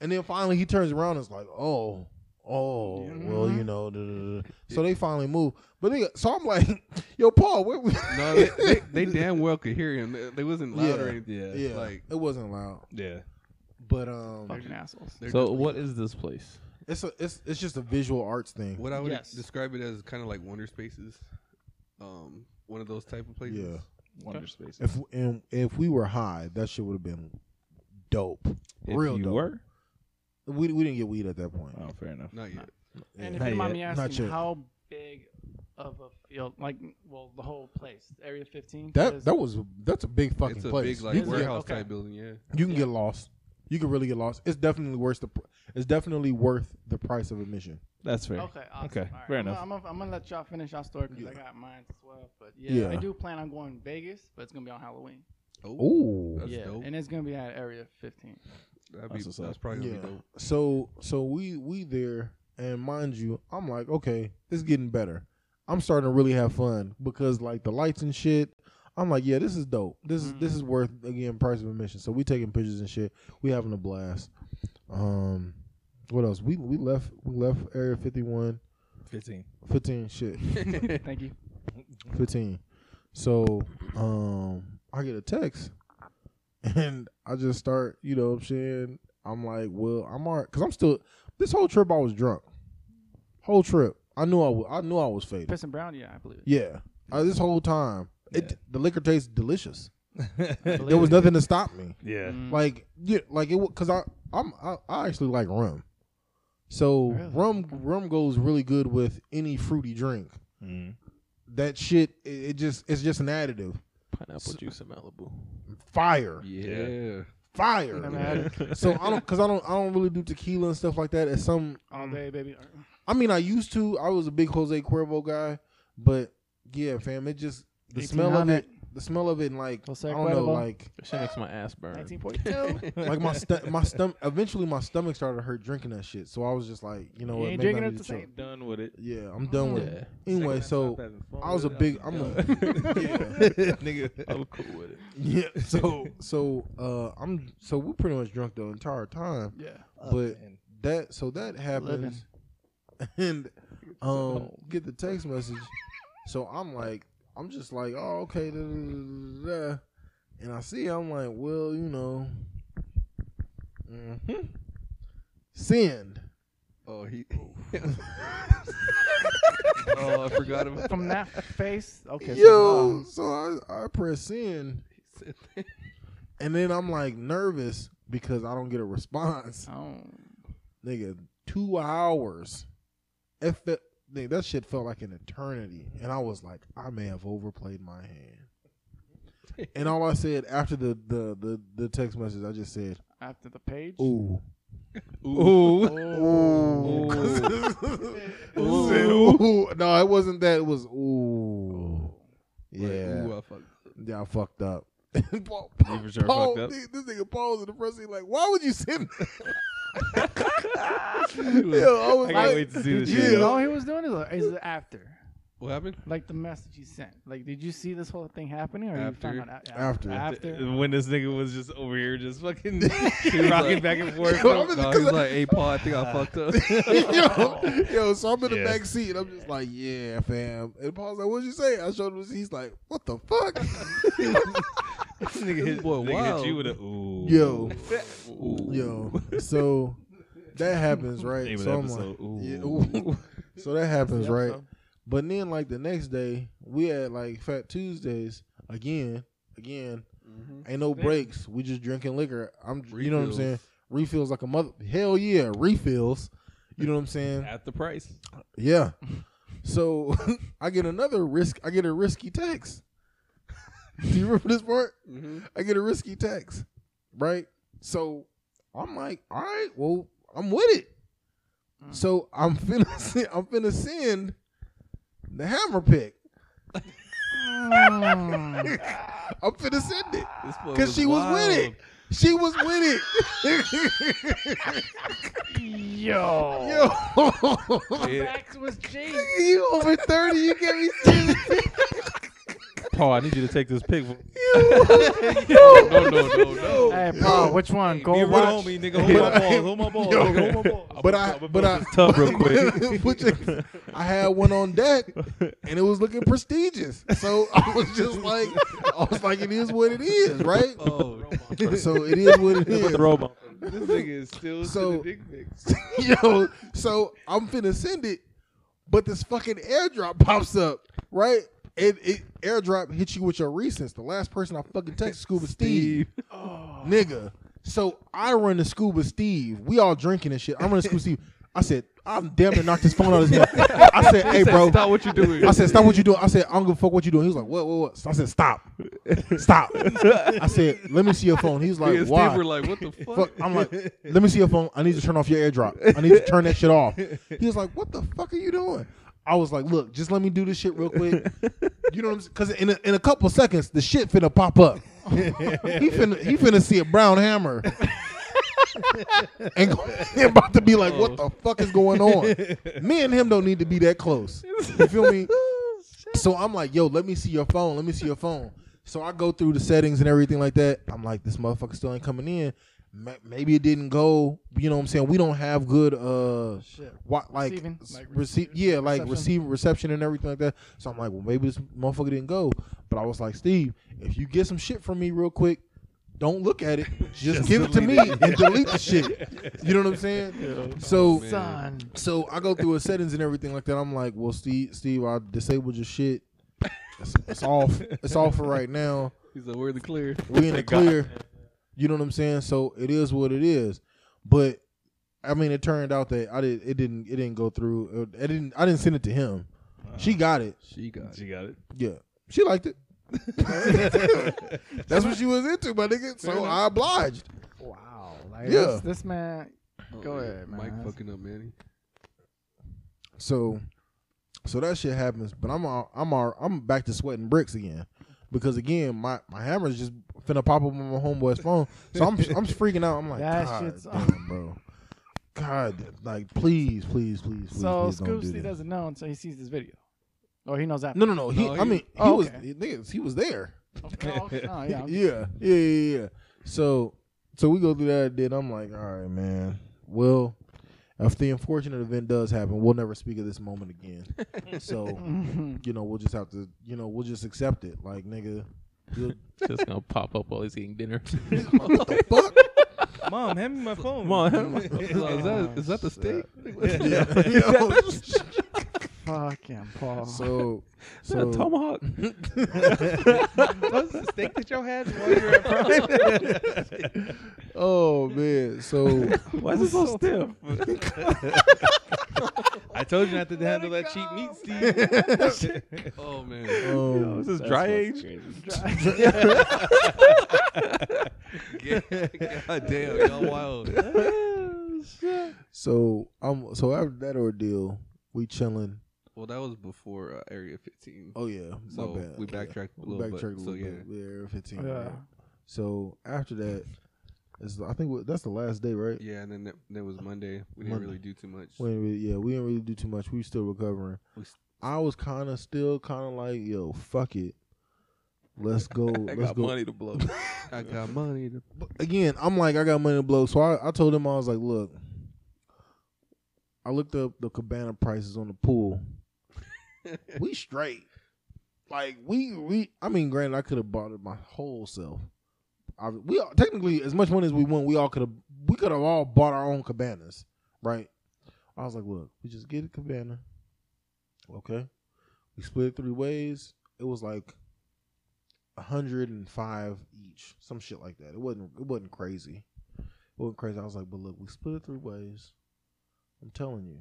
Speaker 1: And then finally he turns around and is like, oh, oh, well, you know. da, da, da, da." So
Speaker 2: Mm-hmm. Yeah.
Speaker 1: they finally moved. But they, so I'm like, yo, Paul, where we?
Speaker 2: No, they, they, they damn well could hear him. They, they wasn't loud or
Speaker 1: Yeah.
Speaker 2: anything.
Speaker 3: Yeah.
Speaker 1: yeah,
Speaker 2: like-
Speaker 1: it wasn't loud,
Speaker 3: Yeah.
Speaker 1: but um,
Speaker 5: Fucking assholes.
Speaker 2: They're
Speaker 4: So
Speaker 2: just-
Speaker 4: what is this place?
Speaker 1: it's a, it's it's just a visual arts thing.
Speaker 2: What I would
Speaker 5: Yes.
Speaker 2: describe it as kind of like Wonder Spaces, um, one of those type of places.
Speaker 1: Yeah.
Speaker 3: Wonder Space.
Speaker 1: If and if we were high, that shit would have been dope. Real
Speaker 3: you
Speaker 1: dope.
Speaker 3: were?
Speaker 1: We we didn't get weed at that point.
Speaker 3: Oh, fair enough.
Speaker 2: Not yet.
Speaker 5: And
Speaker 1: Yeah.
Speaker 5: if you
Speaker 3: Not
Speaker 5: mind me
Speaker 3: yet.
Speaker 1: Not
Speaker 5: asking,
Speaker 1: yet.
Speaker 5: how big of a field, like, well, the whole place, Area 15?
Speaker 1: that that was that's a big fucking
Speaker 2: It's a
Speaker 1: place.
Speaker 2: big
Speaker 1: you
Speaker 2: like
Speaker 1: can,
Speaker 5: where-
Speaker 1: get,
Speaker 2: warehouse
Speaker 5: okay.
Speaker 2: type building. Yeah.
Speaker 1: you can get lost. You can really get lost. It's definitely worth the pr- it's definitely worth the price of admission.
Speaker 3: That's fair.
Speaker 5: Okay. Awesome.
Speaker 3: Okay,
Speaker 5: All right.
Speaker 3: fair
Speaker 5: I'm
Speaker 3: enough.
Speaker 5: Gonna, I'm, gonna, I'm gonna let y'all finish y'all story because I
Speaker 1: Yeah.
Speaker 5: got mine as well. But yeah, I
Speaker 1: Yeah.
Speaker 5: do plan on going to Vegas, but it's gonna be on Halloween.
Speaker 2: Oh,
Speaker 1: Ooh.
Speaker 2: that's
Speaker 5: yeah,
Speaker 2: dope.
Speaker 5: and it's gonna be at Area 15.
Speaker 2: That'd be,
Speaker 3: That's what's
Speaker 2: that's,
Speaker 3: up.
Speaker 2: probably
Speaker 1: Yeah.
Speaker 2: gonna be dope.
Speaker 1: So so we we there and mind you, I'm like, okay, it's getting better. I'm starting to really have fun because like the lights and shit. I'm like, yeah, this is dope. This is this is worth again price of admission. So we taking pictures and shit. We having a blast. Um, what else? We we left we left Area 51,
Speaker 3: 15.
Speaker 1: 15 shit,
Speaker 5: Thank you.
Speaker 1: 15. So um, I get a text, and I just start, you know, what I'm saying, I'm like, well, I'm alright, cause I'm still this whole trip I was drunk. Whole trip, I knew I was, I knew I was faded.
Speaker 5: Piss and Brown. Yeah, I believe it.
Speaker 1: Yeah, Uh, this whole time,
Speaker 3: Yeah.
Speaker 1: it, the liquor tastes delicious.
Speaker 5: I believe
Speaker 1: There was
Speaker 5: it.
Speaker 1: nothing to stop me.
Speaker 3: yeah.
Speaker 5: Mm.
Speaker 1: Like yeah, like it because I I'm I, I actually like rum, so
Speaker 5: Really?
Speaker 1: rum rum goes really good with any fruity drink.
Speaker 3: Mm.
Speaker 1: That shit, it, it just it's just an additive.
Speaker 4: Pineapple
Speaker 1: So-
Speaker 4: juice in Malibu.
Speaker 1: Fire,
Speaker 2: Yeah.
Speaker 5: Never
Speaker 1: fire.
Speaker 5: had it
Speaker 1: so I don't because I don't I don't really do tequila and stuff like that. As some,
Speaker 5: all day, oh, baby. uh,
Speaker 1: I mean, I used to. I was a big Jose Cuervo guy, but yeah, fam, it just the smell of it, the smell of it, and like
Speaker 5: Jose
Speaker 1: I don't know,
Speaker 5: Cuervo.
Speaker 1: like
Speaker 4: That shit makes my ass burn.
Speaker 5: 1942.
Speaker 1: like my stu- my stomach. Eventually, my stomach started hurt drinking that shit. So I was just like, you know
Speaker 5: You
Speaker 1: what?
Speaker 5: ain't
Speaker 1: maybe I
Speaker 5: drinking
Speaker 1: need
Speaker 5: it
Speaker 1: to
Speaker 5: to
Speaker 1: chill.
Speaker 3: Done with it.
Speaker 1: Yeah, I'm done with it.
Speaker 4: Yeah,
Speaker 1: Anyway, so I was a big. I'm a, yeah,
Speaker 3: nigga.
Speaker 4: I'm cool with it.
Speaker 1: yeah. So so uh, I'm so we're pretty much drunk the entire time.
Speaker 5: yeah.
Speaker 1: but that so that happens, and um, get the text message. So I'm like, I'm just like, oh okay, da, da, da, da, da. and I see, I'm like, well, you know, mhm. send.
Speaker 2: Oh, he. oh, I forgot about
Speaker 5: From that face, okay. so-
Speaker 1: Yo, so I, I press send,
Speaker 2: that.
Speaker 1: and then I'm like nervous because I don't get a response.
Speaker 5: oh,
Speaker 1: Nigga, two hours. It felt, nigga, that shit felt like an eternity, and I was like, I may have overplayed my hand. And all I said after the the the, the text message, I just said,
Speaker 5: after the page.
Speaker 1: "Ooh,
Speaker 3: Ooh.
Speaker 1: ooh." I said, ooh. No, it wasn't that. It was ooh.
Speaker 2: Like,
Speaker 1: Yeah,
Speaker 2: Ooh, I fucked. up.
Speaker 1: yeah, I fucked up. Paul,
Speaker 3: You for sure
Speaker 1: Paul-
Speaker 3: fucked up.
Speaker 1: This, this nigga Paul's in the front seat, like, why would you send? that?"
Speaker 3: I
Speaker 1: Yo, I was
Speaker 3: can't
Speaker 1: like,
Speaker 3: wait to see this
Speaker 5: Did
Speaker 1: Yeah.
Speaker 3: shit.
Speaker 5: you know he was doing it? Or is it after?
Speaker 2: What happened?
Speaker 5: Like the message you sent. Like, did you see this whole thing happening, or you
Speaker 2: After.
Speaker 5: found out a-
Speaker 1: After.
Speaker 5: After.
Speaker 3: When this nigga was just over here, just fucking rocking back and forth.
Speaker 1: Yo, I'm in the-
Speaker 2: No, he was like, "Hey, Paul, I think I fucked up."
Speaker 1: yo, yo, so I'm in the
Speaker 3: Yeah.
Speaker 1: back seat and I'm just like, yeah, fam. And Paul's like, what'd you say? I showed him this. He's like, what the fuck?
Speaker 3: this nigga hit,
Speaker 2: Boy,
Speaker 3: nigga
Speaker 2: wow.
Speaker 3: hit you with a ooh.
Speaker 1: yo,
Speaker 2: Ooh.
Speaker 1: yo. So that happens,
Speaker 3: Name
Speaker 1: right?
Speaker 3: of
Speaker 1: So
Speaker 3: the
Speaker 1: I'm
Speaker 3: episode.
Speaker 1: like,
Speaker 3: ooh.
Speaker 1: yeah, ooh. so that happens,
Speaker 5: Yep,
Speaker 1: right?
Speaker 5: so-
Speaker 1: But then, like the next day, we had like Fat Tuesdays again, again. Ain't no breaks. We just drinking liquor. I'm, you know what I'm saying. Refills like a mother. Hell yeah, refills. You know what I'm saying.
Speaker 3: At the price.
Speaker 1: Yeah. So I get another risk. I get a risky text. Do you remember this part?
Speaker 2: Mhm.
Speaker 1: I get a risky text, right? So I'm like, all right, well, I'm with it.
Speaker 5: Mm.
Speaker 1: So I'm finna, send, I'm finna send the hammer pick.
Speaker 5: Mm.
Speaker 1: I'm finna send it.
Speaker 2: This boy
Speaker 1: Cause she was with
Speaker 2: wild.
Speaker 1: it. She was with it.
Speaker 5: Yo.
Speaker 1: Yo,
Speaker 5: Max was G.
Speaker 1: you over thirty? You can't be serious.
Speaker 6: Paul, I need you to take this pic.
Speaker 2: no, no, no, no.
Speaker 5: Hey, Paul, which one?
Speaker 3: Be a
Speaker 5: Gold
Speaker 3: real
Speaker 5: watch.
Speaker 3: homie, nigga. Hold my balls. Hold my balls.
Speaker 1: Yo.
Speaker 3: nigga, Hold my balls.
Speaker 1: But I, but I,
Speaker 6: tub real quick.
Speaker 1: Put your- I had one on deck, and it was looking prestigious. So I was just like, I was like, it is what it is, right?
Speaker 2: Oh,
Speaker 1: So it is what it
Speaker 6: With
Speaker 1: is.
Speaker 6: the robot.
Speaker 2: this nigga is still
Speaker 1: So-
Speaker 2: sending dick pics.
Speaker 1: Yo, so I'm finna send it, but this fucking airdrop pops up, right? And it airdrop hits you with your recents. The last person I fucking texted, Scuba Steve, nigga. So I run to Scuba Steve. We all drinking and shit. I'm running to Scuba Steve. I said, I'm damn near knocked his phone out of his hand. I said, hey, bro.
Speaker 2: Stop what you're doing.
Speaker 1: I said, stop what you doing. I said, I don't give a fuck what you doing. He was like, what, what, what? So I said, stop. Stop. I said, let me see your phone. He was
Speaker 2: Me
Speaker 1: like,
Speaker 2: and Steve
Speaker 1: why?
Speaker 2: were like, what the fuck?
Speaker 1: Fuck, I'm like, let me see your phone. I need you to turn off your airdrop. I need you to turn that shit off. He was like, what the fuck are you doing? I was like, look, just let me do this shit real quick. You know what I'm saying? Because in a, in a couple of seconds, the shit finna pop up. he finna he finna see a brown hammer. and he about to be like, what the fuck is going on? Me and him don't need to be that close. You feel me? So I'm like, yo, let me see your phone. Let me see your phone. So I go through the settings and everything like that. I'm like, this motherfucker still ain't coming in. Ma- Maybe it didn't go. You know what I'm saying? We don't have good uh,
Speaker 5: Shit.
Speaker 1: what like
Speaker 5: Receiving,
Speaker 1: s-
Speaker 5: like re-
Speaker 1: receive, yeah, like
Speaker 5: reception.
Speaker 1: receive reception and everything like that. So I'm like, well, maybe this motherfucker didn't go. But I was like, Steve, if you get some shit from me real quick, don't look at it. Just, give it Oh, to me and delete the shit. You know what I'm saying? So
Speaker 5: Son.
Speaker 1: so I go through his settings and everything like that. I'm like, well, Steve, Steve, I disabled your shit. It's, it's off. It's off for right now.
Speaker 2: He's like, we're in the clear.
Speaker 1: We in the clear. You know what I'm saying? So it is what it is. But I mean, it turned out that I did. It didn't. It didn't go through. It didn't. I didn't send it to him. She got it.
Speaker 2: She got it.
Speaker 3: She got it.
Speaker 1: Yeah, she liked it. That's what she was into, my nigga. So I obliged.
Speaker 5: Wow. Like,
Speaker 1: Yeah.
Speaker 5: This, this man. Go
Speaker 2: Oh,
Speaker 5: ahead, man.
Speaker 2: Mike fucking up, Manny.
Speaker 1: So, so that shit happens. But I'm all, I'm all, I'm back to sweating bricks again because again my my hammer's just finna pop up on my homeboy's phone. So I'm I'm just freaking out. I'm like,
Speaker 5: That
Speaker 1: God
Speaker 5: shit's-
Speaker 1: damn, bro. God, like please, please, plees, please.
Speaker 5: So
Speaker 1: please don't
Speaker 5: Scoop
Speaker 1: do
Speaker 5: Steve
Speaker 1: this.
Speaker 5: doesn't know until he sees this video. Or he knows that.
Speaker 1: No, no, no. He,
Speaker 2: No,
Speaker 1: I
Speaker 2: he-
Speaker 1: mean, he
Speaker 5: Oh,
Speaker 1: was
Speaker 5: okay.
Speaker 1: he, niggas, he was there.
Speaker 5: Okay, Oh, okay. No, yeah. I'm-
Speaker 1: yeah, yeah, yeah, yeah. So, so we go through that. Then I'm like, all right, man. Well, if the unfortunate event does happen, we'll never speak of this moment again. so,
Speaker 5: Mhm.
Speaker 1: you know, we'll just have to, you know, we'll just accept it. Like, nigga, you-
Speaker 4: Just gonna pop up while he's eating dinner.
Speaker 1: what the fuck?
Speaker 3: Mom, hand me my phone.
Speaker 6: Mom, hand me
Speaker 3: my
Speaker 2: Is that, is that the steak?
Speaker 1: Yeah.
Speaker 5: Fucking Paul.
Speaker 1: so, so
Speaker 6: So, tomahawk.
Speaker 3: That's the steak that y'all had while you were at Prime.
Speaker 1: oh man, so
Speaker 6: Why is it so stiff?
Speaker 3: I told you not to handle that cheap meat, Steve.
Speaker 2: Oh, man.
Speaker 1: um,
Speaker 6: Is this dry age?
Speaker 2: God damn, y'all wild.
Speaker 1: so I'm so after that ordeal, we chilling.
Speaker 2: Well, that was before uh, Area 15.
Speaker 1: Oh yeah, my
Speaker 2: so
Speaker 1: bad.
Speaker 2: we
Speaker 1: Yeah.
Speaker 2: backtracked a
Speaker 1: We
Speaker 2: little
Speaker 1: backtracked
Speaker 2: bit.
Speaker 1: a
Speaker 2: So,
Speaker 1: little
Speaker 2: yeah.
Speaker 1: bit. Yeah, fifteen.
Speaker 5: Yeah.
Speaker 1: So after that, is I think that's the last day, right?
Speaker 2: Yeah, and then that, that was Monday. We didn't
Speaker 1: Monday.
Speaker 2: really do too much.
Speaker 1: We didn't really, yeah, we didn't really do too much. We were still recovering.
Speaker 2: We s-
Speaker 1: I was kind of still kind of like, yo, fuck it, let's go,
Speaker 6: I
Speaker 1: let's
Speaker 6: got
Speaker 1: go.
Speaker 6: money to blow.
Speaker 2: I got money. To,
Speaker 1: But Again, I'm like, I got money to blow, so I, I told him I was like, look, I looked up the cabana prices on the pool. we straight, like we we. I mean, granted, I could have bought it my whole self. I, we all, technically as much money as we want, we all could have we could have all bought our own cabanas, right? I was like, look, we just get a cabana, okay? We split it three ways. It was like hundred and five each, some shit like that. It wasn't it wasn't crazy. It wasn't crazy. I was like, but look, we split it three ways. I'm telling you,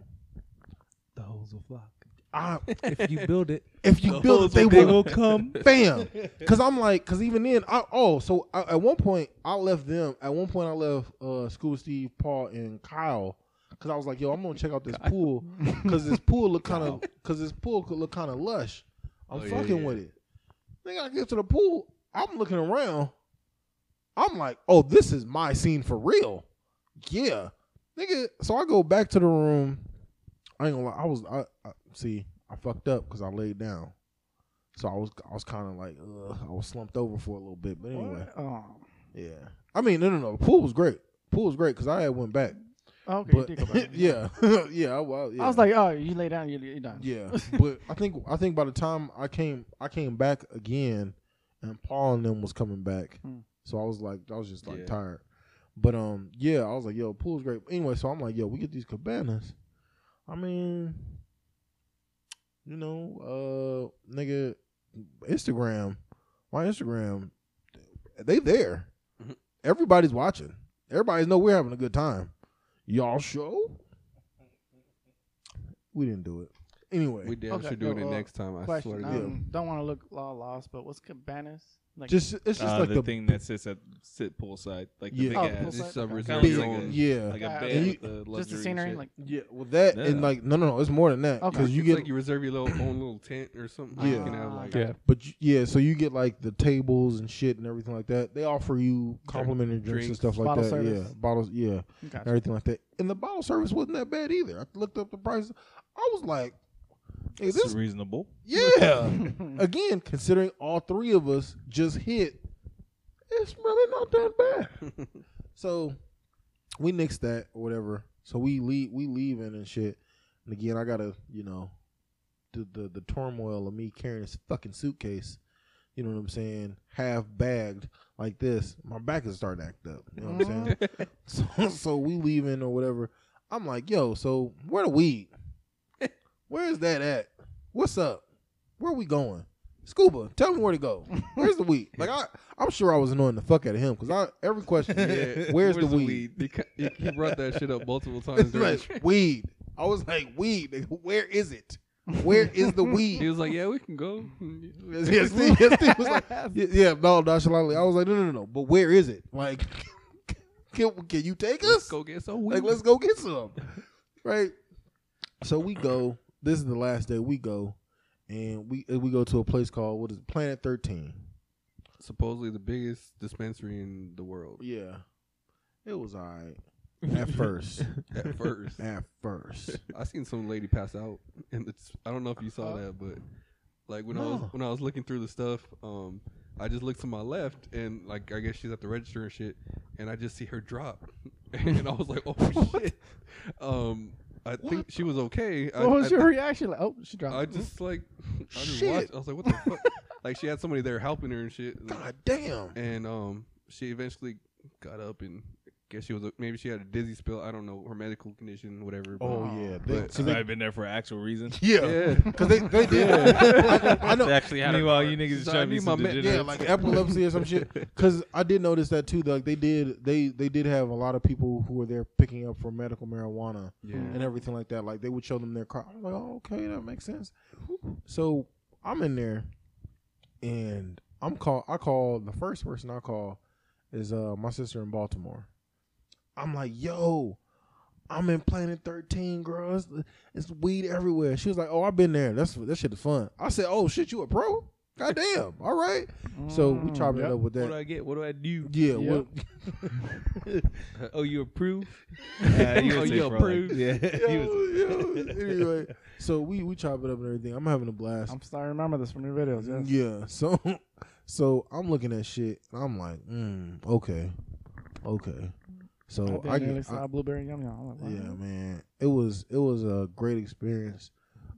Speaker 3: The hoes will flock.
Speaker 1: I
Speaker 3: If you build it,
Speaker 1: if you build it, they
Speaker 3: they
Speaker 1: will
Speaker 3: will come.
Speaker 1: fam. Cause I'm like, cause even then, I oh, so I, at one point I left them. At one point I left uh School Steve, Paul, and Kyle. Cause I was like, yo, I'm gonna check out this pool. Cause this pool look kind of, cause this pool could look kind of lush. I'm
Speaker 2: Oh, yeah,
Speaker 1: fucking
Speaker 2: yeah.
Speaker 1: with it. Nigga, I get to the pool. I'm looking around. I'm like, oh, this is my scene for real. Yeah, nigga. So I go back to the room. I ain't gonna lie. I was, I, I see, I fucked up because I laid down. So I was I was kind of like Ugh, I was slumped over for a little bit, but anyway,
Speaker 5: What? Oh,
Speaker 1: yeah. I mean, no, no, no. The pool was great. Pool was great because I had went back,
Speaker 5: okay. you did go back.
Speaker 1: but yeah, yeah, I, well, yeah.
Speaker 5: I was like, oh, you lay down, you're, you're done.
Speaker 1: yeah, but I think I think by the time I came I came back again, and Paul and them was coming back,
Speaker 5: Mm.
Speaker 1: so I was like I was just like
Speaker 2: Yeah.
Speaker 1: tired, but um yeah I was like yo pool's great anyway so I'm like yo we get these cabanas, I mean, you know uh nigga Instagram my Instagram they there
Speaker 2: Mhm.
Speaker 1: everybody's watching everybody's know we're having a good time y'all show we didn't do it anyway
Speaker 2: We damn
Speaker 5: Okay,
Speaker 2: sure doing
Speaker 5: no,
Speaker 2: it
Speaker 5: uh,
Speaker 2: next time. I swear
Speaker 5: Question.
Speaker 2: to
Speaker 1: Yeah.
Speaker 2: God.
Speaker 5: Um, Don't want to look all lost, but what's cabanas? Like,
Speaker 1: just it's just
Speaker 3: Uh,
Speaker 1: like
Speaker 3: the,
Speaker 1: the
Speaker 3: thing that sits at sit poolside, like the
Speaker 1: Yeah.
Speaker 3: big
Speaker 5: Oh,
Speaker 3: ass,
Speaker 5: poolside.
Speaker 2: Just some
Speaker 5: Kinda
Speaker 2: reserve
Speaker 1: big-
Speaker 2: your own-
Speaker 1: yeah
Speaker 3: like a
Speaker 5: Yeah.
Speaker 3: bed
Speaker 1: And
Speaker 3: with the
Speaker 5: just the
Speaker 3: luxury
Speaker 5: scenery,
Speaker 3: shit.
Speaker 5: like
Speaker 1: Yeah, well, that and
Speaker 3: Yeah.
Speaker 1: like no, no, no, it's more than that
Speaker 5: Okay.
Speaker 1: because you
Speaker 2: it's
Speaker 1: get,
Speaker 2: like you reserve your little own little tent or something. You
Speaker 1: Yeah.
Speaker 2: can have like
Speaker 5: Yeah.
Speaker 1: but you, yeah, so you get like the tables and shit and everything like that. They offer you complimentary drinks, and
Speaker 2: Drinks.
Speaker 1: stuff like
Speaker 5: Bottle
Speaker 1: that.
Speaker 5: service.
Speaker 1: Yeah, bottles, yeah, and
Speaker 5: gotcha.
Speaker 1: everything like that. And the bottle service wasn't that bad either. I looked up the price. I was like, hey,
Speaker 3: It's
Speaker 1: this,
Speaker 3: reasonable.
Speaker 1: yeah. Again, considering all three of us just hit, it's really not that bad. So we nixed that or whatever. So we leave we leaving and shit. And again, I gotta, you know, the the, the turmoil of me carrying this fucking suitcase, you know what I'm saying, half bagged like this. My back is starting to act up. You know what I'm saying? so so we leaving or whatever. I'm like, yo, so where the weed? Where is that at? What's up? Where we going? Scuba, tell me where to go. Where's the weed? Like I, I'm sure I was annoying the fuck out of him because I every question,
Speaker 2: Yeah,
Speaker 1: where's, the weed?
Speaker 2: He ca- He, he brought that shit up multiple times. during the
Speaker 1: Like,
Speaker 2: trip.
Speaker 1: weed. I was like, weed. nigga, Where is it? Where is the
Speaker 2: He
Speaker 1: weed?
Speaker 2: was like, "Yeah, we can go."
Speaker 1: yes, yes, Steve, yes, Steve was like, yeah, yeah, no, nonchalantly. I was like, no, no, no, no. But where is it? Like, can, can you take
Speaker 2: Let's
Speaker 1: us?
Speaker 2: go get some weed.
Speaker 1: Like, let's go get some. Right. So we go. This is the last day we go, and we we go to a place called what is it, Planet Thirteen.
Speaker 2: Supposedly the biggest dispensary in the world
Speaker 1: Yeah, it was all right at first.
Speaker 2: at first.
Speaker 1: at first,
Speaker 2: I seen some lady pass out, and it's, I don't know if you saw
Speaker 5: Uh-huh.
Speaker 2: that, but like when I
Speaker 1: No.
Speaker 2: was when I was looking through the stuff, um, I just looked to my left, and like I guess she's at the register and shit, and I just see her drop, and I was like, oh shit. Um, I think she was okay. I,
Speaker 5: what was
Speaker 2: I
Speaker 5: your
Speaker 2: thi-
Speaker 5: reaction? Like, oh, she dropped.
Speaker 2: I
Speaker 5: it.
Speaker 2: just like I just
Speaker 1: Shit.
Speaker 2: watched. I was like, what the fuck? Like she had somebody there helping her and shit.
Speaker 1: god damn.
Speaker 2: and um, she eventually got up and I guess she was maybe she had a dizzy spell. I don't know her medical condition, whatever. but-
Speaker 1: Oh yeah, they,
Speaker 2: But-
Speaker 1: so
Speaker 3: I've
Speaker 1: they,
Speaker 3: been there for an actual reason.
Speaker 1: yeah.
Speaker 2: yeah.
Speaker 1: Cause they they did.
Speaker 2: Yeah.
Speaker 1: I, I know.
Speaker 6: actually had
Speaker 3: Meanwhile,
Speaker 6: a
Speaker 3: you niggas is
Speaker 2: So I
Speaker 3: trying to be
Speaker 2: need my
Speaker 3: some
Speaker 2: man- yeah,
Speaker 1: Yeah,
Speaker 3: degenerates.
Speaker 1: like epilepsy or some shit. Cause I did notice that too. Like they did, they they did have a lot of people who were there picking up for medical marijuana
Speaker 2: Yeah.
Speaker 1: and everything like that. Like they would show them their car. I was like, oh, okay, that makes sense. So I'm in there, and I'm call. I call the first person I call is uh my sister in Baltimore. I'm like, yo, I'm in Planet 13, girl. It's, it's weed everywhere. She was like, oh, I've been there. That's that shit is fun. I said, oh shit, you a pro? Goddamn. All right. So we chopped
Speaker 5: Mm, Yep.
Speaker 1: it up with
Speaker 3: What do
Speaker 1: that.
Speaker 3: I get? What do I do?
Speaker 1: Yeah.
Speaker 5: Yep.
Speaker 1: What,
Speaker 3: Oh, you approve? Uh, you
Speaker 2: Oh,
Speaker 3: would say
Speaker 2: you
Speaker 3: pro, like-
Speaker 2: approve?
Speaker 3: Yeah.
Speaker 1: yo,
Speaker 3: you would-
Speaker 1: yo. Anyway, so we we chop it up and everything. I'm having a blast.
Speaker 5: I'm starting to remember this from your videos. Yes.
Speaker 1: Yeah. So, so I'm looking at shit and I'm like, mm, okay, okay. So I,
Speaker 5: I, did
Speaker 1: get,
Speaker 5: nearly saw
Speaker 1: I-
Speaker 5: blueberry yum yum. I'm like, wow.
Speaker 1: yeah, man. It was it was a great experience.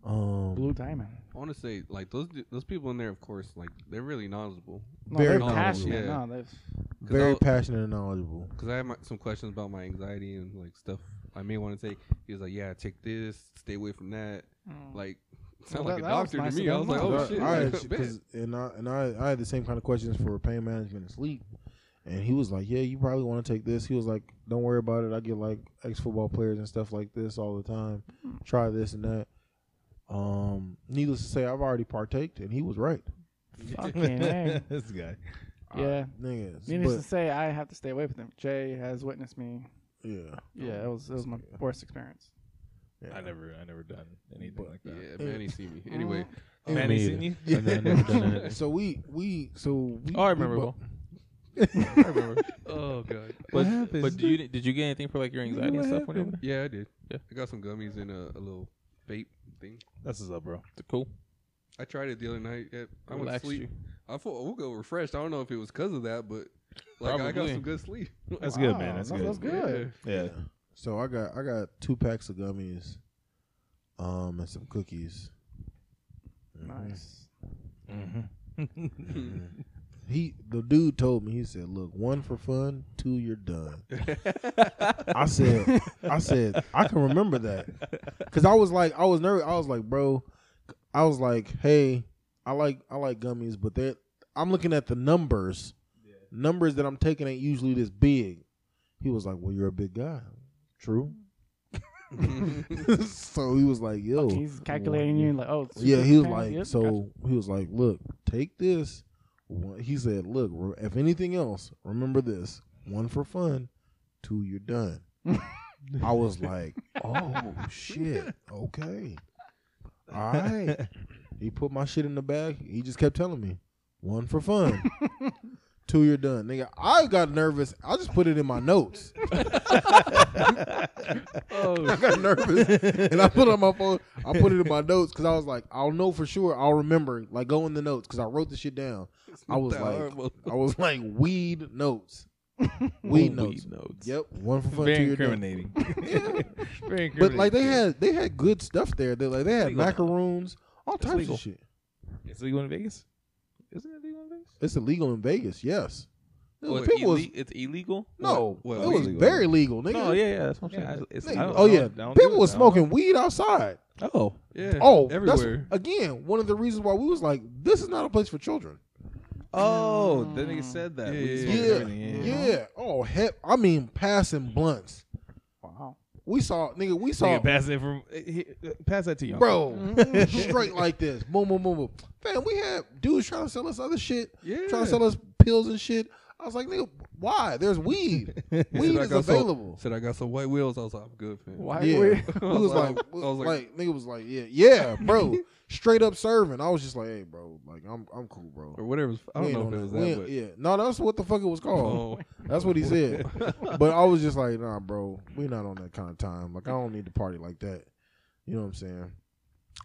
Speaker 1: Um,
Speaker 5: Blue diamond.
Speaker 2: I want to say like those du- those people in there, of course, like they're really knowledgeable.
Speaker 5: No,
Speaker 1: Very
Speaker 5: they're
Speaker 1: cool.
Speaker 5: passionate.
Speaker 2: Yeah.
Speaker 5: No, that's
Speaker 1: very
Speaker 2: I'll-
Speaker 1: passionate and knowledgeable.
Speaker 2: Because I had my, some questions about my anxiety and like stuff I may want to take. He was like, "Yeah, take this, stay away from that."
Speaker 5: mm.
Speaker 2: Like, sound
Speaker 5: Well,
Speaker 2: like a
Speaker 5: that- that was
Speaker 2: doctor
Speaker 5: nice
Speaker 2: to me.
Speaker 5: of
Speaker 2: I was
Speaker 5: them.
Speaker 2: like, "Oh
Speaker 1: I-
Speaker 2: shit!"
Speaker 1: I had,
Speaker 2: like, bet.
Speaker 1: cause, and I and I, I had the same kind of questions for pain management and sleep. And he was like, "Yeah, you probably want to take this." He was like, "Don't worry about it. I get like ex football players and stuff like this all the time. Try this and that." Um, needless to say, I've already partaked, and he was right.
Speaker 5: fucking A.
Speaker 3: this guy.
Speaker 5: Yeah.
Speaker 1: Niggas,
Speaker 5: Needless
Speaker 1: but-
Speaker 5: to say, I have to stay away from them. Jay has witnessed me.
Speaker 1: Yeah.
Speaker 2: Oh,
Speaker 5: Yeah, it was it was my worst experience.
Speaker 1: yeah.
Speaker 3: I never, I never done anything
Speaker 1: But-
Speaker 3: like that.
Speaker 2: Yeah, man, he see me anyway.
Speaker 3: Yeah.
Speaker 1: Man, he
Speaker 3: Man, he
Speaker 6: either.
Speaker 3: seen you?
Speaker 6: I've never done anything.
Speaker 1: So we we so we,
Speaker 6: Oh, I
Speaker 1: we
Speaker 6: remember.
Speaker 1: bu-
Speaker 6: Will.
Speaker 2: I remember. Oh god.
Speaker 6: But,
Speaker 1: happened?
Speaker 6: but did you did you get anything for like your anxiety and stuff? when you were there?
Speaker 2: Yeah, I did.
Speaker 6: Yeah.
Speaker 2: I got some gummies and a, a little vape thing.
Speaker 3: That's what's up, bro.
Speaker 6: Is it cool?
Speaker 2: I tried it the other night. It- I went to
Speaker 4: Relaxed
Speaker 2: sleep.
Speaker 4: you.
Speaker 2: I feel I woke up refreshed. I don't know if it was because of that, but like I got
Speaker 4: Probably.
Speaker 2: some good sleep.
Speaker 3: That's
Speaker 5: Wow,
Speaker 3: good, man. That's,
Speaker 5: Oh, that's-
Speaker 3: good.
Speaker 5: that's good.
Speaker 3: Yeah.
Speaker 1: So I got I got two packs of gummies, um, and some cookies. Mhm.
Speaker 5: Nice.
Speaker 3: Mm-hmm.
Speaker 1: He the dude told me he said, "Look, one for fun, two you're done." I said, "I said I can remember that because I was like I was nervous. I was like, bro, I was like, hey, I like I like gummies, but they I'm looking at the numbers. Numbers that I'm taking ain't usually this big." He was like, "Well, you're a big guy, true." Mm-hmm. so he was like, "Yo,
Speaker 5: He's calculating you like, oh, it's
Speaker 1: Oh. yeah, he was
Speaker 5: 50%, yep,
Speaker 1: like, so
Speaker 5: gotcha.
Speaker 1: he was like, look, take this. One- He said, look, re- if anything else, remember this: one for fun, two you're done. I was like, oh shit, okay, all right. He put my shit in the bag. He just kept telling me, one for fun. Two, you're done, nigga. I got nervous. I just put it in my notes.
Speaker 3: Oh.
Speaker 1: I got nervous, and I put it on my phone. I put it in my notes because I was like, I'll know for sure. I'll remember. Like go in the notes because I wrote the shit down. I was
Speaker 2: That
Speaker 1: like,
Speaker 2: horrible.
Speaker 1: I was like weed notes, weed notes. Yep, one for fun. two,
Speaker 3: Very
Speaker 1: you're done.
Speaker 3: incriminating. Very incriminating.
Speaker 1: But like they had, they had good stuff there. They like they had
Speaker 3: legal now.
Speaker 1: macaroons, all
Speaker 3: It's
Speaker 1: types
Speaker 3: legal.
Speaker 1: of shit.
Speaker 3: Is it legal in Vegas? Isn't it legal in Vegas?
Speaker 1: It's illegal in Vegas. Yes,
Speaker 6: Oh, it's,
Speaker 1: people was
Speaker 6: ille- it's illegal.
Speaker 1: no,
Speaker 2: What-
Speaker 1: it
Speaker 2: what
Speaker 1: was
Speaker 3: legal?
Speaker 1: very legal, nigga.
Speaker 6: No, yeah, yeah, that's what I'm
Speaker 3: Yeah,
Speaker 6: saying. It's,
Speaker 1: Nigga,
Speaker 6: I don't-
Speaker 1: oh
Speaker 6: I
Speaker 1: yeah,
Speaker 6: don't- I
Speaker 1: people
Speaker 6: don't do
Speaker 1: were
Speaker 6: it. I don't-
Speaker 1: smoking weed outside.
Speaker 6: Oh,
Speaker 2: yeah,
Speaker 1: Oh,
Speaker 2: everywhere.
Speaker 1: That's, again, one of the reasons why we was like, this is not a place for children.
Speaker 3: Oh, that nigga said that.
Speaker 2: Yeah,
Speaker 3: We
Speaker 2: yeah,
Speaker 3: smoked
Speaker 1: Mm. yeah.
Speaker 3: everything,
Speaker 1: Yeah.
Speaker 3: yeah.
Speaker 1: Oh heck, I mean, passing blunts.
Speaker 5: wow.
Speaker 1: We saw, nigga, we
Speaker 3: So
Speaker 1: saw,
Speaker 3: pass it from eh, he- eh, pass that to you,
Speaker 1: bro, straight like this. Boom, boom, boom, boom. Man, we had dudes trying to sell us other shit,
Speaker 2: Yeah.
Speaker 1: trying to sell us pills and shit. I was like, nigga, why? There's weed.
Speaker 2: Said
Speaker 1: Weed
Speaker 2: I
Speaker 1: is
Speaker 2: got some-
Speaker 1: available.
Speaker 2: said I got some white wheels. I was like, I'm good, man.
Speaker 5: Why
Speaker 1: yeah,
Speaker 5: we-
Speaker 1: we was like,
Speaker 2: I was
Speaker 1: like,
Speaker 2: like-
Speaker 1: nigga was like, yeah, yeah, bro, straight up serving. I was just like, hey, bro, like, I'm, I'm cool, bro.
Speaker 2: Or whatever. I
Speaker 1: We
Speaker 2: don't know
Speaker 1: ain't
Speaker 2: if it
Speaker 1: on
Speaker 2: was
Speaker 1: that. We
Speaker 2: that,
Speaker 1: ain't-
Speaker 2: but
Speaker 1: yeah, no, that's what the fuck it was called.
Speaker 2: oh,
Speaker 1: That's what he said. but I was just like, nah, bro, we not on that kind of time. Like, I don't need to party like that. You know what I'm saying?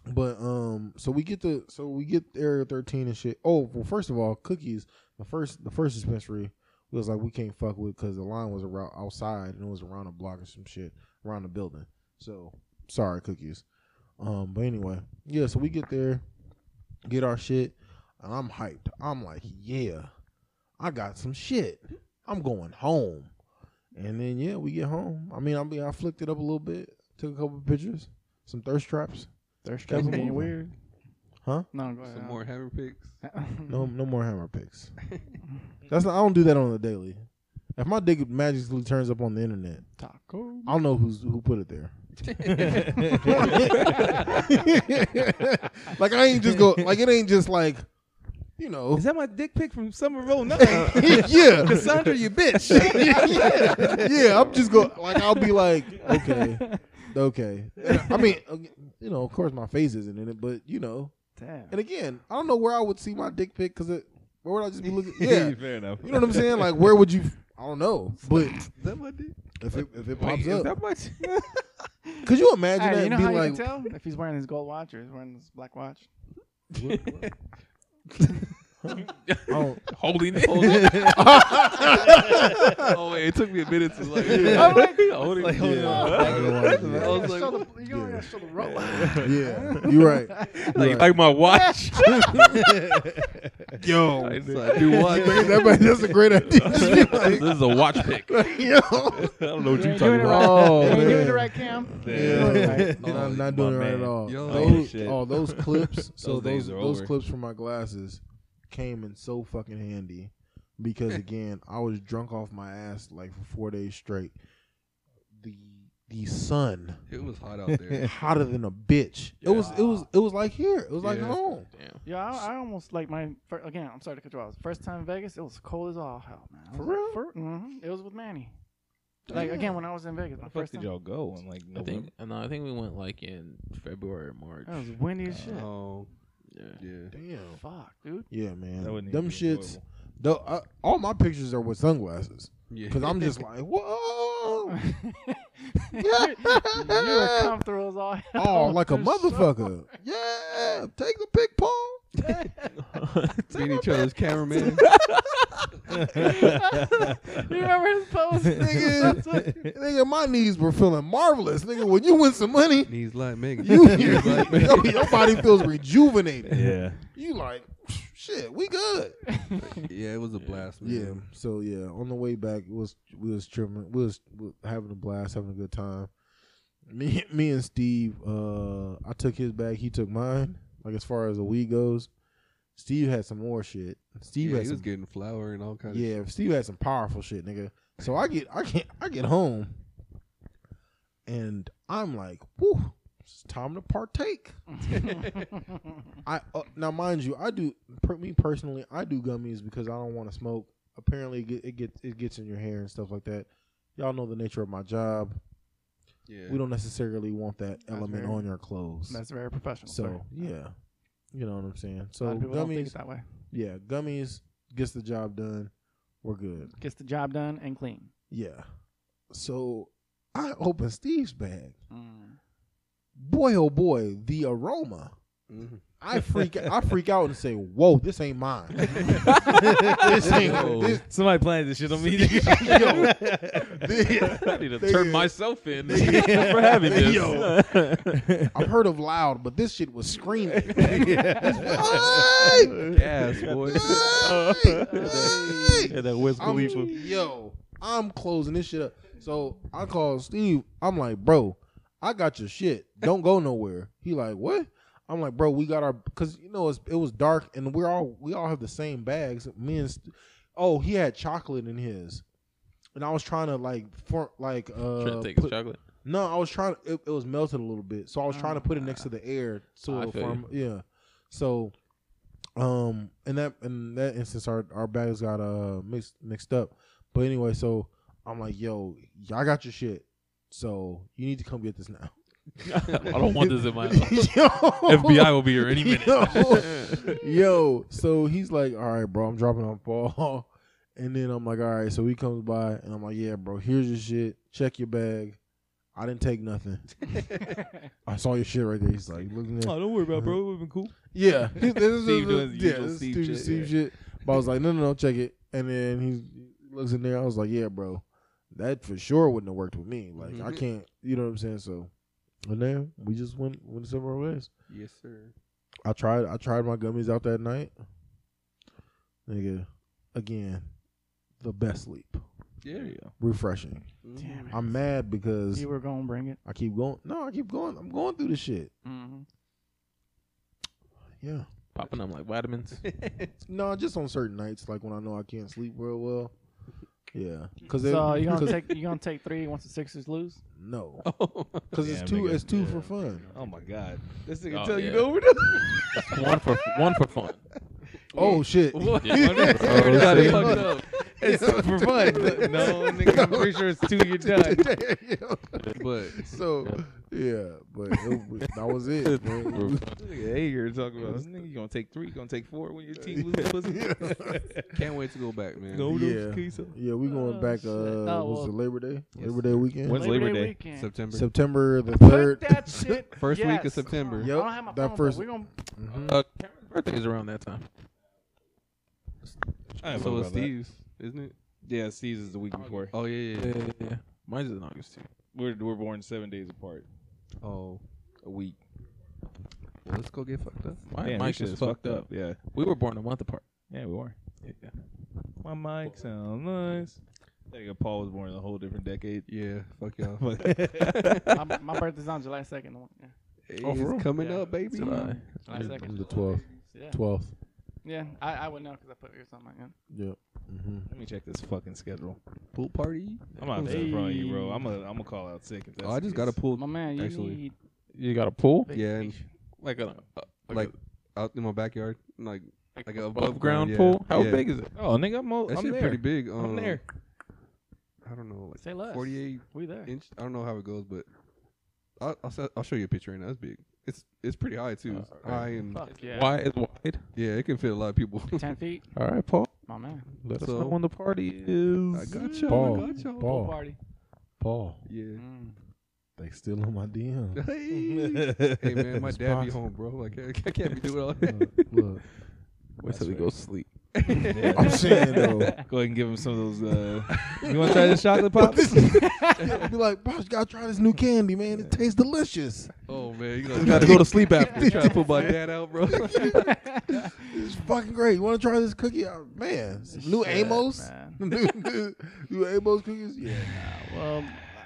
Speaker 1: But um, so we get the so we get Area 13 and shit. Oh, well, first of all, cookies. The first the first dispensary we was like we can't fuck with because the line was around outside and it was around a block or some shit around the building. So sorry, cookies. Um, but anyway, yeah. So we get there, get our shit, and I'm hyped. I'm like, yeah, I got some shit. I'm going home. And then yeah, we get home. I mean, I mean, I flicked it up a little bit, took a couple pictures, some thirst traps. That's
Speaker 5: Thirst traps
Speaker 1: illegal.
Speaker 5: being weird.
Speaker 1: Huh?
Speaker 5: No, go ahead.
Speaker 2: some more hammer picks.
Speaker 1: No,
Speaker 3: Mm-hmm.
Speaker 1: no more hammer picks. That's not, I don't do that on the daily. If my dick magically turns up on the internet,
Speaker 5: Taco.
Speaker 1: I don't know who's who put it there. like I ain't just go. Like it ain't just like, you know.
Speaker 3: Is that my dick pic from Summer Roll 9?
Speaker 1: yeah,
Speaker 3: Cassandra, you bitch.
Speaker 1: yeah, yeah, yeah, I'm just going. Like I'll be like, okay, okay. I mean, uh, you know, of course my face isn't in it, but you know.
Speaker 5: Damn.
Speaker 1: And again, I don't know where I would see my dick pic because where would I just be looking? Yeah,
Speaker 3: fair enough.
Speaker 1: you know what I'm saying. Like where would you? I don't know, but
Speaker 2: Is that my dick?
Speaker 1: if it if it
Speaker 3: Wait,
Speaker 1: pops
Speaker 3: is
Speaker 1: up,
Speaker 3: that much?
Speaker 1: could you imagine
Speaker 5: Hey,
Speaker 1: that
Speaker 5: you know
Speaker 1: and
Speaker 5: how
Speaker 1: be
Speaker 5: you
Speaker 1: like,
Speaker 5: can tell if he's wearing his gold watch or he's wearing his black watch?
Speaker 1: oh,
Speaker 6: Holy nigga.
Speaker 2: Oh wait, it took me a minute to like.
Speaker 5: I'm like,
Speaker 6: Holy
Speaker 3: Like,
Speaker 1: yeah,
Speaker 3: hold on.
Speaker 1: I don't
Speaker 2: I
Speaker 1: know why,
Speaker 2: was like,
Speaker 5: the, you gotta
Speaker 1: yeah.
Speaker 5: show the roll.
Speaker 1: yeah, yeah, you're right. You're
Speaker 6: Like,
Speaker 1: right.
Speaker 6: like my watch.
Speaker 1: Yo,
Speaker 2: I so I do watch.
Speaker 1: that might- that's a great idea. Just be
Speaker 6: this is a watch pick. I
Speaker 1: like, yo.
Speaker 6: don't know
Speaker 5: You
Speaker 6: what you're
Speaker 5: ain't doing
Speaker 6: talking
Speaker 5: it
Speaker 6: about.
Speaker 5: right.
Speaker 1: Oh,
Speaker 5: you ain't doing
Speaker 1: man.
Speaker 5: it right, Cam. You ain't doing it
Speaker 1: Yeah,
Speaker 5: right.
Speaker 1: no, I'm
Speaker 3: my
Speaker 1: not doing it right
Speaker 3: man.
Speaker 1: at all.
Speaker 2: Yo.
Speaker 1: Those,
Speaker 6: Shit.
Speaker 1: oh, those clips. So
Speaker 6: Those
Speaker 1: those
Speaker 6: days
Speaker 1: those,
Speaker 6: are over.
Speaker 1: clips from my glasses came in so fucking handy because again, I was drunk off my ass like for four days straight. The the sun
Speaker 2: It was hot out there.
Speaker 1: hotter than a bitch. It was it was it was like here. It was like
Speaker 2: Yeah.
Speaker 1: home.
Speaker 5: Yeah, I, I almost like my fir- again. I'm sorry to cut you off. First time in Vegas, it was cold as all hell, man. I
Speaker 1: For
Speaker 5: was like,
Speaker 1: real?
Speaker 5: mhm. It was with Manny. Like
Speaker 1: Damn.
Speaker 5: again, when I was in Vegas, my
Speaker 3: How the fuck
Speaker 5: first time.
Speaker 3: did
Speaker 5: It
Speaker 3: y'all go? in like
Speaker 4: I
Speaker 3: November?
Speaker 4: think no, I think we went like in February or March.
Speaker 5: was windy as shit.
Speaker 2: Oh
Speaker 4: yeah.
Speaker 2: yeah.
Speaker 1: Damn.
Speaker 5: Fuck, dude.
Speaker 1: Yeah, man.
Speaker 3: That wouldn't even
Speaker 1: Them
Speaker 3: be
Speaker 1: shits. Though, I, all my pictures are with sunglasses
Speaker 2: Yeah.
Speaker 1: because I'm just like, whoa.
Speaker 5: you were comfortable as all hell.
Speaker 1: Oh, like a
Speaker 5: For sure.
Speaker 1: motherfucker. Yeah, take the pic, Paul.
Speaker 2: being each other's cameraman.
Speaker 5: you remember his post?
Speaker 1: nigga, nigga, my knees were feeling marvelous, nigga. When you win some money,
Speaker 2: Knees like Megan.
Speaker 1: you, you-
Speaker 2: Knees like Megan.
Speaker 1: your, your body feels rejuvenated.
Speaker 3: yeah.
Speaker 1: You like, shit, we good.
Speaker 2: Yeah, it was a blast,
Speaker 1: Yeah.
Speaker 2: man.
Speaker 1: So yeah, on the way back, it was we was tripping, we was we was having a blast, having a good time. Me, me and Steve, uh, I took his bag, he took mine. Like as far as the weed goes, Steve had some more shit. Steve
Speaker 2: Yeah,
Speaker 1: had
Speaker 2: he was
Speaker 1: some,
Speaker 2: getting flour and all kinds.
Speaker 1: yeah, Steve had some powerful shit, nigga. So I get, I get, I get home, and I'm like, woo, it's time to partake. I uh, now mind you, I do per, me personally. I do gummies because I don't want to smoke. Apparently, it, get, it gets it gets in your hair and stuff like that. Y'all know the nature of my job.
Speaker 2: yeah.
Speaker 1: We don't necessarily want that element
Speaker 5: very-
Speaker 1: on your clothes.
Speaker 5: That's very professional.
Speaker 1: so
Speaker 5: sir.
Speaker 1: yeah, you know what I'm saying.
Speaker 5: a
Speaker 1: So
Speaker 5: lot of people don't think
Speaker 1: gummies,
Speaker 5: it that way.
Speaker 1: yeah, gummies gets the job done. We're good.
Speaker 5: Gets the job done and clean.
Speaker 1: Yeah. So I open Steve's bag.
Speaker 5: Mm.
Speaker 1: Boy, oh boy, the aroma.
Speaker 2: Mhm.
Speaker 1: I freak I freak out and say, "Whoa, this ain't mine. this ain't this,
Speaker 3: Somebody planted this shit on
Speaker 1: Yo.
Speaker 3: me.
Speaker 6: I need to
Speaker 1: They-
Speaker 6: turn myself in
Speaker 1: Yeah.
Speaker 6: for having this.
Speaker 1: Yo. I've heard of loud, but this shit was screaming. What?
Speaker 2: Gas, boy.
Speaker 1: What? What?
Speaker 6: Yeah, that Wiz
Speaker 1: I'm-
Speaker 6: Khalifa.
Speaker 1: yo, I'm closing this shit up. So I call Steve. I'm like, bro, I got your shit. Don't go nowhere. He like, what? I'm like, bro, we got our because you know it's, it was dark and we're all we all have the same bags. Me and St- oh, he had chocolate in his, and I was trying to like for like
Speaker 6: Trying
Speaker 1: uh
Speaker 6: to take
Speaker 1: put-
Speaker 6: his chocolate.
Speaker 1: no, I was trying. It, it was melted a little bit, so I was trying to put it next to the air. So
Speaker 6: Ah, I
Speaker 1: it'll
Speaker 6: feel you.
Speaker 1: form, yeah. So, um, in that in that instance, our our bags got uh mixed mixed up. But anyway, so I'm like, yo, y'all got your shit. So you need to come get this now.
Speaker 6: I don't want this in my
Speaker 1: Yo.
Speaker 6: FBI will be here any minute.
Speaker 1: Yo. Yo, so he's like, all right, bro, I'm dropping off ball. And then I'm like, all right, so he comes by and I'm like, yeah, bro, here's your shit. Check your bag. I didn't take nothing. I saw your shit right there. He's like, looking at
Speaker 3: don't worry about it, bro. It would have been cool.
Speaker 1: Yeah. This is-
Speaker 3: Oh, Steve doing his
Speaker 1: yeah,
Speaker 3: usual
Speaker 1: this is
Speaker 3: Steve
Speaker 1: Steve,
Speaker 3: shit,
Speaker 1: Steve
Speaker 3: yeah.
Speaker 1: shit. But I was like, no, no, no, check it. And then he looks in there. I was like, yeah, bro, that for sure wouldn't have worked with me. Like, I
Speaker 3: Mm-hmm.
Speaker 2: Mhm.
Speaker 1: can't, you know what I'm saying? So, and then we just went, went somewhere ways.
Speaker 2: Yes, sir.
Speaker 1: I tried I tried my gummies out that night. Nigga, again, the best sleep.
Speaker 2: Yeah.
Speaker 3: you
Speaker 1: Refreshing.
Speaker 2: Mhm.
Speaker 5: Damn it.
Speaker 1: I'm mad because
Speaker 5: you were going to bring it.
Speaker 1: I keep going. No, I keep going. I'm going through this shit.
Speaker 5: Mhm.
Speaker 1: Yeah.
Speaker 6: Popping them like vitamins.
Speaker 1: No, just on certain nights, like when I know I can't sleep real well. Yeah, because
Speaker 5: So you gonna take you gonna take three once the Sixers lose?
Speaker 1: no,
Speaker 6: Oh,
Speaker 1: because
Speaker 3: Yeah,
Speaker 1: it's two.
Speaker 3: nigga.
Speaker 1: It's two
Speaker 3: Yeah.
Speaker 1: for fun.
Speaker 3: Oh my god. This nigga
Speaker 6: Oh,
Speaker 3: tell you
Speaker 6: yeah.
Speaker 3: no. we're not-
Speaker 6: one for one for fun.
Speaker 1: Oh shit!
Speaker 6: Yeah, one for fun.
Speaker 1: Oh,
Speaker 6: Got it
Speaker 1: shit.
Speaker 6: fucked up.
Speaker 3: It's for fun. No, nigga, I'm pretty sure it's two. You're done.
Speaker 2: But
Speaker 1: so yeah, but it, was- that was it. man.
Speaker 3: Yeah, you're talking about this nigga. You gonna take three? You gonna take four when your team loses? pussy?
Speaker 2: can't wait to go back, man.
Speaker 3: No, no,
Speaker 1: Yeah.
Speaker 3: queso.
Speaker 1: Yeah, we going
Speaker 5: Oh,
Speaker 1: back.
Speaker 5: shit.
Speaker 1: Uh,
Speaker 5: Oh,
Speaker 1: was
Speaker 5: well.
Speaker 1: it Labor Day?
Speaker 2: Yes.
Speaker 1: Labor Day weekend.
Speaker 3: When's Labor Day?
Speaker 5: weekend.
Speaker 2: September.
Speaker 1: September the
Speaker 5: Put
Speaker 1: third.
Speaker 5: that shit.
Speaker 2: First week of
Speaker 5: yes.
Speaker 2: September.
Speaker 5: I
Speaker 1: Yep,
Speaker 5: don't have my
Speaker 1: that
Speaker 5: phone,
Speaker 1: first-
Speaker 5: but we gonna
Speaker 1: Mhm.
Speaker 6: Uh, Cameron's birthday is around that time.
Speaker 3: I ain't
Speaker 2: So
Speaker 3: worried
Speaker 2: it's
Speaker 3: about that.
Speaker 2: Steve's, isn't it?
Speaker 3: Yeah, Steve's is the week before.
Speaker 2: Oh yeah, yeah.
Speaker 6: Yeah, yeah, yeah. Mine's in August too.
Speaker 3: We're we're born seven days apart.
Speaker 2: Oh,
Speaker 3: A week.
Speaker 2: well, let's go get fucked up.
Speaker 6: My
Speaker 3: Damn, your
Speaker 6: mic
Speaker 3: shit
Speaker 6: is fucked up.
Speaker 3: Yeah.
Speaker 6: We were born a month apart.
Speaker 3: Yeah, we are.
Speaker 6: Yeah.
Speaker 3: My mic sounds nice. Nigga, Paul was born in a whole different decade.
Speaker 2: Yeah, fuck y'all.
Speaker 5: my, my birthday's on July second. Yeah.
Speaker 2: Hey,
Speaker 1: Oh, for
Speaker 2: it's
Speaker 1: real?
Speaker 2: coming
Speaker 5: Yeah.
Speaker 2: up, baby.
Speaker 6: July.
Speaker 5: July second.
Speaker 1: the twelfth.
Speaker 5: Yeah.
Speaker 1: Twelfth.
Speaker 5: Yeah. I, I would know because I put yours on my end.
Speaker 1: Yeah. hmm
Speaker 3: Let me check this fucking schedule.
Speaker 2: Pool party.
Speaker 3: I'm out there in front of you, bro. I'm gonna I'm gonna call out sick. If that's
Speaker 2: Oh, I
Speaker 3: the
Speaker 2: just
Speaker 3: case.
Speaker 2: got a pool.
Speaker 5: My man, you
Speaker 2: Actually.
Speaker 5: need
Speaker 6: You got a pool?
Speaker 2: Yeah, and
Speaker 6: Like a uh,
Speaker 2: like out in my backyard, like
Speaker 6: like,
Speaker 2: like
Speaker 6: a
Speaker 2: a
Speaker 4: Oh,
Speaker 6: above,
Speaker 2: above ground,
Speaker 6: ground
Speaker 2: yeah.
Speaker 6: pool. How
Speaker 2: Yeah.
Speaker 6: big is it?
Speaker 3: Oh, nigga, I'm, o-
Speaker 2: that
Speaker 3: I'm
Speaker 2: shit
Speaker 3: there.
Speaker 2: pretty big. Um,
Speaker 3: I'm there.
Speaker 2: I don't know, like
Speaker 5: say less.
Speaker 2: 48
Speaker 5: We there.
Speaker 2: inch. I don't know how it goes, but I'll I'll, se- I'll show you a picture right now. It's big. It's it's pretty high too. It's
Speaker 6: Alright.
Speaker 2: high and
Speaker 5: Fuck yeah.
Speaker 6: Wide is wide.
Speaker 2: yeah, it can fit a lot of people.
Speaker 5: Ten feet.
Speaker 6: All right, Paul.
Speaker 5: My man.
Speaker 6: Let us
Speaker 2: So-
Speaker 6: know when the party is.
Speaker 2: I got y'all.
Speaker 1: Ball.
Speaker 2: I got y'all.
Speaker 1: Ball.
Speaker 5: Pool party.
Speaker 1: Paul.
Speaker 2: Yeah.
Speaker 5: Mm.
Speaker 1: They still on my DM.
Speaker 2: hey man, my dad be
Speaker 1: Sponsor.
Speaker 2: home, bro. Like I, I can't be doing all that.
Speaker 1: Look, look.
Speaker 4: Wait till we go sleep.
Speaker 1: I'm saying though.
Speaker 3: Go ahead and give him some of those. Uh, you want to try this chocolate pop?
Speaker 1: be like, boss, you gotta try this new candy, man. It tastes delicious.
Speaker 2: Oh man, you know,
Speaker 6: got to go to sleep after.
Speaker 2: trying to put my dad out, bro.
Speaker 1: It's fucking great. You wanna try this cookie? Oh, man, some new
Speaker 5: Shit,
Speaker 1: Amos?
Speaker 5: man.
Speaker 1: new, new, new Amos cookies? Yeah.
Speaker 5: Well,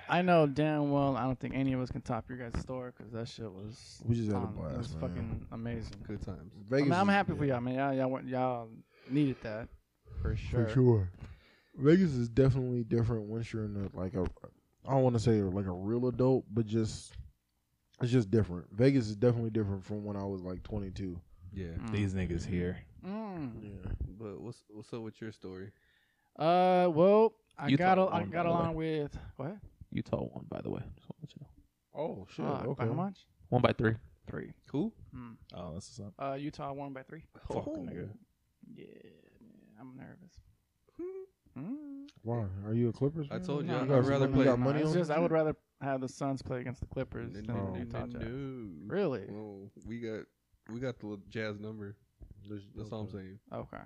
Speaker 5: I know damn well I don't think any of us can top your guys' store because that shit was.
Speaker 1: We just had a
Speaker 5: um,
Speaker 1: blast,
Speaker 5: It was
Speaker 1: man.
Speaker 5: fucking amazing.
Speaker 2: Good times.
Speaker 1: Vegas
Speaker 5: I mean, I'm
Speaker 1: is-
Speaker 5: happy for
Speaker 1: yeah,
Speaker 5: y'all, man. Y'all, y'all, went- y'all needed that for sure.
Speaker 1: For sure. Vegas is definitely different once you're in a, like a I don't want to say like a real adult, but just it's just different. Vegas is definitely different from when I was like 22.
Speaker 2: Yeah,
Speaker 5: Mm.
Speaker 3: These niggas here.
Speaker 5: Mm.
Speaker 1: Yeah.
Speaker 2: but what's what's up with your story?
Speaker 5: Uh, well, I
Speaker 4: You
Speaker 5: got
Speaker 4: thought
Speaker 5: al- I
Speaker 4: one,
Speaker 5: got
Speaker 4: by the way.
Speaker 5: along with what?
Speaker 4: Utah won, by the way. Just wanna let you know.
Speaker 1: Oh shit.
Speaker 5: Fuck, by
Speaker 1: okay.
Speaker 5: how much?
Speaker 4: One by three.
Speaker 5: Three.
Speaker 2: Who?
Speaker 5: Mm.
Speaker 3: Oh, this is up.
Speaker 5: Uh, Utah won by three.
Speaker 3: Fuck,
Speaker 2: Oh.
Speaker 3: nigga.
Speaker 5: Yeah, man, I'm nervous. Mm.
Speaker 1: Why? Are you a Clippers?
Speaker 2: I
Speaker 1: fan?
Speaker 2: told you,
Speaker 5: No,
Speaker 2: I'd
Speaker 5: no,
Speaker 2: rather
Speaker 5: no,
Speaker 2: play-
Speaker 5: no,
Speaker 1: Got money
Speaker 5: it's
Speaker 1: on
Speaker 5: just,
Speaker 1: it?
Speaker 5: I would rather have the Suns play against the Clippers than
Speaker 1: No,
Speaker 5: Utah Jazz.
Speaker 2: no.
Speaker 5: Really?
Speaker 2: Well, we got we got the jazz number. That's all I'm saying.
Speaker 5: Okay.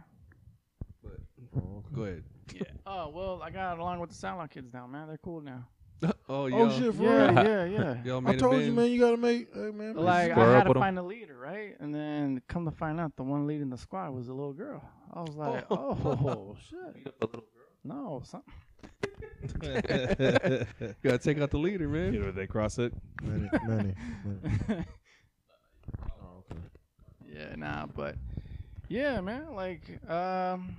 Speaker 2: But
Speaker 1: Oh, okay.
Speaker 2: go ahead.
Speaker 5: Oh well, I got along with the Soundlaw kids now, man. They're cool now.
Speaker 2: oh yeah.
Speaker 1: Oh shit, for
Speaker 5: Yeah,
Speaker 1: real.
Speaker 5: yeah, yeah.
Speaker 2: Y'all
Speaker 1: I
Speaker 2: made
Speaker 1: told
Speaker 2: it
Speaker 1: you,
Speaker 2: big.
Speaker 1: man. You gotta make, hey, man.
Speaker 5: Like I
Speaker 4: Square
Speaker 5: had
Speaker 4: up
Speaker 5: to
Speaker 4: with 'em.
Speaker 5: find a leader, right? And then come to find out, the one leading the squad was a little girl. I was like, oh, shit. No, something.
Speaker 2: You gotta take out the leader, man.
Speaker 3: You know, they cross it.
Speaker 1: Manny, Manny, Manny. Oh, okay.
Speaker 5: yeah, nah, but yeah, man. Like, um,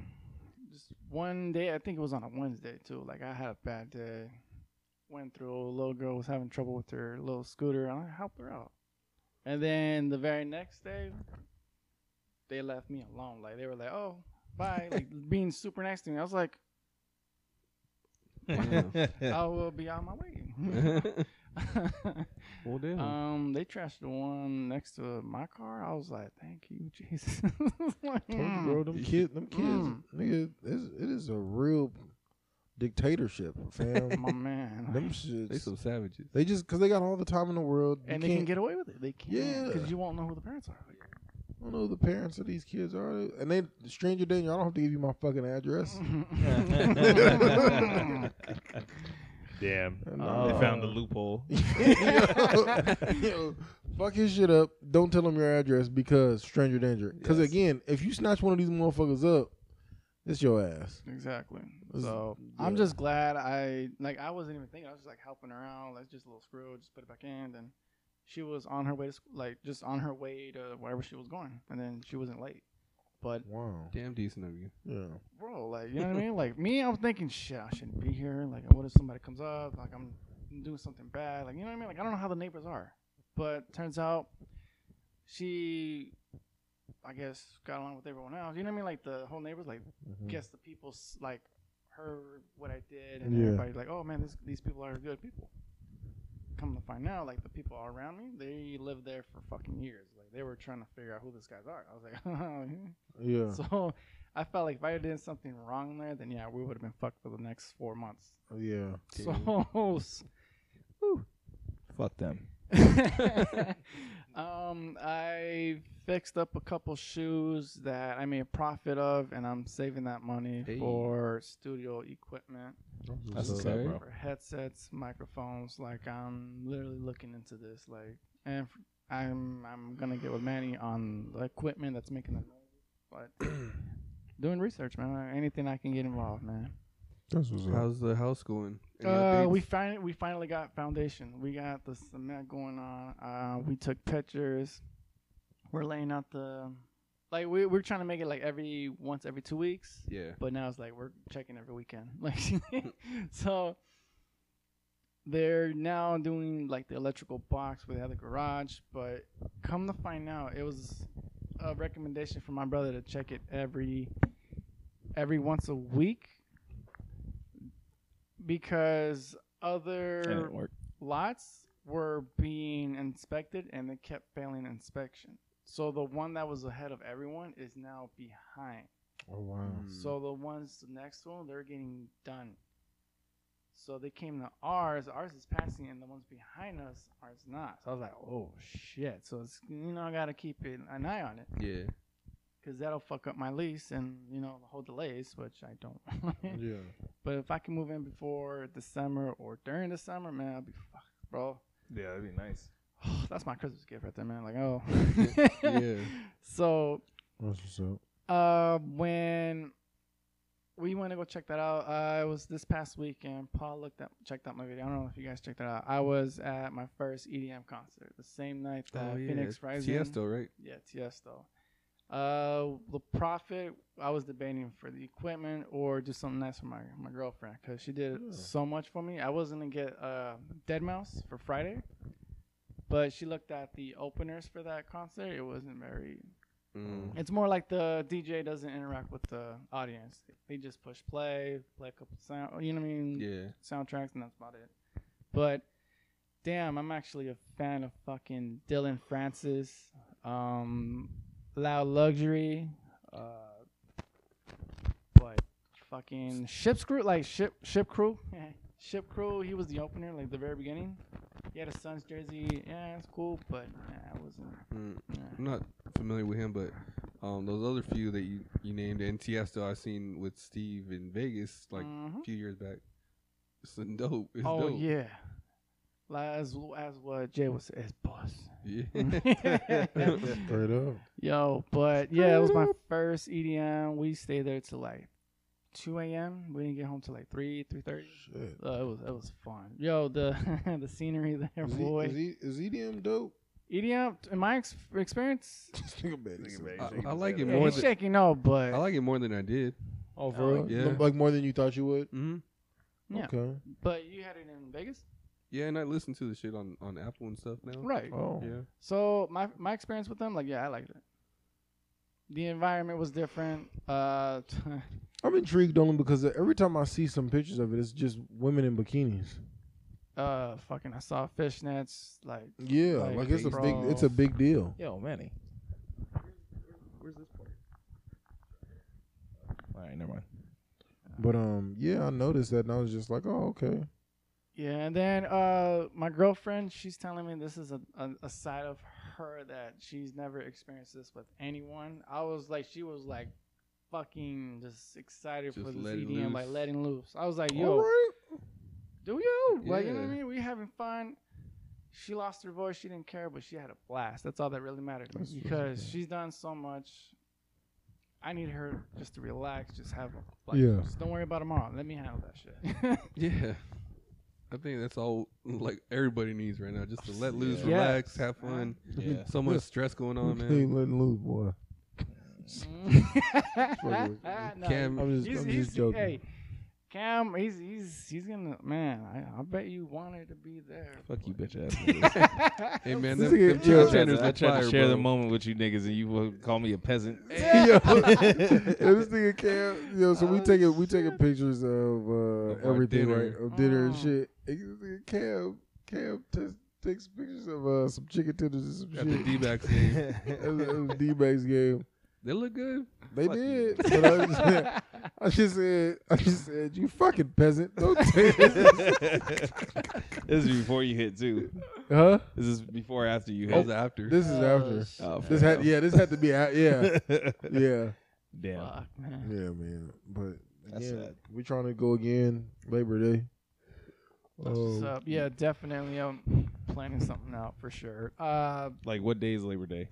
Speaker 5: just one day. I think it was on a Wednesday too. Like, I had a bad day. Went through. A little girl was having trouble with her little scooter, and I helped her out. And then the very next day, they left me alone. Like, they were like, "Oh, bye," like being super nice to me. I was like, I will be on my
Speaker 2: well,
Speaker 5: way.
Speaker 1: Hmm.
Speaker 2: damn.
Speaker 5: um, they trashed the one next to my car. I was like, thank you, Jesus.
Speaker 1: Told
Speaker 5: Like,
Speaker 1: you,
Speaker 5: mm.
Speaker 1: bro. Them kids, them kids,
Speaker 5: Mm.
Speaker 1: nigga. It's, it is a real dictatorship, fam.
Speaker 5: my man.
Speaker 1: them
Speaker 2: they
Speaker 1: shits.
Speaker 2: some savages.
Speaker 1: They just because they got all the time in the world, you
Speaker 5: and they can
Speaker 1: can't-
Speaker 5: get away with it. They can,
Speaker 1: Yeah.
Speaker 5: because you won't know who the parents are.
Speaker 1: I don't know who the parents of these kids are, and they stranger danger. I don't have to give you my fucking address.
Speaker 2: Mm.
Speaker 3: Damn.
Speaker 1: No.
Speaker 3: They found the loophole.
Speaker 1: yo, yo, fuck his shit up. Don't tell him your address because stranger danger. Because
Speaker 2: Yes.
Speaker 1: again, if you snatch one of these motherfuckers up, it's your ass.
Speaker 5: exactly.
Speaker 1: This-
Speaker 5: So
Speaker 1: yeah.
Speaker 5: I'm just glad I like I wasn't even thinking. I was just like helping her out. Let's just a little screw. Just put it back in. Then she was on her way to school, like just on her way to wherever she was going, and then she wasn't late. But
Speaker 1: Wow.
Speaker 2: Damn decent of you.
Speaker 1: Yeah.
Speaker 5: bro, like you know what I mean? Like me, I'm thinking shit, I shouldn't be here. Like what if somebody comes up, like I'm doing something bad, like you know what I mean? Like I don't know how the neighbors are. But turns out she I guess got along with everyone else. You know what I mean? Like the whole neighbors like
Speaker 1: Mhm.
Speaker 5: guess the people's like heard what I did and
Speaker 1: Yeah.
Speaker 5: everybody like, Oh man, this, these people are good people. Come to find out, like the people all around me, they lived there for fucking years. Like they were trying to figure out who this guys are. I was like, "Oh,
Speaker 1: Yeah.
Speaker 5: so I felt like if I had done something wrong there, then yeah, we would have been fucked for the next four months.
Speaker 1: yeah.
Speaker 5: So,
Speaker 3: Fuck them.
Speaker 5: um, I fixed up a couple shoes that I made a profit of, and I'm saving that money
Speaker 2: Hey.
Speaker 5: for studio equipment,
Speaker 3: That's
Speaker 1: So-
Speaker 3: what's up, bro.
Speaker 5: for headsets, microphones. Like I'm literally looking into this. Like, and f- I'm I'm gonna get with Manny on the equipment that's making the noise, but doing research, man. Uh, Anything I can get involved, man.
Speaker 1: That's what's up.
Speaker 2: How's the house going? Any
Speaker 5: Uh,
Speaker 2: updates?
Speaker 5: we fin- we finally got foundation. We got the cement going on. Uh, we took pictures. We're laying out the like we we're trying to make it like every once every two weeks,
Speaker 2: yeah.
Speaker 5: but now it's like we're checking every weekend. Like so, they're now doing like the electrical box where they have the garage. But come to find out, it was a recommendation from my brother to check it every every once a week because
Speaker 3: That
Speaker 5: other
Speaker 3: didn't work.
Speaker 5: lots were being inspected and they kept failing inspection. So the one that was ahead of everyone is now behind.
Speaker 1: Oh wow.
Speaker 2: Mm.
Speaker 5: Mm-hmm. So the ones the next one they're getting done. So they came to ours. Ours is passing, and the ones behind us ours not. So I was like, oh shit. So it's you know I gotta keep an an eye on it
Speaker 2: Yeah.
Speaker 5: because that'll fuck up my lease and you know the whole delays, which I don't. want.
Speaker 1: Yeah.
Speaker 5: but if I can move in before the summer or during the summer, man, I'll be fucked, bro.
Speaker 3: Yeah, that'd be nice.
Speaker 5: That's my Christmas gift right there, man. Like, oh.
Speaker 2: Yeah.
Speaker 5: So
Speaker 1: That's what's up.
Speaker 5: uh, when we went to go check that out, uh, it was this past weekend. Paul looked up, checked out my video. I don't know if you guys checked that out. I was at my first EDM concert the same night that Phoenix Rising.
Speaker 2: Oh, Tiesto, right?
Speaker 5: Yeah, Tiesto. Uh, the profit. I was debating for the equipment or do something nice for my my girlfriend because she did so much for me. I was gonna get uh Dead Mouse for Friday, but she looked at the openers for that concert. It wasn't very
Speaker 2: Mm.
Speaker 5: it's more like the DJ doesn't interact with the audience. They just push play, play a couple sound, you know what I mean?
Speaker 2: Yeah.
Speaker 5: Soundtracks, and that's about it. But damn, I'm actually a fan of fucking Dylan Francis, um, Loud Luxury, uh, what fucking Ship's Crew, like Ship Ship Crew, Ship Crew. He was the opener, like the very beginning. He had a Suns jersey. Yeah, it's cool, but nah, I wasn't.
Speaker 2: Mm.
Speaker 5: Nah.
Speaker 2: I'm not familiar with him, but um, those other few that you, you named and Tiesto, I seen with Steve in Vegas like
Speaker 5: Mhm.
Speaker 2: a few years back. It's a dope. It's
Speaker 5: oh
Speaker 2: dope.
Speaker 5: yeah, like, as as what Jay was it's boss.
Speaker 2: Yeah.
Speaker 1: Straight up.
Speaker 5: Yo, but yeah, it was my first EDM. We stayed there till like two a.m. We didn't get home till like three three thirty.
Speaker 1: Shit.
Speaker 5: Uh, it was it was fun. Yo, the the scenery there,
Speaker 1: Is, he,
Speaker 5: boy.
Speaker 1: is, he, is EDM dope?
Speaker 5: EDM in my ex- experience,
Speaker 1: Just think about it.
Speaker 3: Think
Speaker 2: I,
Speaker 3: about it.
Speaker 2: I like it
Speaker 5: yeah,
Speaker 2: more.
Speaker 5: he's
Speaker 2: Than,
Speaker 5: shaking out, but
Speaker 2: I like it more than I did.
Speaker 5: oh,
Speaker 1: Uh, For real?
Speaker 2: yeah.
Speaker 1: Look Like more than you thought you would?
Speaker 2: hmm
Speaker 5: Yeah.
Speaker 1: Okay.
Speaker 5: But you had it in Vegas,
Speaker 2: Yeah, and I listen to the shit on, on Apple and stuff now.
Speaker 5: right?
Speaker 1: Oh.
Speaker 2: Yeah.
Speaker 5: So my my experience with them, like, yeah, I liked it. The environment was different. Uh,
Speaker 1: I'm intrigued only because every time I see some pictures of it, it's just women in bikinis.
Speaker 5: uh, fucking, I saw fishnets, like
Speaker 1: Yeah,
Speaker 5: Like,
Speaker 1: like, it's a
Speaker 5: bro.
Speaker 1: big, it's a big deal.
Speaker 3: Yo, Manny.
Speaker 2: Where's this part?
Speaker 3: All right, never mind.
Speaker 1: But um, yeah, I noticed that, and I was just like, oh, okay.
Speaker 5: Yeah, and then uh, my girlfriend, she's telling me this is a, a, a side of her that she's never experienced this with anyone. I was like, she was like, fucking just excited for
Speaker 2: Just
Speaker 5: this
Speaker 2: letting
Speaker 5: EDM, like
Speaker 2: loose.
Speaker 5: letting loose. I was like,
Speaker 1: All
Speaker 5: yo,
Speaker 1: right.
Speaker 5: do you? Like, you know what I
Speaker 2: Yeah.
Speaker 5: mean? We having fun. She lost her voice. She didn't care, but she had a blast. That's all that really mattered
Speaker 1: That's what's
Speaker 5: because
Speaker 1: up.
Speaker 5: she's done so much. I need her just to relax, just have a
Speaker 1: Yeah.
Speaker 5: Just don't worry about tomorrow. Let me handle that shit.
Speaker 2: Yeah. I think that's all like everybody needs right now. Just to let loose,
Speaker 5: Yeah.
Speaker 2: relax, have fun.
Speaker 3: Yeah.
Speaker 2: So much stress going on,
Speaker 1: You
Speaker 2: man.
Speaker 1: can't let loose, boy.
Speaker 5: Mm. No,
Speaker 2: Cam,
Speaker 1: I'm just,
Speaker 5: he's,
Speaker 1: I'm
Speaker 5: he's-
Speaker 1: just joking.
Speaker 5: Hey, Cam, he's he's he's gonna man. I, I bet you wanted to be there.
Speaker 3: Fuck you, bitch ass.
Speaker 2: hey man,
Speaker 1: This
Speaker 2: them,
Speaker 1: nigga-
Speaker 2: them
Speaker 1: yo.
Speaker 2: chicken tenders
Speaker 3: I
Speaker 2: are
Speaker 3: tried to
Speaker 2: fire,
Speaker 3: share the
Speaker 2: bro.
Speaker 3: moment with you niggas, and you would call me a peasant.
Speaker 1: yo, this nigga Cam, yo, so we
Speaker 5: Oh,
Speaker 1: taking we taking pictures of uh,
Speaker 2: our
Speaker 1: everything,
Speaker 2: dinner.
Speaker 1: right? Of dinner and
Speaker 5: Mm.
Speaker 1: shit. And this nigga Cam, Cam t- takes pictures of uh, some chicken tenders and some
Speaker 2: At the
Speaker 1: shit.
Speaker 2: D backs game.
Speaker 1: D base game.
Speaker 2: They look good.
Speaker 1: They
Speaker 2: Fuck you.
Speaker 1: did. But I, just, I just said, I just said, you fucking peasant. Don't take this.
Speaker 3: This is before you hit too.
Speaker 1: huh?
Speaker 3: This is before or after you
Speaker 2: That
Speaker 3: hit.
Speaker 2: was after.
Speaker 1: This is after.
Speaker 3: Oh,
Speaker 1: This
Speaker 3: fair
Speaker 1: had, yeah, this had to be, out. yeah,
Speaker 3: enough.
Speaker 1: yeah.
Speaker 3: Damn.
Speaker 5: Fuck, man.
Speaker 1: Yeah, man. But
Speaker 3: That's
Speaker 1: again,
Speaker 3: sad.
Speaker 1: we're trying to go again Labor Day.
Speaker 5: That's what's
Speaker 1: Um,
Speaker 5: up. Yeah, definitely. I'm planning something out for sure. Uh,
Speaker 3: Like what day is Labor Day?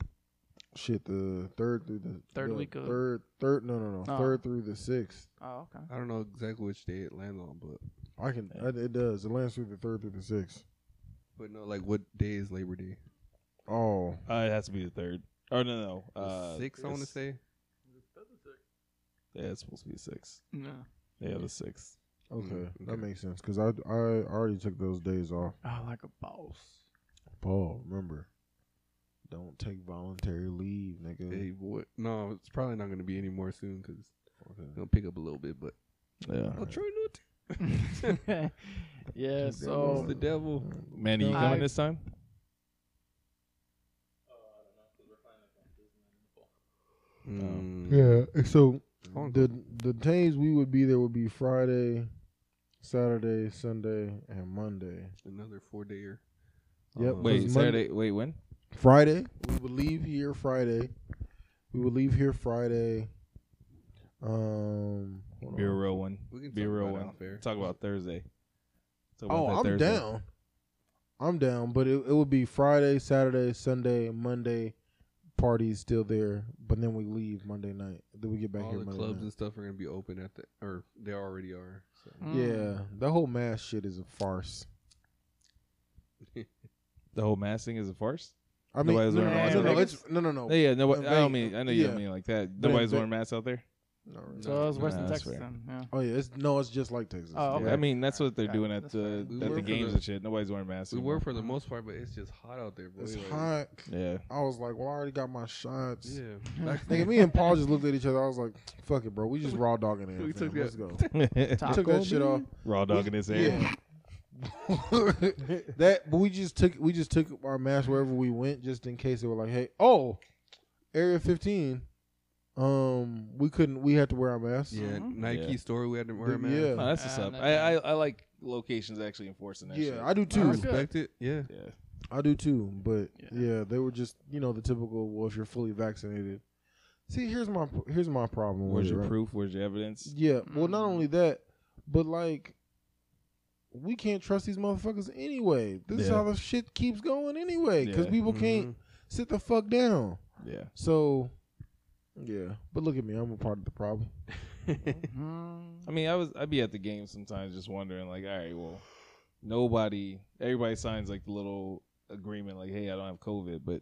Speaker 1: Shit, the third through the
Speaker 5: Third
Speaker 1: the
Speaker 5: week of-
Speaker 1: third third no no no
Speaker 5: Oh.
Speaker 1: third through the sixth.
Speaker 5: oh, okay.
Speaker 2: I don't know exactly which day it lands on, but
Speaker 1: I can I, it does it lands through the third through the sixth.
Speaker 2: but no, like what day is Labor Day?
Speaker 1: Oh,
Speaker 3: Uh, it has to be the third. Oh no, no. Uh,
Speaker 2: Six, I want to
Speaker 3: it's-
Speaker 2: say.
Speaker 3: Yeah, it's supposed to be six.
Speaker 5: No.
Speaker 3: Yeah, the sixth.
Speaker 1: okay,
Speaker 2: Mm,
Speaker 1: that
Speaker 2: okay.
Speaker 1: makes sense because I I already took those days off.
Speaker 5: Oh, like a boss.
Speaker 1: Paul, remember, don't take voluntary leave, nigga.
Speaker 2: Hey, boy. No, it's probably not going to be any more soon because it's
Speaker 1: Okay.
Speaker 2: going to pick up a little bit, but
Speaker 3: Yeah.
Speaker 2: I'll try not to.
Speaker 5: yeah.
Speaker 1: Keep that
Speaker 5: So
Speaker 2: It's the devil.
Speaker 3: Manny, you
Speaker 5: I-
Speaker 3: coming this time?
Speaker 2: Mm.
Speaker 1: Yeah, so
Speaker 2: I wanna go
Speaker 3: Oh.
Speaker 1: the the days we would be there would be Friday, Saturday, Sunday, and Monday.
Speaker 2: Another four dayer.
Speaker 1: Yep.
Speaker 2: Um,
Speaker 1: Wait,
Speaker 3: Wait,
Speaker 1: It's Monday-
Speaker 3: Saturday. Wait, when?
Speaker 1: Friday. We would leave here Friday. We would leave here Friday. Um, hold
Speaker 3: Be a
Speaker 1: on.
Speaker 3: real one.
Speaker 2: We can
Speaker 3: Be a
Speaker 2: talk about
Speaker 3: real
Speaker 2: it
Speaker 3: one.
Speaker 2: off air.
Speaker 3: Talk about Thursday. Talk about
Speaker 1: Oh,
Speaker 3: that
Speaker 1: I'm
Speaker 3: Thursday.
Speaker 1: down. I'm down, but it, it would be Friday, Saturday, Sunday, Monday. Party's still there, but then we leave Monday night. Then we get back
Speaker 2: all
Speaker 1: here
Speaker 2: the
Speaker 1: Monday
Speaker 2: clubs
Speaker 1: night.
Speaker 2: and stuff are gonna be open at the, or they already are. So.
Speaker 5: Mm.
Speaker 1: Yeah, that whole mass shit is a farce.
Speaker 3: The whole mass thing is a farce.
Speaker 1: I mean, no,
Speaker 3: Nobody's
Speaker 1: no,
Speaker 3: wearing masks
Speaker 1: no,
Speaker 3: in
Speaker 1: no,
Speaker 3: Vegas?
Speaker 1: it's, no, Oh, no, no.
Speaker 3: Yeah, yeah, no, I
Speaker 1: in Vegas-
Speaker 3: don't mean. I know you
Speaker 1: yeah.
Speaker 3: don't mean it like that.
Speaker 1: But in
Speaker 3: Nobody's wearing
Speaker 1: Ve-
Speaker 3: masks out there.
Speaker 1: No, really.
Speaker 5: So it's Western
Speaker 3: Nah, that's
Speaker 5: Texas
Speaker 3: fair.
Speaker 5: then. Yeah.
Speaker 1: Oh yeah, it's no, it's just like Texas.
Speaker 5: Oh, okay.
Speaker 3: Yeah, I mean, that's what they're
Speaker 5: Got it.
Speaker 3: doing at
Speaker 5: That's
Speaker 3: the
Speaker 5: fine.
Speaker 2: We
Speaker 3: at
Speaker 2: were for
Speaker 3: the games
Speaker 2: the-
Speaker 3: and shit. Nobody's wearing masks.
Speaker 2: We
Speaker 3: anymore.
Speaker 2: were for the most part, but it's just hot out there, bro.
Speaker 1: It's
Speaker 2: Like,
Speaker 1: hot.
Speaker 3: Yeah.
Speaker 1: I was like, well, I already got my shots.
Speaker 2: Yeah.
Speaker 1: Nigga, me and Paul just looked at each other. I was like, fuck it, bro. We just raw dogging it.
Speaker 2: We took
Speaker 1: Let's
Speaker 2: that-
Speaker 1: go.
Speaker 5: Top.
Speaker 1: took that shit off.
Speaker 3: Raw dog in this area.
Speaker 1: Yeah. that but we just took we just took our mask wherever we went just in case they were like, hey, oh, area fifteen. Um, we couldn't. We had to wear our masks.
Speaker 2: yeah.
Speaker 5: Mhm.
Speaker 2: Nike
Speaker 3: Yeah.
Speaker 2: store. We had to wear a mask.
Speaker 1: Yeah.
Speaker 3: No, Oh, that's what's
Speaker 5: Uh,
Speaker 3: up.
Speaker 5: not
Speaker 3: I, I
Speaker 5: bad.
Speaker 3: I like locations actually enforcing that. shit.
Speaker 1: yeah, I do
Speaker 2: I
Speaker 1: too.
Speaker 5: good.
Speaker 2: respect it. Yeah.
Speaker 3: yeah.
Speaker 1: I do too. But
Speaker 5: Yeah.
Speaker 1: yeah. they were just you know the typical. Well, if you're fully vaccinated, see here's my here's my problem. with
Speaker 3: Where's
Speaker 1: it,
Speaker 3: your
Speaker 1: right?
Speaker 3: proof? Where's your evidence?
Speaker 1: Yeah. Well, not
Speaker 5: Mm.
Speaker 1: only that, but like, we can't trust these motherfuckers anyway. This is
Speaker 3: Yeah.
Speaker 1: how the shit keeps going anyway. Because
Speaker 3: Yeah.
Speaker 1: people
Speaker 5: Mm-hmm.
Speaker 1: can't sit the fuck down.
Speaker 3: Yeah.
Speaker 1: So, yeah. But look at me. I'm a part of the problem.
Speaker 2: Mhm.
Speaker 5: Mhm.
Speaker 3: I mean, I was I'd be at the game sometimes, just wondering, like, all right, well, nobody, everybody signs like the little agreement, like, hey, I don't have COVID, but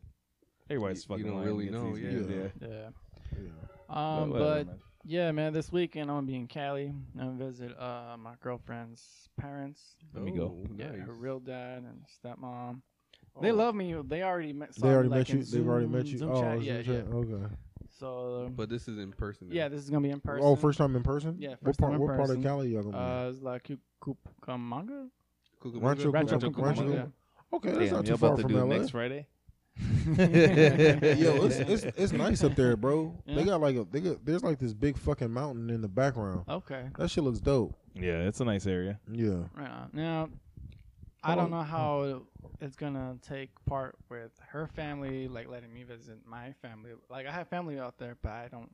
Speaker 3: everybody's
Speaker 2: You-
Speaker 3: fucking
Speaker 2: you don't
Speaker 3: lying
Speaker 2: really
Speaker 3: against
Speaker 2: know,
Speaker 3: these
Speaker 2: yeah.
Speaker 3: dudes,
Speaker 1: Yeah.
Speaker 5: Yeah.
Speaker 1: Yeah.
Speaker 5: Um,
Speaker 3: whatever,
Speaker 5: but
Speaker 3: man.
Speaker 5: yeah, man, this weekend I'm gonna be in Cali. I'm gonna visit uh, my girlfriend's parents.
Speaker 3: Let me go.
Speaker 2: Oh,
Speaker 5: Yeah, her
Speaker 2: nice.
Speaker 5: real dad and stepmom. Oh. They love me. They already met. saw
Speaker 1: They
Speaker 5: me,
Speaker 1: already
Speaker 5: like,
Speaker 1: met
Speaker 5: in
Speaker 1: you. They've already
Speaker 5: Zoom-
Speaker 1: met you.
Speaker 5: Zoom
Speaker 1: Oh,
Speaker 5: chat,
Speaker 1: Zoom
Speaker 5: yeah,
Speaker 1: chat.
Speaker 5: yeah.
Speaker 1: Okay.
Speaker 5: So um,
Speaker 2: Oh. But this is in person. now.
Speaker 5: yeah, this is gonna be in person.
Speaker 1: Oh, first time in person.
Speaker 5: Yeah,
Speaker 1: What
Speaker 5: first
Speaker 1: part?
Speaker 5: time in
Speaker 1: what part of
Speaker 5: person.
Speaker 1: Cali y'all gonna be?
Speaker 5: Uh, it's like Cucamonga.
Speaker 2: Cucamonga?
Speaker 1: Rancho
Speaker 5: Rancho
Speaker 1: Cucamonga.
Speaker 5: Cucamonga,
Speaker 1: Rancho
Speaker 5: yeah.
Speaker 1: Cucamonga. Okay, that's
Speaker 3: Damn,
Speaker 1: not
Speaker 3: y'all
Speaker 1: too
Speaker 3: about
Speaker 1: far
Speaker 3: to
Speaker 1: from
Speaker 3: do it
Speaker 1: LA.
Speaker 3: next Friday?
Speaker 1: Yo, it's, it's it's nice up there, bro.
Speaker 5: Yeah.
Speaker 1: They got like a they got, there's like this big fucking mountain in the background.
Speaker 5: Okay,
Speaker 1: That shit looks dope.
Speaker 3: Yeah, it's a nice area.
Speaker 1: Yeah.
Speaker 5: right on. Now, I don't
Speaker 1: uh,
Speaker 5: know how it's gonna take part with her family, like letting me visit my family. Like I have family out there, but I don't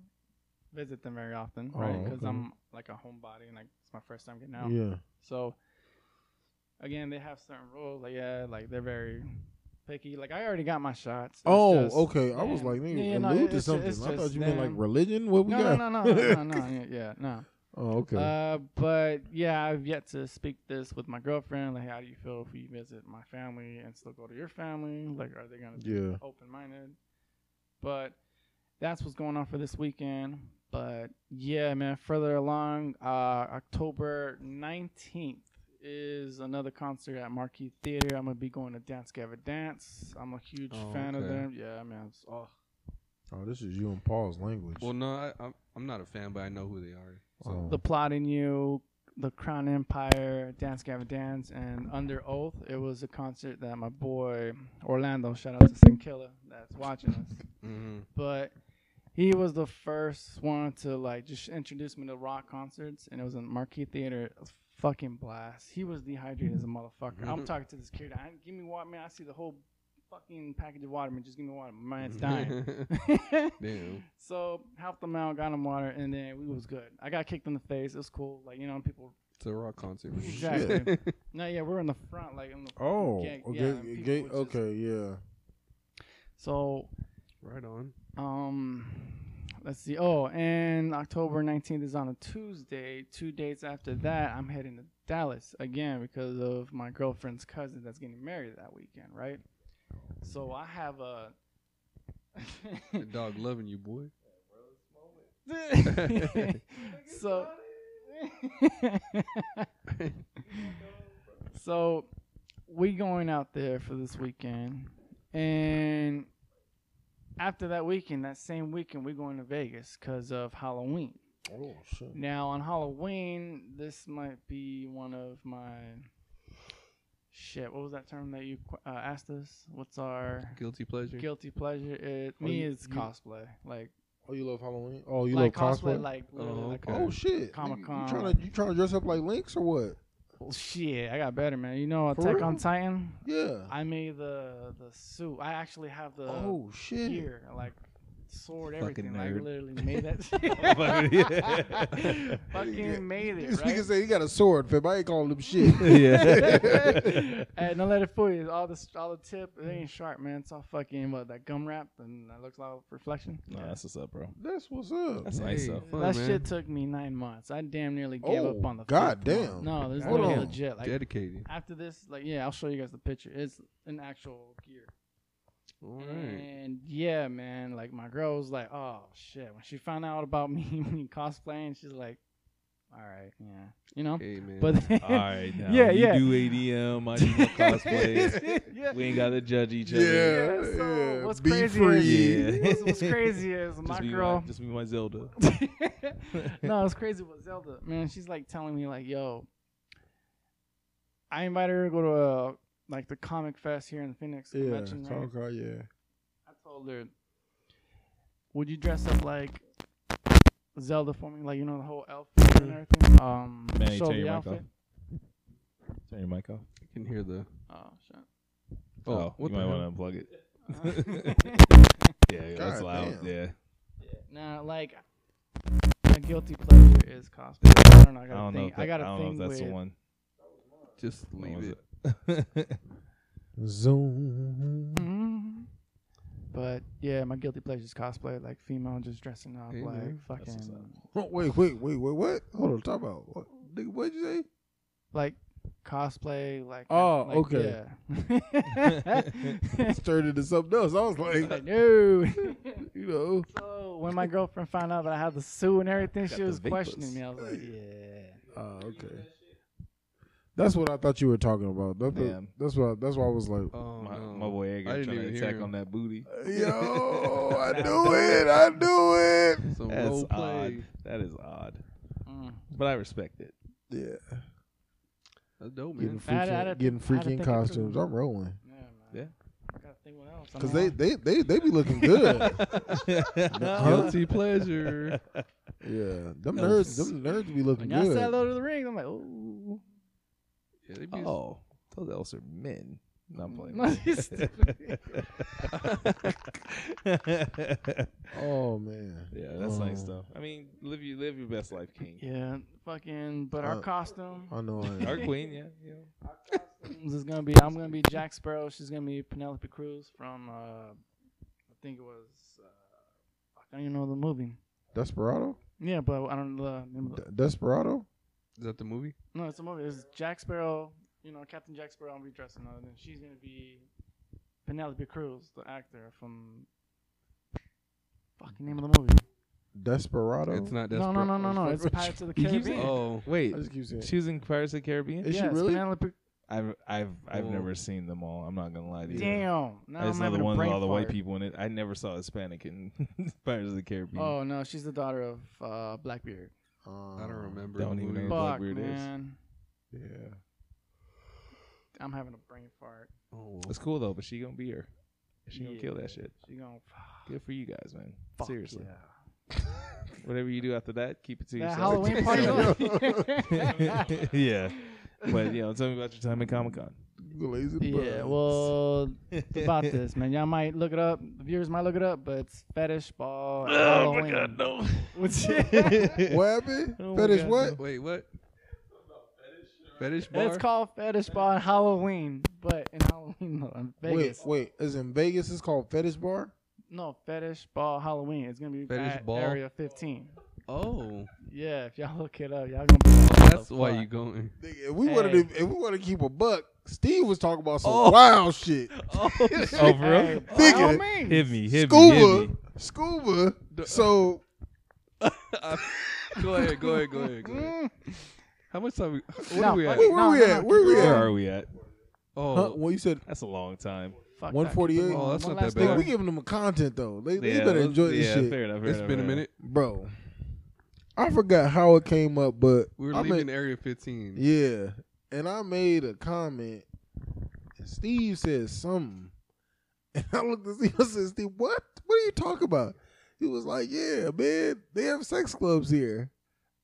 Speaker 5: visit them very often,
Speaker 1: Oh,
Speaker 5: right? right? Because
Speaker 1: okay.
Speaker 5: I'm like a homebody, and like it's my first time getting out.
Speaker 1: Yeah.
Speaker 5: So again, they have certain rules. Like yeah, like they're very picky. Like I already got my shots. It's
Speaker 1: Oh,
Speaker 5: just-
Speaker 1: okay. I was
Speaker 5: yeah.
Speaker 1: like, nigga,
Speaker 5: Yeah, yeah, no,
Speaker 1: allude
Speaker 5: it's
Speaker 1: to
Speaker 5: ju-
Speaker 1: something.
Speaker 5: it's
Speaker 1: I thought
Speaker 5: just
Speaker 1: you meant like
Speaker 5: them.
Speaker 1: religion. What we
Speaker 5: No,
Speaker 1: got?
Speaker 5: no, no, no, no, no, no, yeah, yeah, no.
Speaker 1: Oh, okay.
Speaker 5: Uh, but yeah, I've yet to speak this with my girlfriend. Like, how do you feel if we visit my family and still go to your family? Like, are they gonna be
Speaker 1: yeah.
Speaker 5: open minded? But that's what's going on for this weekend. But yeah, man, further along, uh, October 19th is another concert at Marquee Theater. I'm gonna be going to Dance Gavin Dance. I'm a huge
Speaker 2: Oh,
Speaker 5: fan of
Speaker 2: okay.
Speaker 5: them. Yeah, man. It's, oh,
Speaker 1: Oh, this is you and Paul's language.
Speaker 2: Well, no, I, I'm I'm not a fan, but I know who they are.
Speaker 1: Oh.
Speaker 5: the plot in you the crown empire dance gavin dance and under oath it was a concert that my boy orlando shout out to sin killer that's watching us
Speaker 2: Mhm.
Speaker 5: but he was the first one to like just introduce me to rock concerts and it was in marquee theater A fucking blast he was dehydrated as a motherfucker i'm talking to this kid I, give me water man i see the whole fucking package of water man just give me water my man's dying
Speaker 2: Damn.
Speaker 5: so helped him out got him water and then we was good i got kicked in the face it was cool like you know people
Speaker 2: It's a rock concert.
Speaker 5: Exactly. No, yeah, we're in the front, like in the
Speaker 1: oh,
Speaker 5: yeah,
Speaker 1: okay,
Speaker 5: yeah, and
Speaker 1: okay,
Speaker 5: people just-
Speaker 1: okay, yeah.
Speaker 5: So,
Speaker 2: right on.
Speaker 5: um, let's see. Oh, and October nineteenth is on a Tuesday. Two days after that, I'm heading to Dallas again because of my girlfriend's cousin that's getting married that weekend, right? So I have a.
Speaker 2: The dog loving you, boy.
Speaker 5: so so we going out there for this weekend and after that weekend that same weekend we going to vegas because of halloween
Speaker 1: Oh shit.
Speaker 5: now on halloween this might be one of my shit what was that term that you qu- uh, asked us what's our
Speaker 2: Guilty pleasure.
Speaker 5: guilty pleasure it
Speaker 1: Oh,
Speaker 5: me
Speaker 1: you-
Speaker 5: is
Speaker 1: you-
Speaker 5: cosplay like
Speaker 1: Oh, you love Halloween? Oh, you
Speaker 5: like
Speaker 1: love cosplay?
Speaker 5: like
Speaker 2: Oh,
Speaker 5: literally, like
Speaker 2: okay.
Speaker 1: oh shit.
Speaker 5: Comic-Con.
Speaker 1: You trying to you trying to dress up like Lynx or what?
Speaker 5: Well, Oh, shit, I got better, man. You know, Attack on
Speaker 1: real?
Speaker 5: Titan.
Speaker 1: Yeah.
Speaker 5: I made the the suit. I actually have the
Speaker 1: oh shit.
Speaker 5: gear, like sword,
Speaker 3: Fucking
Speaker 5: everything.
Speaker 3: nerd.
Speaker 5: Like literally made that.
Speaker 3: Yeah.
Speaker 5: shit. Fucking made
Speaker 1: This
Speaker 5: it,
Speaker 1: nigga
Speaker 5: right?
Speaker 1: said he got a sword, fam. I ain't calling him shit.
Speaker 3: Yeah.
Speaker 5: hey, don't let it fool you. All the all the tip, it ain't sharp, man. It's all fucking what that gum wrap, and that looks like reflection.
Speaker 3: Nah, that's what's up, bro.
Speaker 1: That's what's up.
Speaker 3: That's nice though.
Speaker 2: fun,
Speaker 5: that
Speaker 2: man.
Speaker 5: shit took me nine months. I damn nearly gave
Speaker 1: Oh,
Speaker 5: up on the.
Speaker 1: God
Speaker 5: fifth month.
Speaker 1: damn.
Speaker 5: No, this is
Speaker 1: Hold on.
Speaker 5: legit. Like
Speaker 2: dedicated.
Speaker 5: after this, like yeah, I'll show you guys the picture. It's an actual gear.
Speaker 2: All right.
Speaker 5: And yeah, man, like my girl was like, "Oh shit!" When she found out about me, me cosplaying, she's like, "All right, yeah, you know."
Speaker 2: Hey man.
Speaker 5: But then,
Speaker 3: All right, now
Speaker 5: yeah,
Speaker 3: you
Speaker 5: yeah,
Speaker 3: do ADM, I do my cosplay.
Speaker 5: yeah.
Speaker 3: we ain't gotta judge each
Speaker 1: Yeah.
Speaker 3: other.
Speaker 5: Yeah, so
Speaker 1: yeah,
Speaker 5: what's
Speaker 1: be
Speaker 5: crazy
Speaker 1: free.
Speaker 5: is
Speaker 3: Yeah.
Speaker 5: what's, what's crazy is
Speaker 3: Just
Speaker 5: my
Speaker 3: be
Speaker 5: girl.
Speaker 3: my, just be my Zelda.
Speaker 5: no, it's crazy with Zelda. Man, she's like telling me like, "Yo, I invited her to go to uh like the comic fest here in Phoenix
Speaker 1: Yeah.
Speaker 5: convention, right?
Speaker 1: Talk, uh, yeah.
Speaker 5: I told her, "Would you dress up like Zelda for me? Like you know the whole elf and everything? Um,
Speaker 3: Manny,
Speaker 5: show
Speaker 3: turn your
Speaker 5: the
Speaker 3: mic off.
Speaker 5: outfit."
Speaker 3: Turn your mic off.
Speaker 2: you can hear the.
Speaker 5: Oh shit!
Speaker 2: Oh, what
Speaker 3: you
Speaker 2: the
Speaker 3: might
Speaker 2: hell?
Speaker 3: want to unplug it.
Speaker 5: Uh,
Speaker 3: Yeah,
Speaker 1: that's
Speaker 3: that's
Speaker 1: loud.
Speaker 3: loud. Yeah,
Speaker 5: nah, like my guilty pleasure is cosplay. I don't know. I
Speaker 3: I
Speaker 5: got a
Speaker 3: don't know.
Speaker 5: thing.
Speaker 3: If that,
Speaker 5: I got a
Speaker 3: don't know
Speaker 5: thing
Speaker 3: if that's
Speaker 5: with.
Speaker 3: the one.
Speaker 2: Just leave
Speaker 3: was
Speaker 2: it.
Speaker 1: Zoom.
Speaker 5: Mhm. But yeah, my guilty pleasure is cosplay, like female, just dressing up
Speaker 2: Hey,
Speaker 5: like
Speaker 2: man.
Speaker 3: what's
Speaker 5: fucking,
Speaker 1: Oh, wait, wait, wait, wait, what? Hold on, talk about what? Nigga, what'd you say?
Speaker 5: like cosplay, like
Speaker 1: Oh,
Speaker 5: like,
Speaker 1: okay.
Speaker 5: Yeah.
Speaker 1: Stirred into something else. I was like,
Speaker 5: like, no.
Speaker 1: you know,
Speaker 5: So when my girlfriend found out that I had the suit and everything,
Speaker 3: Got
Speaker 5: she
Speaker 3: the
Speaker 5: was
Speaker 3: vapors.
Speaker 5: questioning me. I was like, yeah.
Speaker 1: ah, okay. That's what I thought you were talking about. That- that-
Speaker 3: Yeah.
Speaker 1: That's what. I, that's why I was like,
Speaker 2: Oh
Speaker 3: my,
Speaker 2: no.
Speaker 3: my boy
Speaker 2: I
Speaker 3: Edgar
Speaker 2: didn't
Speaker 3: trying to
Speaker 2: even
Speaker 3: attack
Speaker 2: hear
Speaker 3: on that booty.
Speaker 1: yo, I knew it. I knew it.
Speaker 2: Some
Speaker 3: That's
Speaker 2: role play.
Speaker 3: odd. That is odd,
Speaker 5: Mm.
Speaker 3: but I respect it.
Speaker 1: Yeah,
Speaker 2: That's dope,
Speaker 1: getting
Speaker 2: man.
Speaker 5: I had- I
Speaker 1: freaking,
Speaker 5: had to-
Speaker 1: getting
Speaker 5: I had to
Speaker 1: freaking
Speaker 5: think it
Speaker 1: costumes.
Speaker 5: through.
Speaker 1: I'm rolling
Speaker 5: Yeah, man.
Speaker 3: Yeah.
Speaker 5: Gotta think what else. I
Speaker 1: because they,
Speaker 5: mean,
Speaker 1: they they they be looking good.
Speaker 2: Guilty pleasure.
Speaker 1: Yeah, them nerds, them nerds be looking
Speaker 5: when y'all said
Speaker 1: good.
Speaker 5: Lord of the Rings, I'm like, oh.
Speaker 2: Yeah, they be
Speaker 3: oh, those elves are men. No, I'm playing.
Speaker 5: No, you stupid.
Speaker 1: Oh man,
Speaker 3: yeah, that's nice
Speaker 2: Oh.
Speaker 1: Um,
Speaker 3: stuff. I mean, live you live your best life, King.
Speaker 5: Yeah, fucking. But
Speaker 1: Uh,
Speaker 5: our costume
Speaker 1: I know. I
Speaker 3: Our
Speaker 1: am.
Speaker 3: queen, yeah, you know.
Speaker 1: uh,
Speaker 5: is gonna be. I'm gonna be Jack Sparrow. She's gonna be Penelope Cruz from. uh I think it was. Uh, fuck, I don't even know the movie.
Speaker 1: Desperado,
Speaker 5: Yeah, but I don't know the name of
Speaker 1: De-
Speaker 5: the.
Speaker 1: Desperado.
Speaker 2: Is that the movie?
Speaker 5: No, it's a movie. It's Jack Sparrow. You know, Captain Jack Sparrow. I'm gonna be dressing up, and she's gonna be Penelope Cruz, the actor from. Fucking name of the movie.
Speaker 1: Desperado.
Speaker 2: It's not
Speaker 5: No,
Speaker 2: Desperate.
Speaker 5: no, no, no, no.
Speaker 1: fuck
Speaker 5: It's
Speaker 1: with
Speaker 5: Pirates of the
Speaker 3: You keep
Speaker 5: Caribbean.
Speaker 3: saying-
Speaker 2: Oh,
Speaker 3: Wait,
Speaker 1: I just keep saying.
Speaker 3: she was in Pirates of the Caribbean.
Speaker 1: Is she
Speaker 5: Yes,
Speaker 1: really?
Speaker 5: Penelope.
Speaker 3: I've I've I've
Speaker 2: Well-
Speaker 3: never seen them all. I'm not gonna lie to you.
Speaker 5: Damn. Now
Speaker 3: I
Speaker 5: I'm
Speaker 3: just know the
Speaker 5: having a
Speaker 3: ones with
Speaker 5: brain
Speaker 3: all the white
Speaker 5: fart.
Speaker 3: people in it. I never saw a Hispanic in Pirates of the Caribbean.
Speaker 5: Oh no, she's the daughter of uh, Blackbeard.
Speaker 1: Um,
Speaker 2: I don't remember.
Speaker 3: Don't
Speaker 2: the
Speaker 3: even
Speaker 2: movie.
Speaker 3: know.
Speaker 5: Fuck,
Speaker 3: Blackbeard is.
Speaker 5: man.
Speaker 1: Yeah.
Speaker 5: I'm having a brain fart.
Speaker 2: Oh,
Speaker 3: It's cool though, but she gonna be here. She gonna kill
Speaker 5: Yeah.
Speaker 3: that shit.
Speaker 5: She gonna
Speaker 3: Good for you guys, man.
Speaker 5: fuck
Speaker 3: Seriously,
Speaker 5: yeah.
Speaker 3: whatever you do after that, keep it to
Speaker 5: That
Speaker 3: yourself.
Speaker 5: Halloween party.
Speaker 3: yeah, but you know, tell me about your time at Comic Con.
Speaker 1: You lazy
Speaker 5: yeah.
Speaker 1: bugs.
Speaker 5: Well, it's about this, man. Y'all might look it up. The viewers might look it up, but it's fetish ball. and
Speaker 3: Oh my
Speaker 5: Halloween.
Speaker 3: God, no!
Speaker 5: What's
Speaker 1: What happened?
Speaker 3: Oh my
Speaker 1: Fetish
Speaker 3: God,
Speaker 1: what?
Speaker 2: Wait, what? Fetish bar.
Speaker 5: It's called fetish ball and Halloween, but in Halloween no, in Vegas.
Speaker 1: Wait, wait. Is in Vegas? It's called Fetish Bar.
Speaker 5: No fetish ball Halloween. It's gonna be
Speaker 2: Fetish
Speaker 5: at
Speaker 2: ball?
Speaker 5: Area 15.
Speaker 2: Oh,
Speaker 5: Yeah, if y'all look it up, y'all gonna. Be like, "What
Speaker 2: that's
Speaker 5: the
Speaker 2: why
Speaker 5: fuck?"
Speaker 2: you going.
Speaker 1: Nigga, If we wanted, to,
Speaker 5: Hey.
Speaker 1: if we want to keep a buck, Steve was talking about some
Speaker 2: Oh.
Speaker 1: wild shit.
Speaker 2: Oh,
Speaker 3: Oh, for real?
Speaker 5: Hey, by
Speaker 1: Nigga,
Speaker 5: all
Speaker 3: Hit me,
Speaker 5: means.
Speaker 3: hit me, hit
Speaker 1: scuba,
Speaker 3: me.
Speaker 1: scuba. So
Speaker 2: go ahead, go ahead, go ahead, go ahead.
Speaker 5: Mm.
Speaker 2: How much time? We, what
Speaker 5: No,
Speaker 2: are we at?
Speaker 1: where,
Speaker 5: fuck it.
Speaker 1: where
Speaker 5: No,
Speaker 1: we
Speaker 5: no,
Speaker 1: at?
Speaker 5: no,
Speaker 1: Where
Speaker 5: keep
Speaker 1: we
Speaker 3: Where
Speaker 1: at?
Speaker 3: are we at?
Speaker 2: Oh,
Speaker 1: Huh? Well, you said
Speaker 3: That's a long time.
Speaker 5: Fuck that.
Speaker 1: 148?
Speaker 5: Keep it
Speaker 2: Oh, that's not
Speaker 5: going. One
Speaker 2: that
Speaker 1: Nigga,
Speaker 2: bad.
Speaker 5: last
Speaker 1: we
Speaker 5: thing.
Speaker 1: giving them content though. They, they
Speaker 3: Yeah,
Speaker 1: better
Speaker 3: those-
Speaker 1: enjoy this
Speaker 3: yeah,
Speaker 1: shit,
Speaker 3: Fair enough. Fair
Speaker 2: it's
Speaker 3: enough,
Speaker 2: been a
Speaker 3: fair enough.
Speaker 2: minute.
Speaker 1: bro. I forgot how it came up, but
Speaker 2: We were
Speaker 1: I
Speaker 2: leaving
Speaker 1: made-
Speaker 2: Area 15.
Speaker 1: yeah, and I made a comment. and Steve said something, and I looked at Steve. I said, "Steve, what? What are you talking about?" He was like, "Yeah, man, they have sex clubs here."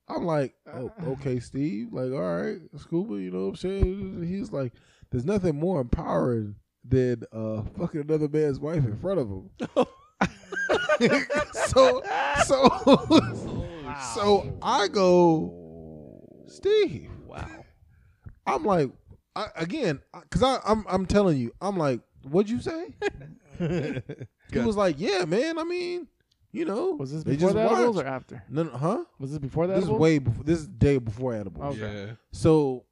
Speaker 1: I I'm like, oh, okay, Steve. Like, all right, scuba. You know what I'm saying? He's like, there's nothing more empowering than uh, fucking another man's wife in front of him. so, so, so I go, Steve. Wow. I'm like, I, again, because I, I'm, I'm telling you, I'm like, what'd you say? he was like, yeah, man. I mean, you know,
Speaker 5: Was this
Speaker 1: they
Speaker 5: before
Speaker 1: just
Speaker 5: the edibles
Speaker 1: watched.
Speaker 5: or after?
Speaker 1: no, no, huh?
Speaker 5: Was this before the
Speaker 1: This is
Speaker 5: edibles?
Speaker 1: way before. This is day before edibles.
Speaker 5: Okay.
Speaker 1: So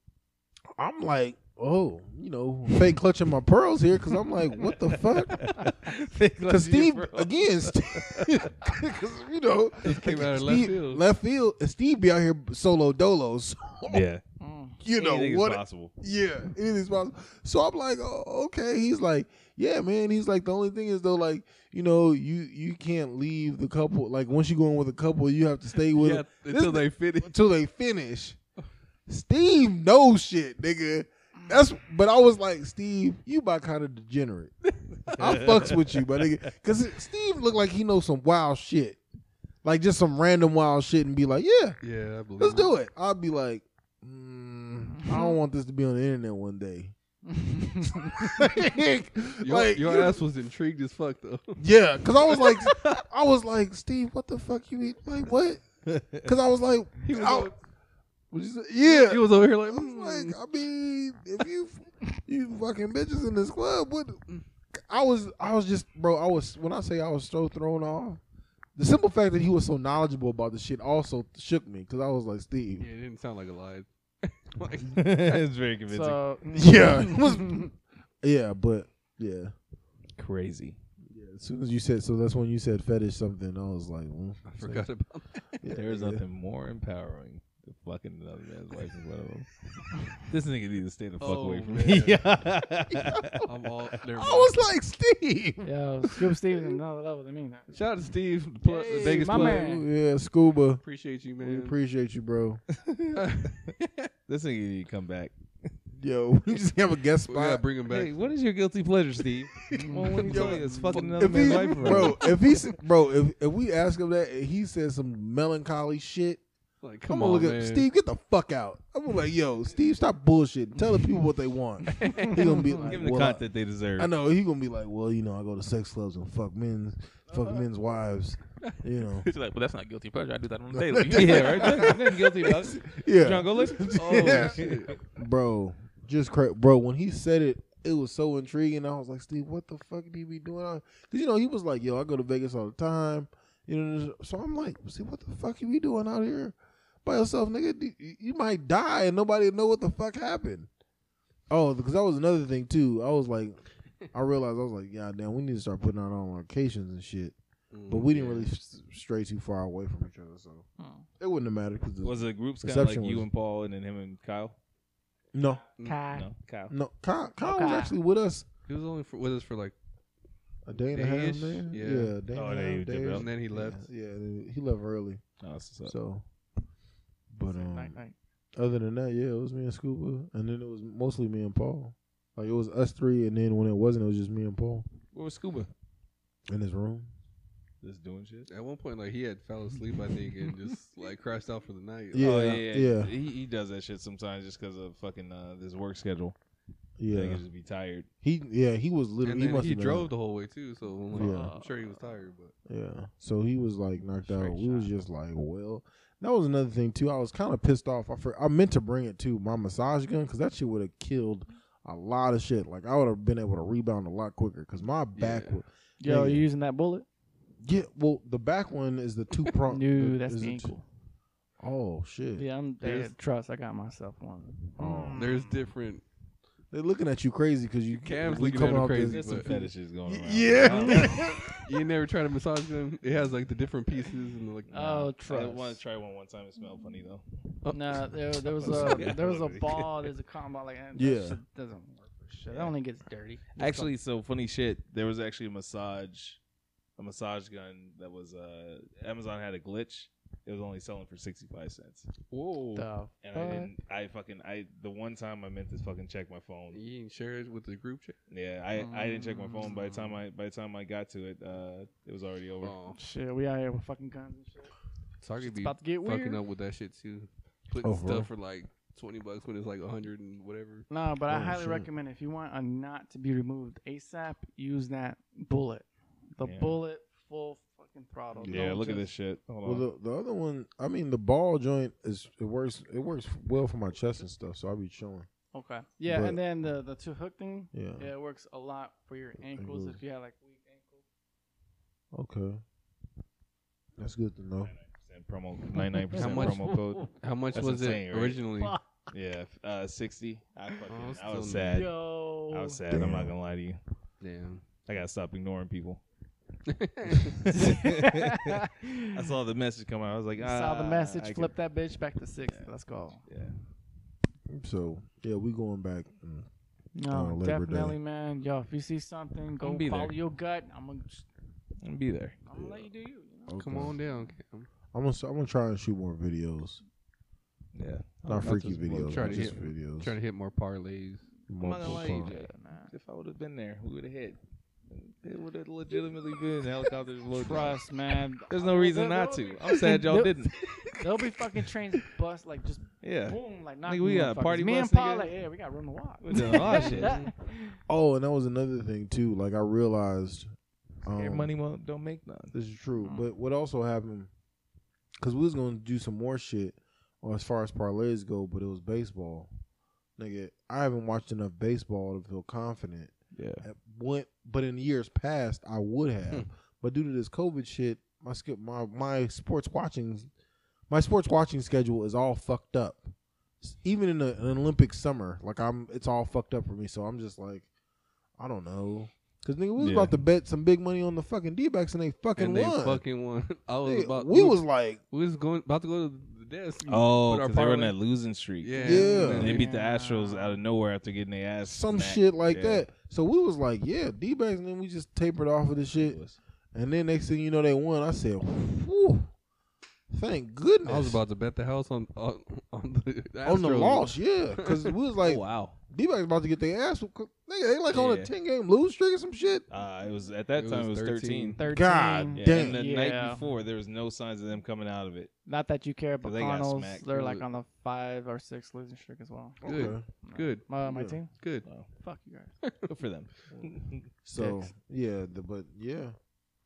Speaker 1: I'm like, oh, you know, fake clutching my pearls here because I'm like, what the fuck? Because Steve again, because you know,
Speaker 2: Just came out of left
Speaker 1: Steve,
Speaker 2: field.
Speaker 1: left field, and Steve be out here solo dolos.
Speaker 3: yeah,
Speaker 5: Mm.
Speaker 1: you know
Speaker 3: Anything is
Speaker 1: what?
Speaker 3: possible.
Speaker 1: Yeah, anything's possible. So I'm like, oh, okay. He's like, yeah, man. He's like, the only thing is though, like, you know, you you can't leave the couple. Like once you go in with a couple, you have to stay with.
Speaker 2: Yeah,
Speaker 1: them
Speaker 2: until
Speaker 1: this-
Speaker 2: they fit it.
Speaker 1: until they finish. Steve knows shit, nigga. That's but I was like, Steve, you about kind of degenerate. I fucks with you, my nigga, because Steve looked like he knows some wild shit, like just some random wild shit, and be like, yeah,
Speaker 2: Yeah, I believe.
Speaker 1: let's do it. I'd be like, mm, I don't want this to be on the internet one day.
Speaker 5: Mm.
Speaker 1: like,
Speaker 2: Your, your
Speaker 1: you-
Speaker 2: ass was intrigued as fuck though.
Speaker 1: yeah, because I was like, I was like, Steve, what the fuck you eat? Like what? Because I was like,
Speaker 2: He was,
Speaker 1: I-
Speaker 2: over,
Speaker 1: what'd you say? yeah,
Speaker 2: he was over here
Speaker 1: I
Speaker 2: like, mm.
Speaker 1: was like, uh, I mean, if you you fucking bitches in this club, what? I was, I was just, bro. I was when I say I was so thrown off. The simple fact that he was so knowledgeable about the shit also shook me because I was like,
Speaker 2: yeah,
Speaker 1: Steve,
Speaker 2: it didn't sound like a lie. like,
Speaker 1: Mm-hmm.
Speaker 3: it's very convincing.
Speaker 5: So
Speaker 1: Yeah, it was- yeah, but yeah,
Speaker 3: Crazy.
Speaker 1: yeah. As soon as you said, so that's when you said fetish something. I was like, mm,
Speaker 2: I forgot about that.
Speaker 1: yeah,
Speaker 3: There's
Speaker 1: yeah.
Speaker 3: nothing more empowering than fucking another man's wife in front of him. this nigga needs to stay the fuck
Speaker 2: Oh,
Speaker 3: away from
Speaker 2: man.
Speaker 3: me.
Speaker 2: I'm all. Never
Speaker 1: I
Speaker 2: mind.
Speaker 1: was like, Steve.
Speaker 5: yeah, Scoop Stevens is another level than me now.
Speaker 2: Shout out to Steve, the, pl- the
Speaker 5: Hey,
Speaker 2: Vegas
Speaker 5: my
Speaker 2: plug.
Speaker 5: man.
Speaker 1: Yeah, scuba.
Speaker 2: Appreciate you,
Speaker 1: We
Speaker 2: man.
Speaker 1: appreciate you, bro.
Speaker 3: this nigga need to come back.
Speaker 1: Yo, we just have a guest
Speaker 2: we gotta
Speaker 1: spot.
Speaker 2: bring him back.
Speaker 3: Hey, what is your guilty pleasure, Steve? well, when you
Speaker 1: Yo,
Speaker 3: tell you it's fucking another
Speaker 1: if he,
Speaker 3: man's wife in front of him.
Speaker 1: bro, if he's bro, if if we ask him that, and he says some melancholy shit.
Speaker 2: like,
Speaker 1: I'm
Speaker 2: come
Speaker 1: gonna
Speaker 2: on,
Speaker 1: look
Speaker 2: man.
Speaker 1: at Steve. Get the fuck out. I'm gonna be like, yo, Steve, stop bullshitting. Tell the people what they want. He gonna be like,
Speaker 3: Give them the
Speaker 1: well, I-
Speaker 3: content they deserve.
Speaker 1: I know he gonna be like, well, you know, I go to sex clubs and fuck men,
Speaker 2: Uh-huh.
Speaker 1: fuck men's wives. You know,
Speaker 4: He's like, well, that's not guilty pleasure. I do that on the daily.
Speaker 3: yeah, right. Nothing- Nothing guilty about it.
Speaker 1: yeah,
Speaker 3: John, go listen. Oh,
Speaker 1: Yeah.
Speaker 3: shit.
Speaker 1: bro, just cra- bro. When he said it, it was so intriguing. I was like, Steve, what the fuck did he be doing? Because you know he was like, yo, I go to Vegas all the time. You know, so I'm like, see, what the fuck you be doing out here by yourself, nigga? D- You might die and nobody will know what the fuck happened. Oh, because that was another thing too. I was like, I realized I was like, yeah, damn, we need to start putting out on locations and shit. But
Speaker 2: Mm,
Speaker 1: we didn't really s- stray too far away from each other, so
Speaker 5: Hmm.
Speaker 1: it wouldn't have mattered. Cause the-
Speaker 3: Was the groups kind of like
Speaker 1: Reception
Speaker 3: you
Speaker 1: was-
Speaker 3: and Paul, and then him and Kyle?
Speaker 1: no,
Speaker 5: Kai.
Speaker 3: No, Kyle.
Speaker 1: no, Kyle, Kyle was
Speaker 5: Okay.
Speaker 1: actually with us
Speaker 2: He was only for, with us for like,
Speaker 1: A day and a half,
Speaker 2: Day-ish?
Speaker 1: man.
Speaker 2: Yeah.
Speaker 1: Yeah, a day and
Speaker 3: Oh,
Speaker 1: a
Speaker 3: they
Speaker 1: half.
Speaker 3: even dip
Speaker 1: day-ish.
Speaker 3: out.
Speaker 2: and then he left.
Speaker 1: Yeah, yeah, he left early.
Speaker 3: Oh, that's what's up.
Speaker 1: So, but um,
Speaker 5: Night, night.
Speaker 1: other than that, yeah, it was me and Scuba, and then it was mostly me and Paul. Like it was us three, and then when it wasn't, it was just me and Paul
Speaker 3: Where was Scuba?
Speaker 1: in his room.
Speaker 3: Just doing shit.
Speaker 2: At one point, like he had fell asleep, I think, and just like crashed out for the night.
Speaker 1: Yeah,
Speaker 3: oh, yeah, yeah.
Speaker 1: yeah.
Speaker 3: He, he does that shit sometimes just because of fucking uh, this work schedule. Yeah.
Speaker 1: Yeah,
Speaker 3: just be tired.
Speaker 1: he yeah he was
Speaker 2: and
Speaker 1: literally he
Speaker 2: then
Speaker 1: must
Speaker 2: he,
Speaker 1: have been
Speaker 2: drove
Speaker 1: out.
Speaker 2: the whole way too, so like,
Speaker 1: Yeah.
Speaker 2: I'm sure he was tired. But
Speaker 1: Yeah, so he was like knocked
Speaker 2: Straight
Speaker 1: out. We was just like, well, that was another thing too. I was kind of pissed off. I for, I meant to bring it to my massage gun because that shit would have killed a lot of shit. Like I would have been able to rebound a lot quicker because my back
Speaker 2: Yeah.
Speaker 1: was.
Speaker 5: Yo,
Speaker 1: Nigga.
Speaker 5: you using that bullet?
Speaker 1: Yeah, well, the back one is the two prong.
Speaker 5: No,
Speaker 1: the-
Speaker 5: that's
Speaker 1: is
Speaker 5: the
Speaker 1: the two-
Speaker 5: ankle.
Speaker 1: Oh shit!
Speaker 5: Yeah, I'm
Speaker 2: There's-
Speaker 5: yeah, trust. I got myself one. Mm.
Speaker 1: Oh.
Speaker 2: there's different.
Speaker 1: They're looking at you crazy because you
Speaker 2: Cam's
Speaker 1: we
Speaker 2: looking
Speaker 1: coming
Speaker 2: at him
Speaker 1: off
Speaker 2: crazy.
Speaker 1: this-
Speaker 3: There's some
Speaker 2: but-
Speaker 3: fetishes going around.
Speaker 1: Yeah,
Speaker 2: You ain't never tried to massage them. It has like the different pieces and like.
Speaker 5: Oh,
Speaker 3: I
Speaker 5: trust.
Speaker 3: want to try one one time. It smelled funny though.
Speaker 5: Oh, Nah, there, there was a there was a ball. There's a combo like that
Speaker 1: Yeah.
Speaker 5: shit doesn't work for shit. That only gets dirty.
Speaker 3: Actually, so funny shit. There was actually a massage, a massage gun that was uh Amazon had a glitch. It was only selling for sixty five cents,
Speaker 2: whoa!
Speaker 5: the
Speaker 3: and I
Speaker 5: fuck?
Speaker 3: didn't. I fucking I the one time I meant to fucking check my phone.
Speaker 2: You didn't share it with the group chat.
Speaker 3: Yeah, I, I didn't check my phone. By the time I by the time I got to it, uh, it was already over.
Speaker 2: Mm. Oh,
Speaker 5: Shit, we out here with fucking guns and shit.
Speaker 2: So I could
Speaker 5: It's
Speaker 2: be
Speaker 5: about to get
Speaker 2: fucking
Speaker 5: weird.
Speaker 2: up with that shit too. Putting
Speaker 1: Oh, for real?
Speaker 2: stuff for like twenty bucks when it's like hundred and whatever.
Speaker 5: No, but I
Speaker 1: Oh,
Speaker 5: highly
Speaker 1: shit.
Speaker 5: recommend if you want a knot to be removed ASAP, use that bullet. The
Speaker 3: Yeah.
Speaker 5: bullet full fucking throttle.
Speaker 3: Yeah,
Speaker 5: Don't
Speaker 3: look at this
Speaker 5: just-
Speaker 3: shit. Hold
Speaker 1: Well,
Speaker 3: on.
Speaker 1: the, the other one, I mean, the ball joint is it works it works well for my chest and stuff, so I'll be chilling.
Speaker 5: Okay. Yeah,
Speaker 1: But-
Speaker 5: and then the the two hook thing.
Speaker 1: Yeah.
Speaker 5: Yeah, it works a lot for your ankles
Speaker 1: Ankles.
Speaker 5: if you have like weak ankles.
Speaker 1: Okay. That's good to know.
Speaker 3: promo 99%
Speaker 2: How much-
Speaker 3: promo code.
Speaker 2: How much
Speaker 3: That's
Speaker 2: was
Speaker 3: insane,
Speaker 2: it
Speaker 3: right?
Speaker 2: originally?
Speaker 5: Fuck.
Speaker 3: Yeah, f- uh, 60. I,
Speaker 5: Oh,
Speaker 3: fucking, I
Speaker 2: still-
Speaker 3: was sad.
Speaker 5: Yo.
Speaker 3: I was sad. I'm not going to lie to you.
Speaker 2: Damn.
Speaker 3: I got to stop ignoring people. I
Speaker 5: I
Speaker 3: saw the message come out. I was like, ah,
Speaker 1: uh,
Speaker 5: saw the message.
Speaker 3: I can-
Speaker 5: flip that bitch back to six. Let's go.
Speaker 1: So yeah, we going back. Mm.
Speaker 5: No,
Speaker 1: Oh, Labor Day.
Speaker 5: definitely, man. Yo, if you see something, go
Speaker 3: be
Speaker 5: follow
Speaker 3: there.
Speaker 5: your gut. I'm gonna, just-
Speaker 3: I'll be there.
Speaker 5: I'm gonna let you do you. you know?
Speaker 1: Okay.
Speaker 2: Come on down, Cam.
Speaker 1: I'm gonna I'm gonna try and shoot more videos,
Speaker 3: Yeah.
Speaker 2: Oh,
Speaker 1: not freaky videos,
Speaker 2: try
Speaker 1: but
Speaker 2: to
Speaker 1: just
Speaker 2: hit-
Speaker 1: videos.
Speaker 2: Trying to hit more parlays.
Speaker 3: I'm not gonna
Speaker 1: Multiple
Speaker 3: lie to you,
Speaker 1: times.
Speaker 3: Jay.
Speaker 5: Nah.
Speaker 3: If I would have been there, we would have hit. It would have legitimately been helicopter load.
Speaker 5: Trust, man.
Speaker 3: There's no reason not to. I'm sad y'all
Speaker 5: There-
Speaker 3: didn't.
Speaker 5: There'll be fucking trains bust like just
Speaker 3: Yeah.
Speaker 5: boom, like not.
Speaker 3: Nigga, we got a party
Speaker 5: Me
Speaker 3: bus,
Speaker 5: and Paul,
Speaker 3: nigga.
Speaker 5: like, yeah, we got room to walk.
Speaker 3: We done a lot of shit.
Speaker 1: Oh, and that was another thing too. Like I realized,
Speaker 3: Your
Speaker 1: um,
Speaker 3: money won't, don't make none.
Speaker 1: This is true.
Speaker 5: Mm.
Speaker 1: But what also happened, because we was gonna do some more shit well, as far as parlays go, but it was baseball. Nigga, I haven't watched enough baseball to feel confident.
Speaker 3: Yeah.
Speaker 1: At one, but in years past, I would
Speaker 2: Hmm.
Speaker 1: have. but due to this COVID shit, my skip my my sports watching, my sports watching schedule is all fucked up. S- Even in a, an Olympic summer, like I'm, it's all fucked up for me. So I'm just like, I don't know. Cause nigga, we was
Speaker 3: Yeah.
Speaker 1: about to bet some big money on the fucking D backs and they fucking
Speaker 2: And they
Speaker 1: won.
Speaker 2: fucking won. I was
Speaker 1: Nigga,
Speaker 2: about
Speaker 1: we was like,
Speaker 2: we was going about to go to the desk. and
Speaker 3: Oh,
Speaker 2: put our
Speaker 3: 'cause they were on
Speaker 2: parlay-
Speaker 3: that losing streak.
Speaker 2: Yeah.
Speaker 1: Yeah.
Speaker 3: And they beat the
Speaker 5: Yeah.
Speaker 3: Astros out of nowhere after getting their ass.
Speaker 1: some
Speaker 3: smacked.
Speaker 1: shit like
Speaker 3: Yeah.
Speaker 1: that. So we was like, yeah, D backs, and then we just tapered off of the shit. And then next thing you know, they won. I said, whew, thank goodness.
Speaker 2: I was about to bet the house on on, on the
Speaker 1: on the
Speaker 2: Astros.
Speaker 1: loss, yeah, because we was
Speaker 2: Oh,
Speaker 1: like,
Speaker 3: oh, wow.
Speaker 1: D backs about to get their ass. whooped. Nigga, they like on a
Speaker 3: Yeah.
Speaker 1: ten game lose streak or some shit.
Speaker 3: Uh, it was at that
Speaker 2: It
Speaker 3: time
Speaker 2: was
Speaker 3: it was
Speaker 2: 13.
Speaker 3: 13.
Speaker 5: Thirteen.
Speaker 1: God
Speaker 3: Yeah,
Speaker 1: Damn.
Speaker 3: And the
Speaker 5: Yeah.
Speaker 3: night before, there was no signs of them coming out of it.
Speaker 5: Not that you care, but
Speaker 3: They got
Speaker 5: Connell's,
Speaker 3: smacked.
Speaker 5: they're
Speaker 2: Really.
Speaker 5: like on the five or six losing streak as well.
Speaker 2: Good.
Speaker 1: Okay.
Speaker 2: Good,
Speaker 5: My, my
Speaker 1: Yeah.
Speaker 5: team?
Speaker 2: good.
Speaker 5: Fuck you guys.
Speaker 3: Good for them.
Speaker 1: So
Speaker 5: Yes.
Speaker 1: yeah, the, but yeah.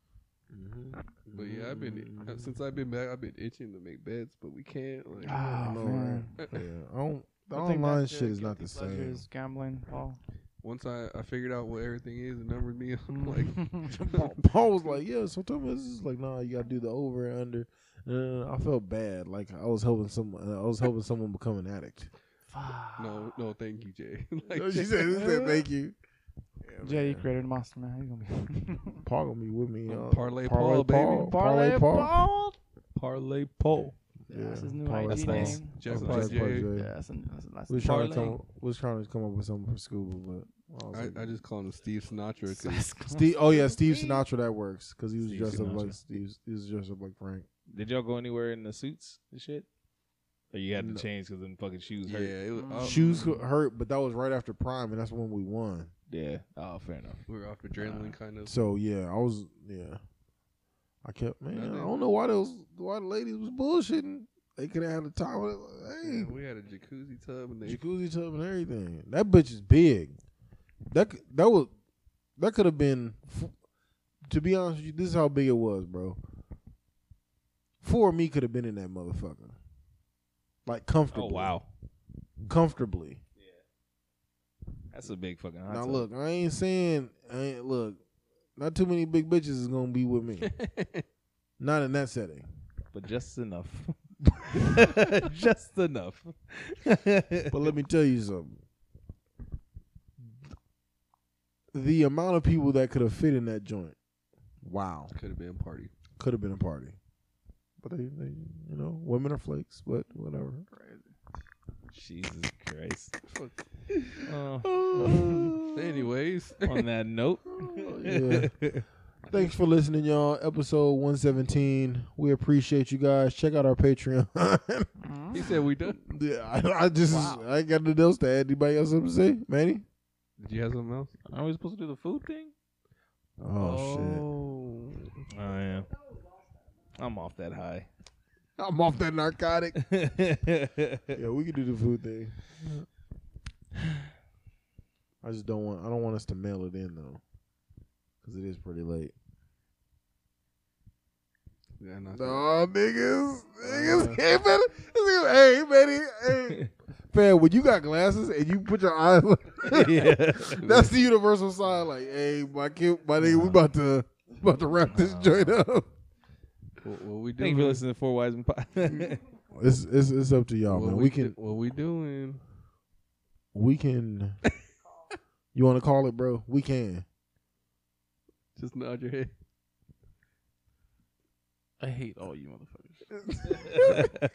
Speaker 1: Mhm.
Speaker 2: But yeah, I've been
Speaker 1: Mm.
Speaker 2: uh, since I've been back, I've been itching to make bets, but we can't. Like,
Speaker 5: Ah,
Speaker 1: no,
Speaker 5: man.
Speaker 1: right? Yeah, I don't. The
Speaker 5: I think
Speaker 1: online
Speaker 5: that's your
Speaker 1: shit is not the
Speaker 5: guilty pleasure
Speaker 1: same.
Speaker 5: is Gambling, Paul.
Speaker 2: once I, I figured out what everything is and numbered me, I'm like,
Speaker 1: Paul- Paul was Mm. like, "Yeah, so tell me this is like, nah, you gotta do the over and under." And I felt bad, like I was helping some, I was helping someone become an addict.
Speaker 5: Fuck.
Speaker 2: no, no, thank you, Jay. like,
Speaker 1: "Ah." she said, she said "Thank you." Yeah,
Speaker 5: Jay, you
Speaker 1: man.
Speaker 5: created a monster, man. He's gonna be.
Speaker 1: Paul gonna be with me. y'all.
Speaker 2: Parlay Um, Paul, baby.
Speaker 1: parlay Paul.
Speaker 3: Parlay pole.
Speaker 5: Yeah, that's his new
Speaker 1: Parlay
Speaker 5: IG
Speaker 3: That's nice.
Speaker 5: name.
Speaker 2: Jack
Speaker 1: That's
Speaker 2: Black
Speaker 1: nice,
Speaker 2: Jay.
Speaker 1: Black Jay.
Speaker 5: Yeah, that's, a, that's a nice
Speaker 1: We was
Speaker 5: name.
Speaker 1: trying to come, we was trying to come up with something for scuba, but was
Speaker 2: I,
Speaker 1: like-
Speaker 2: I just call him Steve Sinatra. 'cause
Speaker 1: Steve. Oh yeah, Steve Sinatra. That works because he was
Speaker 3: Steve
Speaker 1: dressed up
Speaker 3: Sinatra.
Speaker 1: like Steve. He was dressed up like Frank.
Speaker 3: Did y'all go anywhere in the suits and shit? Or you had to
Speaker 2: No.
Speaker 3: change because them fucking shoes
Speaker 2: yeah,
Speaker 3: hurt?
Speaker 2: it was, Mm. I-
Speaker 1: Shoes hurt, but that was right after Prime, and that's when we won.
Speaker 3: Yeah. Oh, fair enough.
Speaker 2: we were off adrenaline,
Speaker 1: Ah.
Speaker 2: kind of.
Speaker 1: So yeah, I was yeah. I kept man. I,
Speaker 2: I think-
Speaker 1: don't know why those why the ladies was bullshitting. They could have had the time. With it.
Speaker 2: Yeah,
Speaker 1: Like,
Speaker 2: we had a jacuzzi tub and
Speaker 1: hey,
Speaker 2: they
Speaker 1: jacuzzi tub and everything. That bitch is big. That c- that was that could have been. f- To be honest with you, this is how big it was, bro. Four of me could have been in that motherfucker, like
Speaker 3: Oh,
Speaker 1: comfortably.
Speaker 3: wow.
Speaker 1: comfortably.
Speaker 3: That's a big fucking hot
Speaker 1: now
Speaker 3: tub.
Speaker 1: look, I ain't saying. I ain't look. Not too many big bitches is gonna be with me. Not in that setting.
Speaker 3: But just enough. just enough.
Speaker 1: But let me tell you something. The amount of people that could have fit in that joint, wow,
Speaker 2: could have been a party.
Speaker 1: could have been a party. But they, they you know, women are flakes, but whatever.
Speaker 3: Jesus Christ.
Speaker 2: Fuck.
Speaker 3: Uh,
Speaker 1: Ah.
Speaker 2: Anyways,
Speaker 3: on that note,
Speaker 1: Yeah. Thanks for listening, y'all. Episode 117. We appreciate you guys. Check out our Patreon.
Speaker 2: he said we done.
Speaker 1: yeah, I, I just, I ain't got nothing else to add. Anybody else something to say? Manny?
Speaker 2: Did you have something else?
Speaker 3: are we supposed to do the food thing?
Speaker 1: Oh, shit.
Speaker 2: Oh.
Speaker 3: I am. I'm off that high.
Speaker 1: I'm off that narcotic.
Speaker 3: yeah.
Speaker 1: yeah, we could do the food thing. I just don't want. I don't want us to mail it in though, because it is pretty late.
Speaker 2: Yeah, no,
Speaker 1: No, niggas, niggas, hey, man, this nigga- hey, man, he- hey, man, when you got glasses and you put your eyes, that's the universal sign. Like, hey, my kid, my nigga, we about to about to wrap this joint up.
Speaker 2: What, what we
Speaker 3: Thank
Speaker 2: doing?
Speaker 3: you for listening to Four Wise Men Pod.
Speaker 1: It's it's, it's up to y'all,
Speaker 2: what
Speaker 1: man.
Speaker 2: we,
Speaker 1: We can
Speaker 2: do- What we doing?
Speaker 1: we can. You want to call it, bro? We can.
Speaker 2: Just nod your head.
Speaker 4: I hate all you motherfuckers.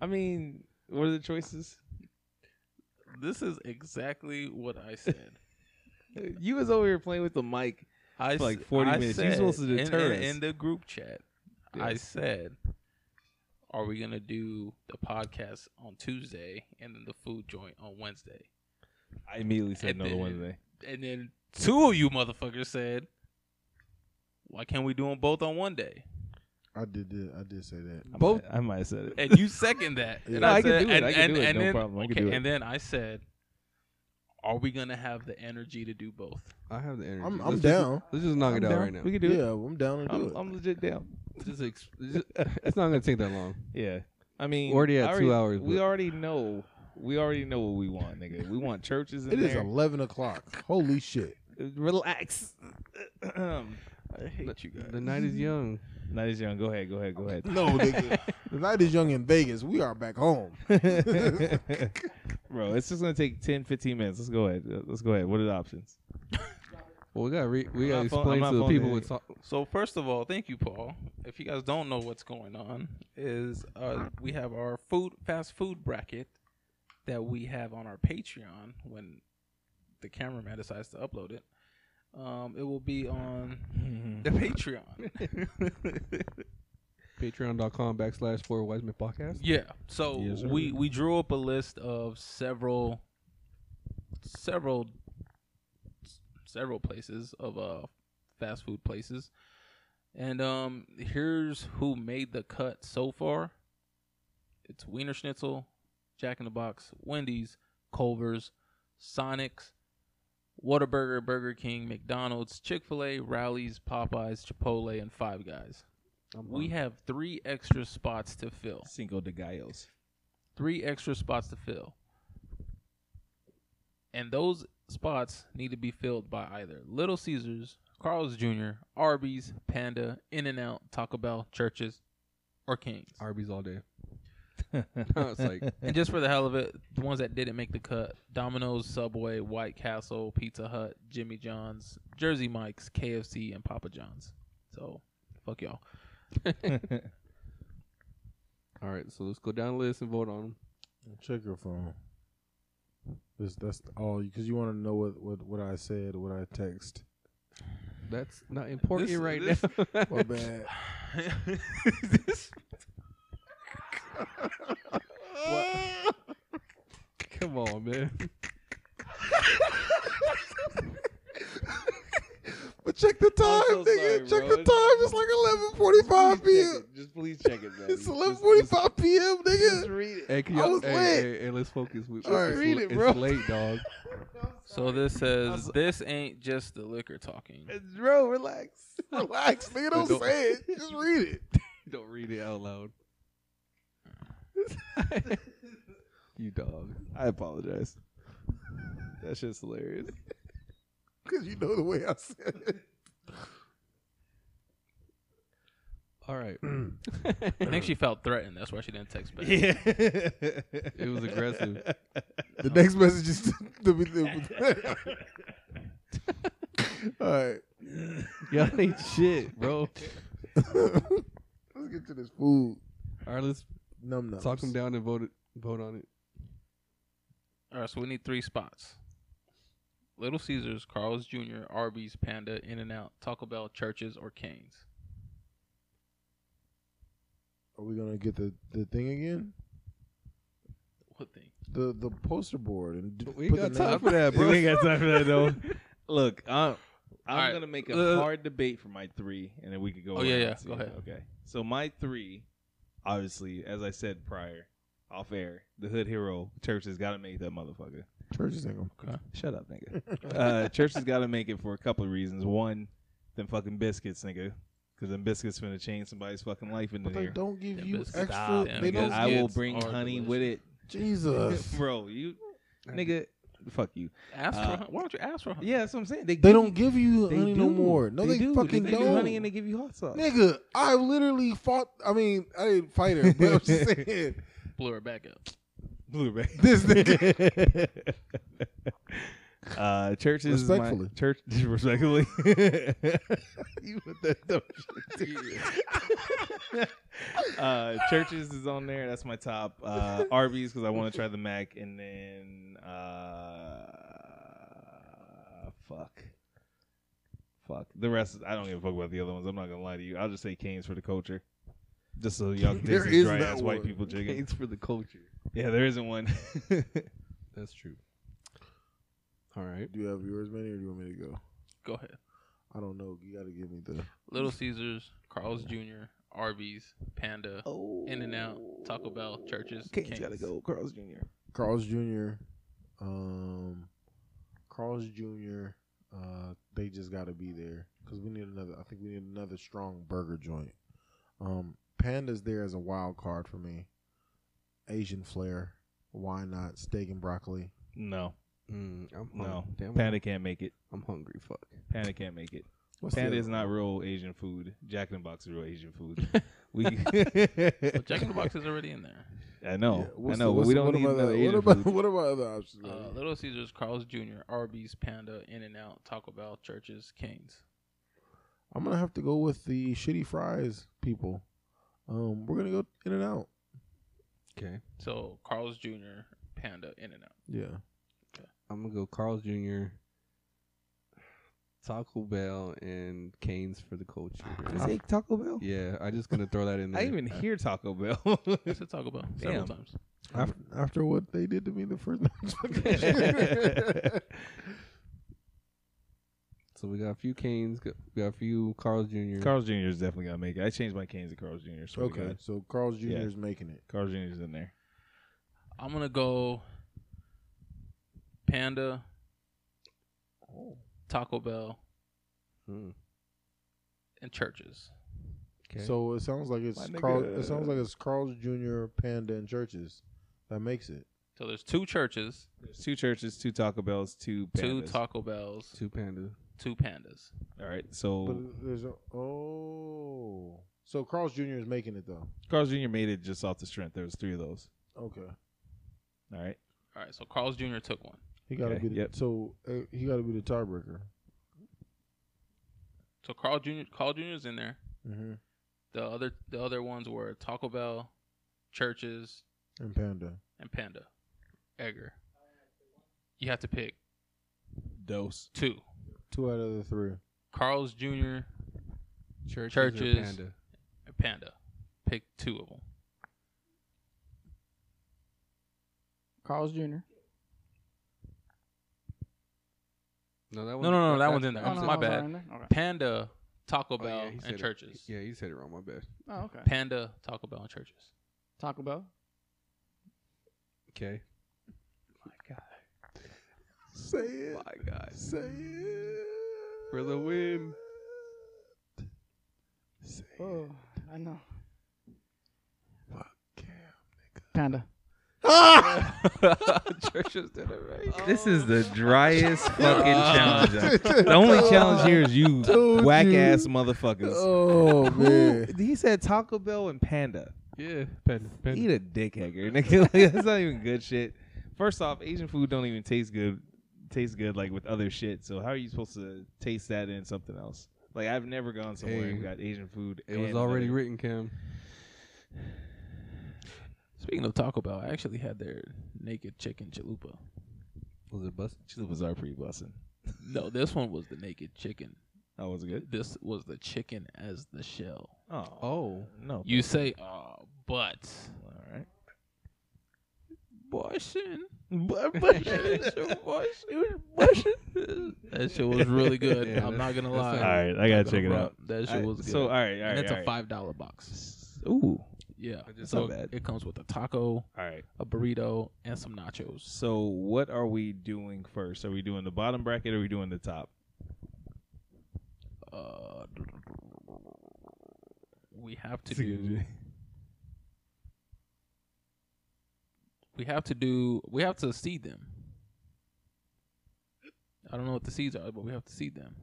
Speaker 3: I mean, what are the choices?
Speaker 4: This is exactly what I said.
Speaker 3: You was over here playing with the mic.
Speaker 4: I
Speaker 3: For like
Speaker 4: s-
Speaker 3: 40
Speaker 4: I
Speaker 3: minutes. You
Speaker 4: Said,
Speaker 3: supposed to
Speaker 4: in-
Speaker 3: deter
Speaker 4: in,
Speaker 3: us.
Speaker 4: in the group chat. I
Speaker 3: Yes.
Speaker 4: said, "Are we gonna do the podcast on Tuesday and then the food joint on Wednesday?"
Speaker 3: I immediately said
Speaker 4: And
Speaker 3: no to
Speaker 4: then-
Speaker 3: Wednesday.
Speaker 4: And then two of you motherfuckers said, "Why can't we do them both on one day?"
Speaker 1: I did, did I did say that.
Speaker 3: I
Speaker 4: Both-
Speaker 3: might- I might have said it.
Speaker 4: And you second that.
Speaker 1: Yeah.
Speaker 4: And
Speaker 1: No,
Speaker 4: I,
Speaker 3: I can
Speaker 4: said,
Speaker 3: do it.
Speaker 4: And,
Speaker 3: I can
Speaker 4: and-
Speaker 3: do it.
Speaker 4: and
Speaker 3: No
Speaker 4: then,
Speaker 3: problem. I can
Speaker 4: okay,
Speaker 3: do it.
Speaker 4: And then I said, "Are we gonna have the energy to do both?"
Speaker 2: I have the energy.
Speaker 1: I'm,
Speaker 2: Let's
Speaker 1: I'm
Speaker 2: just-
Speaker 1: down.
Speaker 2: let's just knock
Speaker 3: I'm
Speaker 2: it out
Speaker 3: down.
Speaker 2: right now.
Speaker 3: We can do it.
Speaker 1: Yeah, I'm down to do
Speaker 3: I'm,
Speaker 1: it.
Speaker 3: I'm legit down.
Speaker 2: Just ex- just- it's not gonna take that long.
Speaker 3: Yeah. I mean,
Speaker 2: We're already at
Speaker 3: I
Speaker 2: two hours,
Speaker 3: We
Speaker 2: but-
Speaker 3: already know. We already know what we want, nigga. We want churches in
Speaker 1: it is
Speaker 3: there.
Speaker 1: eleven o'clock. Holy shit!
Speaker 3: Relax. Night
Speaker 4: I hate you
Speaker 2: The night is young.
Speaker 3: is young. Go ahead. Go ahead. Go ahead.
Speaker 1: No, nigga, the night is young in Vegas. We are back home.
Speaker 3: Bro, it's just gonna take 10, 15 minutes. Let's go ahead. Uh, Let's go ahead. What are the options?
Speaker 2: Well, we gotta re- we gotta
Speaker 3: I'm not phone- I'm
Speaker 2: explain
Speaker 3: not
Speaker 2: to the
Speaker 3: phoning
Speaker 2: people
Speaker 3: in.
Speaker 2: what's talk-
Speaker 4: So first of all, thank you, Paul. If you guys don't know what's going on, is uh, we have our food fast food bracket that we have on our Patreon when the cameraman decides to upload it. Um, it will be on the Patreon.
Speaker 2: patreon.com backslash four wise men podcast.
Speaker 4: yeah. So
Speaker 3: Yes, sir.
Speaker 4: we we drew up a list of several several several places of uh fast food places. And um here's who made the cut so far. It's Wiener Schnitzel, Jack in the Box, Wendy's, Culver's, Sonic's, Whataburger, Burger King, McDonald's, Chick-fil-A, Rowley's, Popeyes, Chipotle, and Five Guys. We have three extra spots to fill.
Speaker 3: Cinco de Gallos.
Speaker 4: Three extra spots to fill. And those spots need to be filled by either Little Caesars, Carl's Jr., Arby's, Panda, In N Out, Taco Bell, Churches, or Kings.
Speaker 2: Arby's all day.
Speaker 3: it's
Speaker 2: like-
Speaker 4: And just for the hell of it, the ones that didn't make the cut Domino's, Subway, White Castle, Pizza Hut, Jimmy John's, Jersey Mike's, KFC, and Papa John's. So, fuck y'all.
Speaker 2: All right, so let's go down the list and vote on them.
Speaker 1: Check your phone. That's, that's all because you want to know what, what, what I said, what I text.
Speaker 2: That's not important
Speaker 4: This-
Speaker 2: right
Speaker 4: this-
Speaker 2: now.
Speaker 1: My bad.
Speaker 2: Come on, man.
Speaker 1: but check the time,
Speaker 3: so
Speaker 1: nigga.
Speaker 3: sorry,
Speaker 1: check
Speaker 3: bro.
Speaker 1: the time. It's like eleven forty-five p.m.
Speaker 3: Just please check it, man.
Speaker 1: It's eleven forty-five p.m. Nigga.
Speaker 3: read it.
Speaker 2: Hey, can
Speaker 1: I
Speaker 2: y'all,
Speaker 1: was
Speaker 2: hey,
Speaker 1: lit.
Speaker 2: hey, hey, let's focus. We,
Speaker 1: All right.
Speaker 2: it's,
Speaker 1: Read
Speaker 2: l-
Speaker 1: it,
Speaker 2: it's
Speaker 1: bro.
Speaker 2: late, dog.
Speaker 4: So, this says, this ain't just the liquor talking.
Speaker 3: Bro, relax.
Speaker 1: Relax, nigga. Don't
Speaker 2: Don't-
Speaker 1: say it. Just read it.
Speaker 2: Don't read it out loud. you dog.
Speaker 3: I apologize. That shit's hilarious.
Speaker 1: Because you know the way I said it.
Speaker 2: All right.
Speaker 4: I think she felt threatened. That's why she didn't text back.
Speaker 3: Yeah. it
Speaker 2: was aggressive.
Speaker 1: The next message is. the, all right.
Speaker 2: y'all ain't shit, bro.
Speaker 1: Let's get to this food.
Speaker 2: All right, let's
Speaker 1: Num nums.
Speaker 2: talk them down and vote it, vote on it.
Speaker 4: All right, so we need three spots. Little Caesars, Carl's Jr., Arby's, Panda, In and Out, Taco Bell, Churches, or Canes.
Speaker 1: Are we gonna get the, the thing again?
Speaker 4: What thing?
Speaker 1: The the poster board and d-
Speaker 2: But we ain't
Speaker 1: put
Speaker 2: got
Speaker 1: the
Speaker 2: time
Speaker 1: name-
Speaker 2: for that, bro.
Speaker 3: we ain't got time for that though. Look, I'm I'm
Speaker 4: Alright,
Speaker 3: gonna make a
Speaker 4: uh,
Speaker 3: hard debate for my three, and then we could go.
Speaker 4: Oh, yeah,
Speaker 3: around
Speaker 4: yeah,
Speaker 3: and see.
Speaker 4: go ahead.
Speaker 3: Okay, so my three obviously, as I said prior, off air, the hood hero church has got to make that motherfucker.
Speaker 1: Churches ain't gonna.
Speaker 3: Shut up, nigga. uh, church has got to make it for a couple of reasons. One, them fucking biscuits, nigga, because them biscuits finna change somebody's fucking life in
Speaker 1: But they
Speaker 3: here.
Speaker 1: don't give
Speaker 4: Them
Speaker 1: you
Speaker 4: biscuits-
Speaker 1: extra.
Speaker 4: Stop.
Speaker 1: they
Speaker 4: Them
Speaker 1: don't.
Speaker 4: biscuits.
Speaker 3: I will
Speaker 4: Biscuits
Speaker 3: bring
Speaker 4: are
Speaker 3: honey with it,
Speaker 1: Jesus.
Speaker 3: bro. You, nigga, fuck you.
Speaker 4: Ask for
Speaker 3: Uh,
Speaker 4: hun- why don't you ask for? hun-
Speaker 3: Yeah, that's what I'm saying. They,
Speaker 1: They
Speaker 3: give
Speaker 1: don't
Speaker 3: you-
Speaker 1: give you
Speaker 3: they
Speaker 1: honey no
Speaker 3: do.
Speaker 1: more. No, they,
Speaker 3: do.
Speaker 1: fucking
Speaker 3: they
Speaker 1: don't.
Speaker 3: give you honey and they give you hot sauce.
Speaker 1: Nigga, I literally fought. I mean, I didn't fight her, but I'm just saying
Speaker 4: Blew her back up.
Speaker 3: Blu-ray.
Speaker 1: this nigga.
Speaker 3: Uh, church is my-
Speaker 1: Respectfully.
Speaker 3: church respectfully. you put that dumb shit. uh, churches is on there. That's my top. Uh, Arby's because I want to try the Mac, and then uh, fuck, fuck. The rest I don't give a fuck about the other ones. I'm not gonna lie to you. I'll just say Canes for the culture, just so y'all can
Speaker 1: There
Speaker 3: taste
Speaker 1: is
Speaker 3: this dry
Speaker 1: no
Speaker 3: ass white
Speaker 1: one.
Speaker 3: people chicken.
Speaker 2: It's for the culture.
Speaker 3: Yeah, there isn't one.
Speaker 2: That's true. All right.
Speaker 1: Do you have yours, Manny, or do you want me to go?
Speaker 4: Go ahead.
Speaker 1: I don't know. You got to give me the.
Speaker 4: Little Caesars, Carl's Jr., Arby's, Panda,
Speaker 3: Oh.
Speaker 4: In-N-Out, Taco Bell, churches,
Speaker 3: Kane's
Speaker 4: Cane's.
Speaker 3: gotta go. Carl's Jr.
Speaker 1: Carl's Jr. Um, Carl's Jr. Uh, they just got to be there because we need another. I think we need another strong burger joint. Um, Panda's there as a wild card for me. Asian flair, why not? Steak and broccoli.
Speaker 3: No,
Speaker 2: Mm, I'm
Speaker 1: Oh,
Speaker 3: no.
Speaker 2: hungry. Damn,
Speaker 3: Panda can't make it.
Speaker 2: I'm hungry. Fuck.
Speaker 3: Panda can't make it.
Speaker 1: What's the
Speaker 3: Panda
Speaker 1: other
Speaker 3: is
Speaker 1: one?
Speaker 3: not real Asian food. Jack in the Box is real Asian food. We,
Speaker 4: But Jack in the Box is already in there.
Speaker 3: I
Speaker 1: Yeah,
Speaker 3: know, I
Speaker 1: what's the-
Speaker 3: know. but
Speaker 1: what's
Speaker 3: we
Speaker 1: the-
Speaker 3: don't
Speaker 1: what
Speaker 3: need
Speaker 1: about
Speaker 3: another
Speaker 1: the-
Speaker 3: Asian
Speaker 1: What about
Speaker 3: food.
Speaker 1: what about other options?
Speaker 4: Uh,
Speaker 1: man?
Speaker 4: Little Caesars, Carl's Jr., Arby's, Panda, In and Out, Taco Bell, Churches, Canes.
Speaker 1: I'm gonna have to go with the shitty fries people. Um, we're gonna go In and Out.
Speaker 2: Okay.
Speaker 4: So Carl's Jr., Panda, In and Out.
Speaker 1: Yeah,
Speaker 2: I'm gonna go Carl's Jr. Taco Bell and Canes for the culture.
Speaker 1: I say
Speaker 3: Taco Bell?
Speaker 2: yeah, I just gonna throw that in there.
Speaker 3: I even hear Taco Bell.
Speaker 4: I said Taco Bell several
Speaker 3: Damn.
Speaker 4: times.
Speaker 1: after, after what they did to me the first.
Speaker 2: so we got a few Canes, got- we got a few Carl's Jr.
Speaker 3: Carl's Jr. is definitely gonna make it. I changed my canes to Carl's Jr. So
Speaker 1: okay, so Carl's Jr.
Speaker 3: Yeah.
Speaker 1: is making it.
Speaker 3: Carl's Jr. is in there.
Speaker 4: I'm gonna go Panda,
Speaker 3: Oh.
Speaker 4: Taco Bell,
Speaker 3: Hmm.
Speaker 2: Mm,
Speaker 4: and Churches.
Speaker 2: okay.
Speaker 1: So it sounds like it's
Speaker 3: My
Speaker 1: Carl,
Speaker 3: nigga. uh,
Speaker 1: it sounds like it's Carl's Jr. Panda and Churches that makes it.
Speaker 4: So there's two churches,
Speaker 3: There's two churches, two Taco Bells, two pandas.
Speaker 4: two Taco Bells,
Speaker 2: two Panda.
Speaker 4: two Pandas.
Speaker 3: All right, so
Speaker 1: But there's a, oh, so Carl's Jr. is making it though.
Speaker 3: Carl's Jr. made it just off the strength. There was three of those.
Speaker 1: Okay,
Speaker 3: All right,
Speaker 4: All right. So Carl's Jr. took one.
Speaker 1: he got to
Speaker 3: Okay,
Speaker 1: be the,
Speaker 3: yep.
Speaker 1: so uh, he got to be the tiebreaker.
Speaker 4: So Carl Jr. Carl Jr. is in there.
Speaker 1: Mm-hmm.
Speaker 4: The other the other ones were Taco Bell, Churches,
Speaker 1: And Panda.
Speaker 4: and Panda. Edgar, you have to pick
Speaker 3: dose.
Speaker 4: two.
Speaker 1: Two out of the three.
Speaker 4: Carl's Jr.
Speaker 2: Churches,
Speaker 4: Churches.
Speaker 2: Or Panda.
Speaker 4: and Panda. Pick two of them.
Speaker 5: Carl's Jr.
Speaker 2: No, that
Speaker 4: no, no, that one's in there.
Speaker 5: Oh,
Speaker 4: That's
Speaker 5: no,
Speaker 4: my
Speaker 5: those
Speaker 4: bad.
Speaker 5: are in there? Okay.
Speaker 4: Panda, Taco
Speaker 2: Oh,
Speaker 4: Bell,
Speaker 2: yeah, he said
Speaker 4: and
Speaker 2: it.
Speaker 4: churches.
Speaker 2: Yeah, you said it wrong. My bad.
Speaker 5: Oh, okay.
Speaker 4: Panda, Taco Bell, and churches.
Speaker 5: Taco Bell.
Speaker 2: Okay.
Speaker 4: My God.
Speaker 1: Say it.
Speaker 2: My God.
Speaker 1: Say it.
Speaker 2: For the win.
Speaker 1: Say
Speaker 5: Oh, I know.
Speaker 1: it.
Speaker 5: Panda.
Speaker 2: Churches did it right.
Speaker 6: This is the driest fucking challenge. I've-
Speaker 1: the
Speaker 6: The
Speaker 3: Oh,
Speaker 6: only challenge here is
Speaker 3: you
Speaker 1: Told
Speaker 3: whack
Speaker 1: you.
Speaker 3: ass motherfuckers.
Speaker 1: Oh
Speaker 3: Who-
Speaker 1: man.
Speaker 3: He said Taco Bell and Panda.
Speaker 2: Yeah, Panda. Panda.
Speaker 3: Eat a dick hacker, nigga. Like, that's not even good shit. First off, Asian food don't even taste good. Taste good like with other shit. So how are you supposed to taste that in something else? Like I've never gone somewhere
Speaker 2: Hey,
Speaker 3: and got Asian food.
Speaker 2: It was already
Speaker 3: written.
Speaker 2: written, Cam.
Speaker 4: Speaking of Taco Bell, I actually had their naked chicken chalupa.
Speaker 2: Was it busted?
Speaker 3: was our pretty blessing.
Speaker 4: No, this one was the naked chicken.
Speaker 3: That Oh, was good.
Speaker 4: This was the chicken as the shell.
Speaker 3: Oh,
Speaker 2: Oh,
Speaker 3: no.
Speaker 4: You say, oh, but.
Speaker 3: all right.
Speaker 4: Bushin.
Speaker 3: But,
Speaker 4: That shit was- it was bushin'. That shit was really good.
Speaker 2: Yeah,
Speaker 4: I'm
Speaker 2: that's-
Speaker 4: not going to
Speaker 2: that's
Speaker 4: lie.
Speaker 2: not-
Speaker 3: all right, I gotta
Speaker 4: Not
Speaker 3: check
Speaker 4: gonna
Speaker 3: it
Speaker 4: front.
Speaker 3: out.
Speaker 4: That shit was good.
Speaker 3: So all right, all right.
Speaker 4: and it's
Speaker 3: all
Speaker 4: a
Speaker 3: right.
Speaker 4: $5 box.
Speaker 3: Ooh,
Speaker 4: Yeah.
Speaker 3: That's just
Speaker 4: so
Speaker 3: not bad.
Speaker 4: it comes with a taco,
Speaker 3: All right.
Speaker 4: a burrito, and some nachos.
Speaker 3: So what are we doing first? Are we doing the bottom bracket or are we doing the top?
Speaker 4: Uh, we have to do. We have to do. We have to seed them. I don't know what the seeds are, but we have to seed them.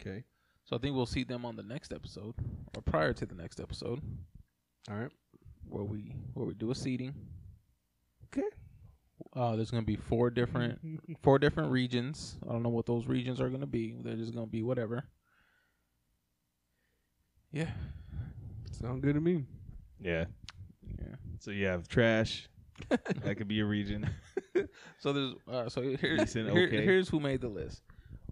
Speaker 2: Okay.
Speaker 4: So I think we'll see them on the next episode or prior to the next episode
Speaker 2: All right.
Speaker 4: where we where we do a seeding.
Speaker 2: Okay.
Speaker 4: Uh, there's gonna be four different four different regions. I don't know what those regions are gonna be. They're just gonna be whatever. Yeah.
Speaker 2: Sound good to me.
Speaker 3: Yeah.
Speaker 4: Yeah.
Speaker 3: So you have trash. that could be a region.
Speaker 4: So there's uh, so here's
Speaker 3: Decent,
Speaker 4: here,
Speaker 3: okay.
Speaker 4: here's who made the list: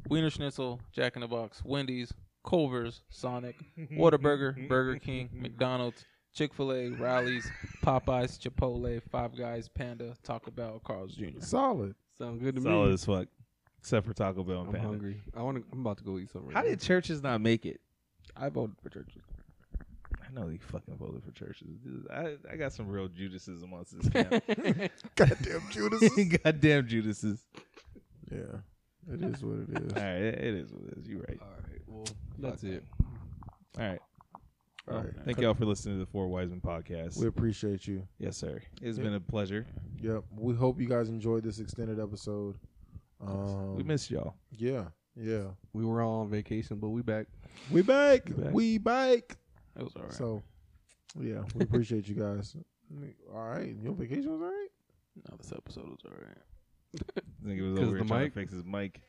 Speaker 4: Wiener Schnitzel, Jack in the Box, Wendy's, Culver's, Sonic, Whataburger, Burger King, McDonald's, Chick Fil A, Rallies, Popeyes, Chipotle, Five Guys, Panda, Taco Bell, Carl's Jr.
Speaker 1: Solid.
Speaker 2: Sound good to
Speaker 3: Solid
Speaker 2: me.
Speaker 3: as fuck. Except for Taco Bell and
Speaker 2: I'm
Speaker 3: Panda.
Speaker 2: hungry. I want to. I'm about to go eat something.
Speaker 3: How did churches not make it?
Speaker 4: I voted for churches.
Speaker 3: I know they fucking voted for churches. This is- I, I got some real Judases amongst this camp.
Speaker 1: Goddamn Judas.
Speaker 3: Goddamn Judases.
Speaker 1: yeah. It is what it is.
Speaker 3: All right, it, it is what it is. You're right.
Speaker 2: All right. Well, that's it.
Speaker 3: All right.
Speaker 1: All
Speaker 3: Well,
Speaker 1: right.
Speaker 3: Thank y'all for listening to the Four Wiseman podcast.
Speaker 1: We appreciate you.
Speaker 3: yes, sir. It's been a pleasure.
Speaker 1: Yep. We hope you guys enjoyed this extended episode. Um,
Speaker 3: we missed y'all.
Speaker 1: Yeah. Yeah.
Speaker 2: We were all on vacation, but we back.
Speaker 1: We back.
Speaker 3: We back.
Speaker 1: We back.
Speaker 4: It was alright.
Speaker 1: So, yeah, we appreciate you guys. All right. Your vacation was all right?
Speaker 4: no, this episode was alright.
Speaker 3: I think it was
Speaker 2: 'Cause
Speaker 3: over here
Speaker 2: the
Speaker 3: trying
Speaker 2: mic?
Speaker 3: to fix his mic.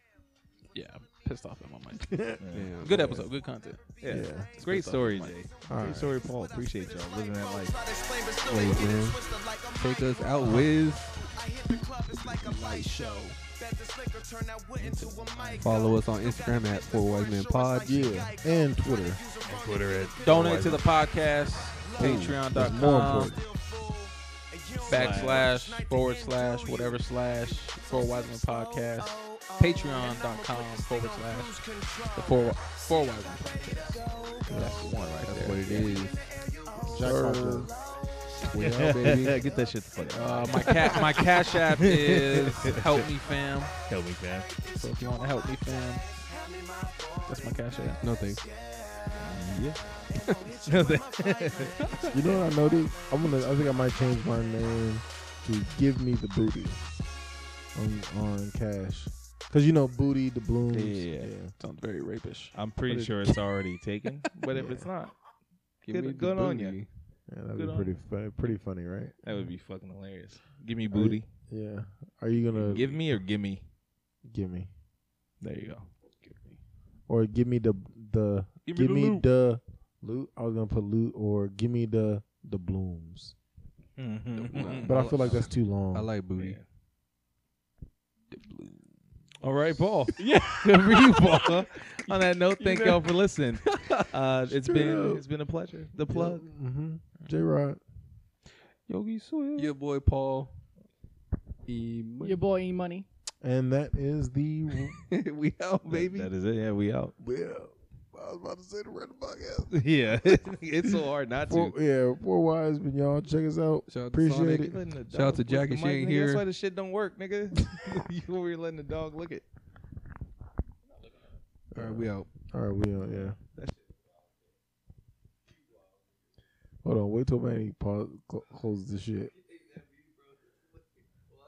Speaker 4: Yeah, I'm pissed off at my mic.
Speaker 2: Damn.
Speaker 4: Good episode, good content.
Speaker 3: Yeah.
Speaker 1: Yeah.
Speaker 3: It's great story, Jay.
Speaker 1: All
Speaker 3: Great
Speaker 1: right.
Speaker 3: story, Paul. Appreciate y'all living that life.
Speaker 2: Hey, man. Take us out, Wiz. Follow us on Instagram at Four Wise Men Pod.
Speaker 1: Yeah. And Twitter.
Speaker 6: Twitter at
Speaker 4: Donate to the podcast, patreon.com, backslash, forward slash, whatever slash, Four Wiseman Podcast, patreon.com, forward slash, the Four, four Wiseman Podcast. That's the one right
Speaker 2: That's
Speaker 4: there.
Speaker 2: what it is.
Speaker 1: Jackpot Boy.
Speaker 2: We out, baby.
Speaker 3: Get that shit the fuck out.
Speaker 4: Uh, my cat, my cash app is Help Me Fam.
Speaker 3: Help me, fam.
Speaker 4: So if you want to help me, fam, that's my cash app.
Speaker 2: No thanks.
Speaker 1: You know what I noticed? I'm gonna. I think I might change my name to "Give Me the Booty" on on cash, because you know booty the blooms.
Speaker 3: Yeah.
Speaker 4: Sounds very rapish.
Speaker 3: I'm pretty
Speaker 1: But it-
Speaker 3: sure it's already taken. But if
Speaker 1: Yeah.
Speaker 3: it's not,
Speaker 2: Give
Speaker 3: Good-
Speaker 2: me the
Speaker 3: good on
Speaker 2: booty.
Speaker 3: ya.
Speaker 1: Yeah, that'd
Speaker 3: Good
Speaker 1: be
Speaker 3: on
Speaker 1: pretty funny. Pretty funny, right?
Speaker 3: that would be fucking hilarious. Give me booty.
Speaker 1: Yeah. Are you gonna
Speaker 3: Give me or gimme.
Speaker 1: give me
Speaker 3: There you go.
Speaker 1: or give me the the give, me, the loot? I was gonna put loot or give me the the blooms, but I,
Speaker 2: I
Speaker 1: feel
Speaker 2: li-
Speaker 1: like that's too long.
Speaker 2: I like booty.
Speaker 3: All right, Paul. Yeah. Good for you, Paul. On that note, thank y'all for listening. Uh, it's been
Speaker 1: up.
Speaker 3: it's been a pleasure. The plug.
Speaker 1: Mm-hmm. J Rod.
Speaker 4: Yogi Swift.
Speaker 2: Your boy Paul. E-
Speaker 5: Your boy E Money.
Speaker 1: And that is the.
Speaker 2: we out,
Speaker 3: That-
Speaker 2: baby.
Speaker 3: that is it. Yeah, we out.
Speaker 1: yeah, I was about to say the red podcast.
Speaker 3: yeah. it's so hard not
Speaker 1: Four,
Speaker 3: to.
Speaker 1: yeah, four wise, but y'all check us out.
Speaker 2: Shout out to
Speaker 1: Appreciate
Speaker 2: Sonic.
Speaker 1: it.
Speaker 2: Shout out to Jackie
Speaker 3: Shane
Speaker 2: Shane
Speaker 3: That's
Speaker 2: here.
Speaker 3: why the shit don't work, nigga. you over here letting the dog look it.
Speaker 2: All right, we out.
Speaker 1: All right, we on. Yeah.
Speaker 3: That's-
Speaker 1: Hold on, wait till Manny pause, cl- closes the shit.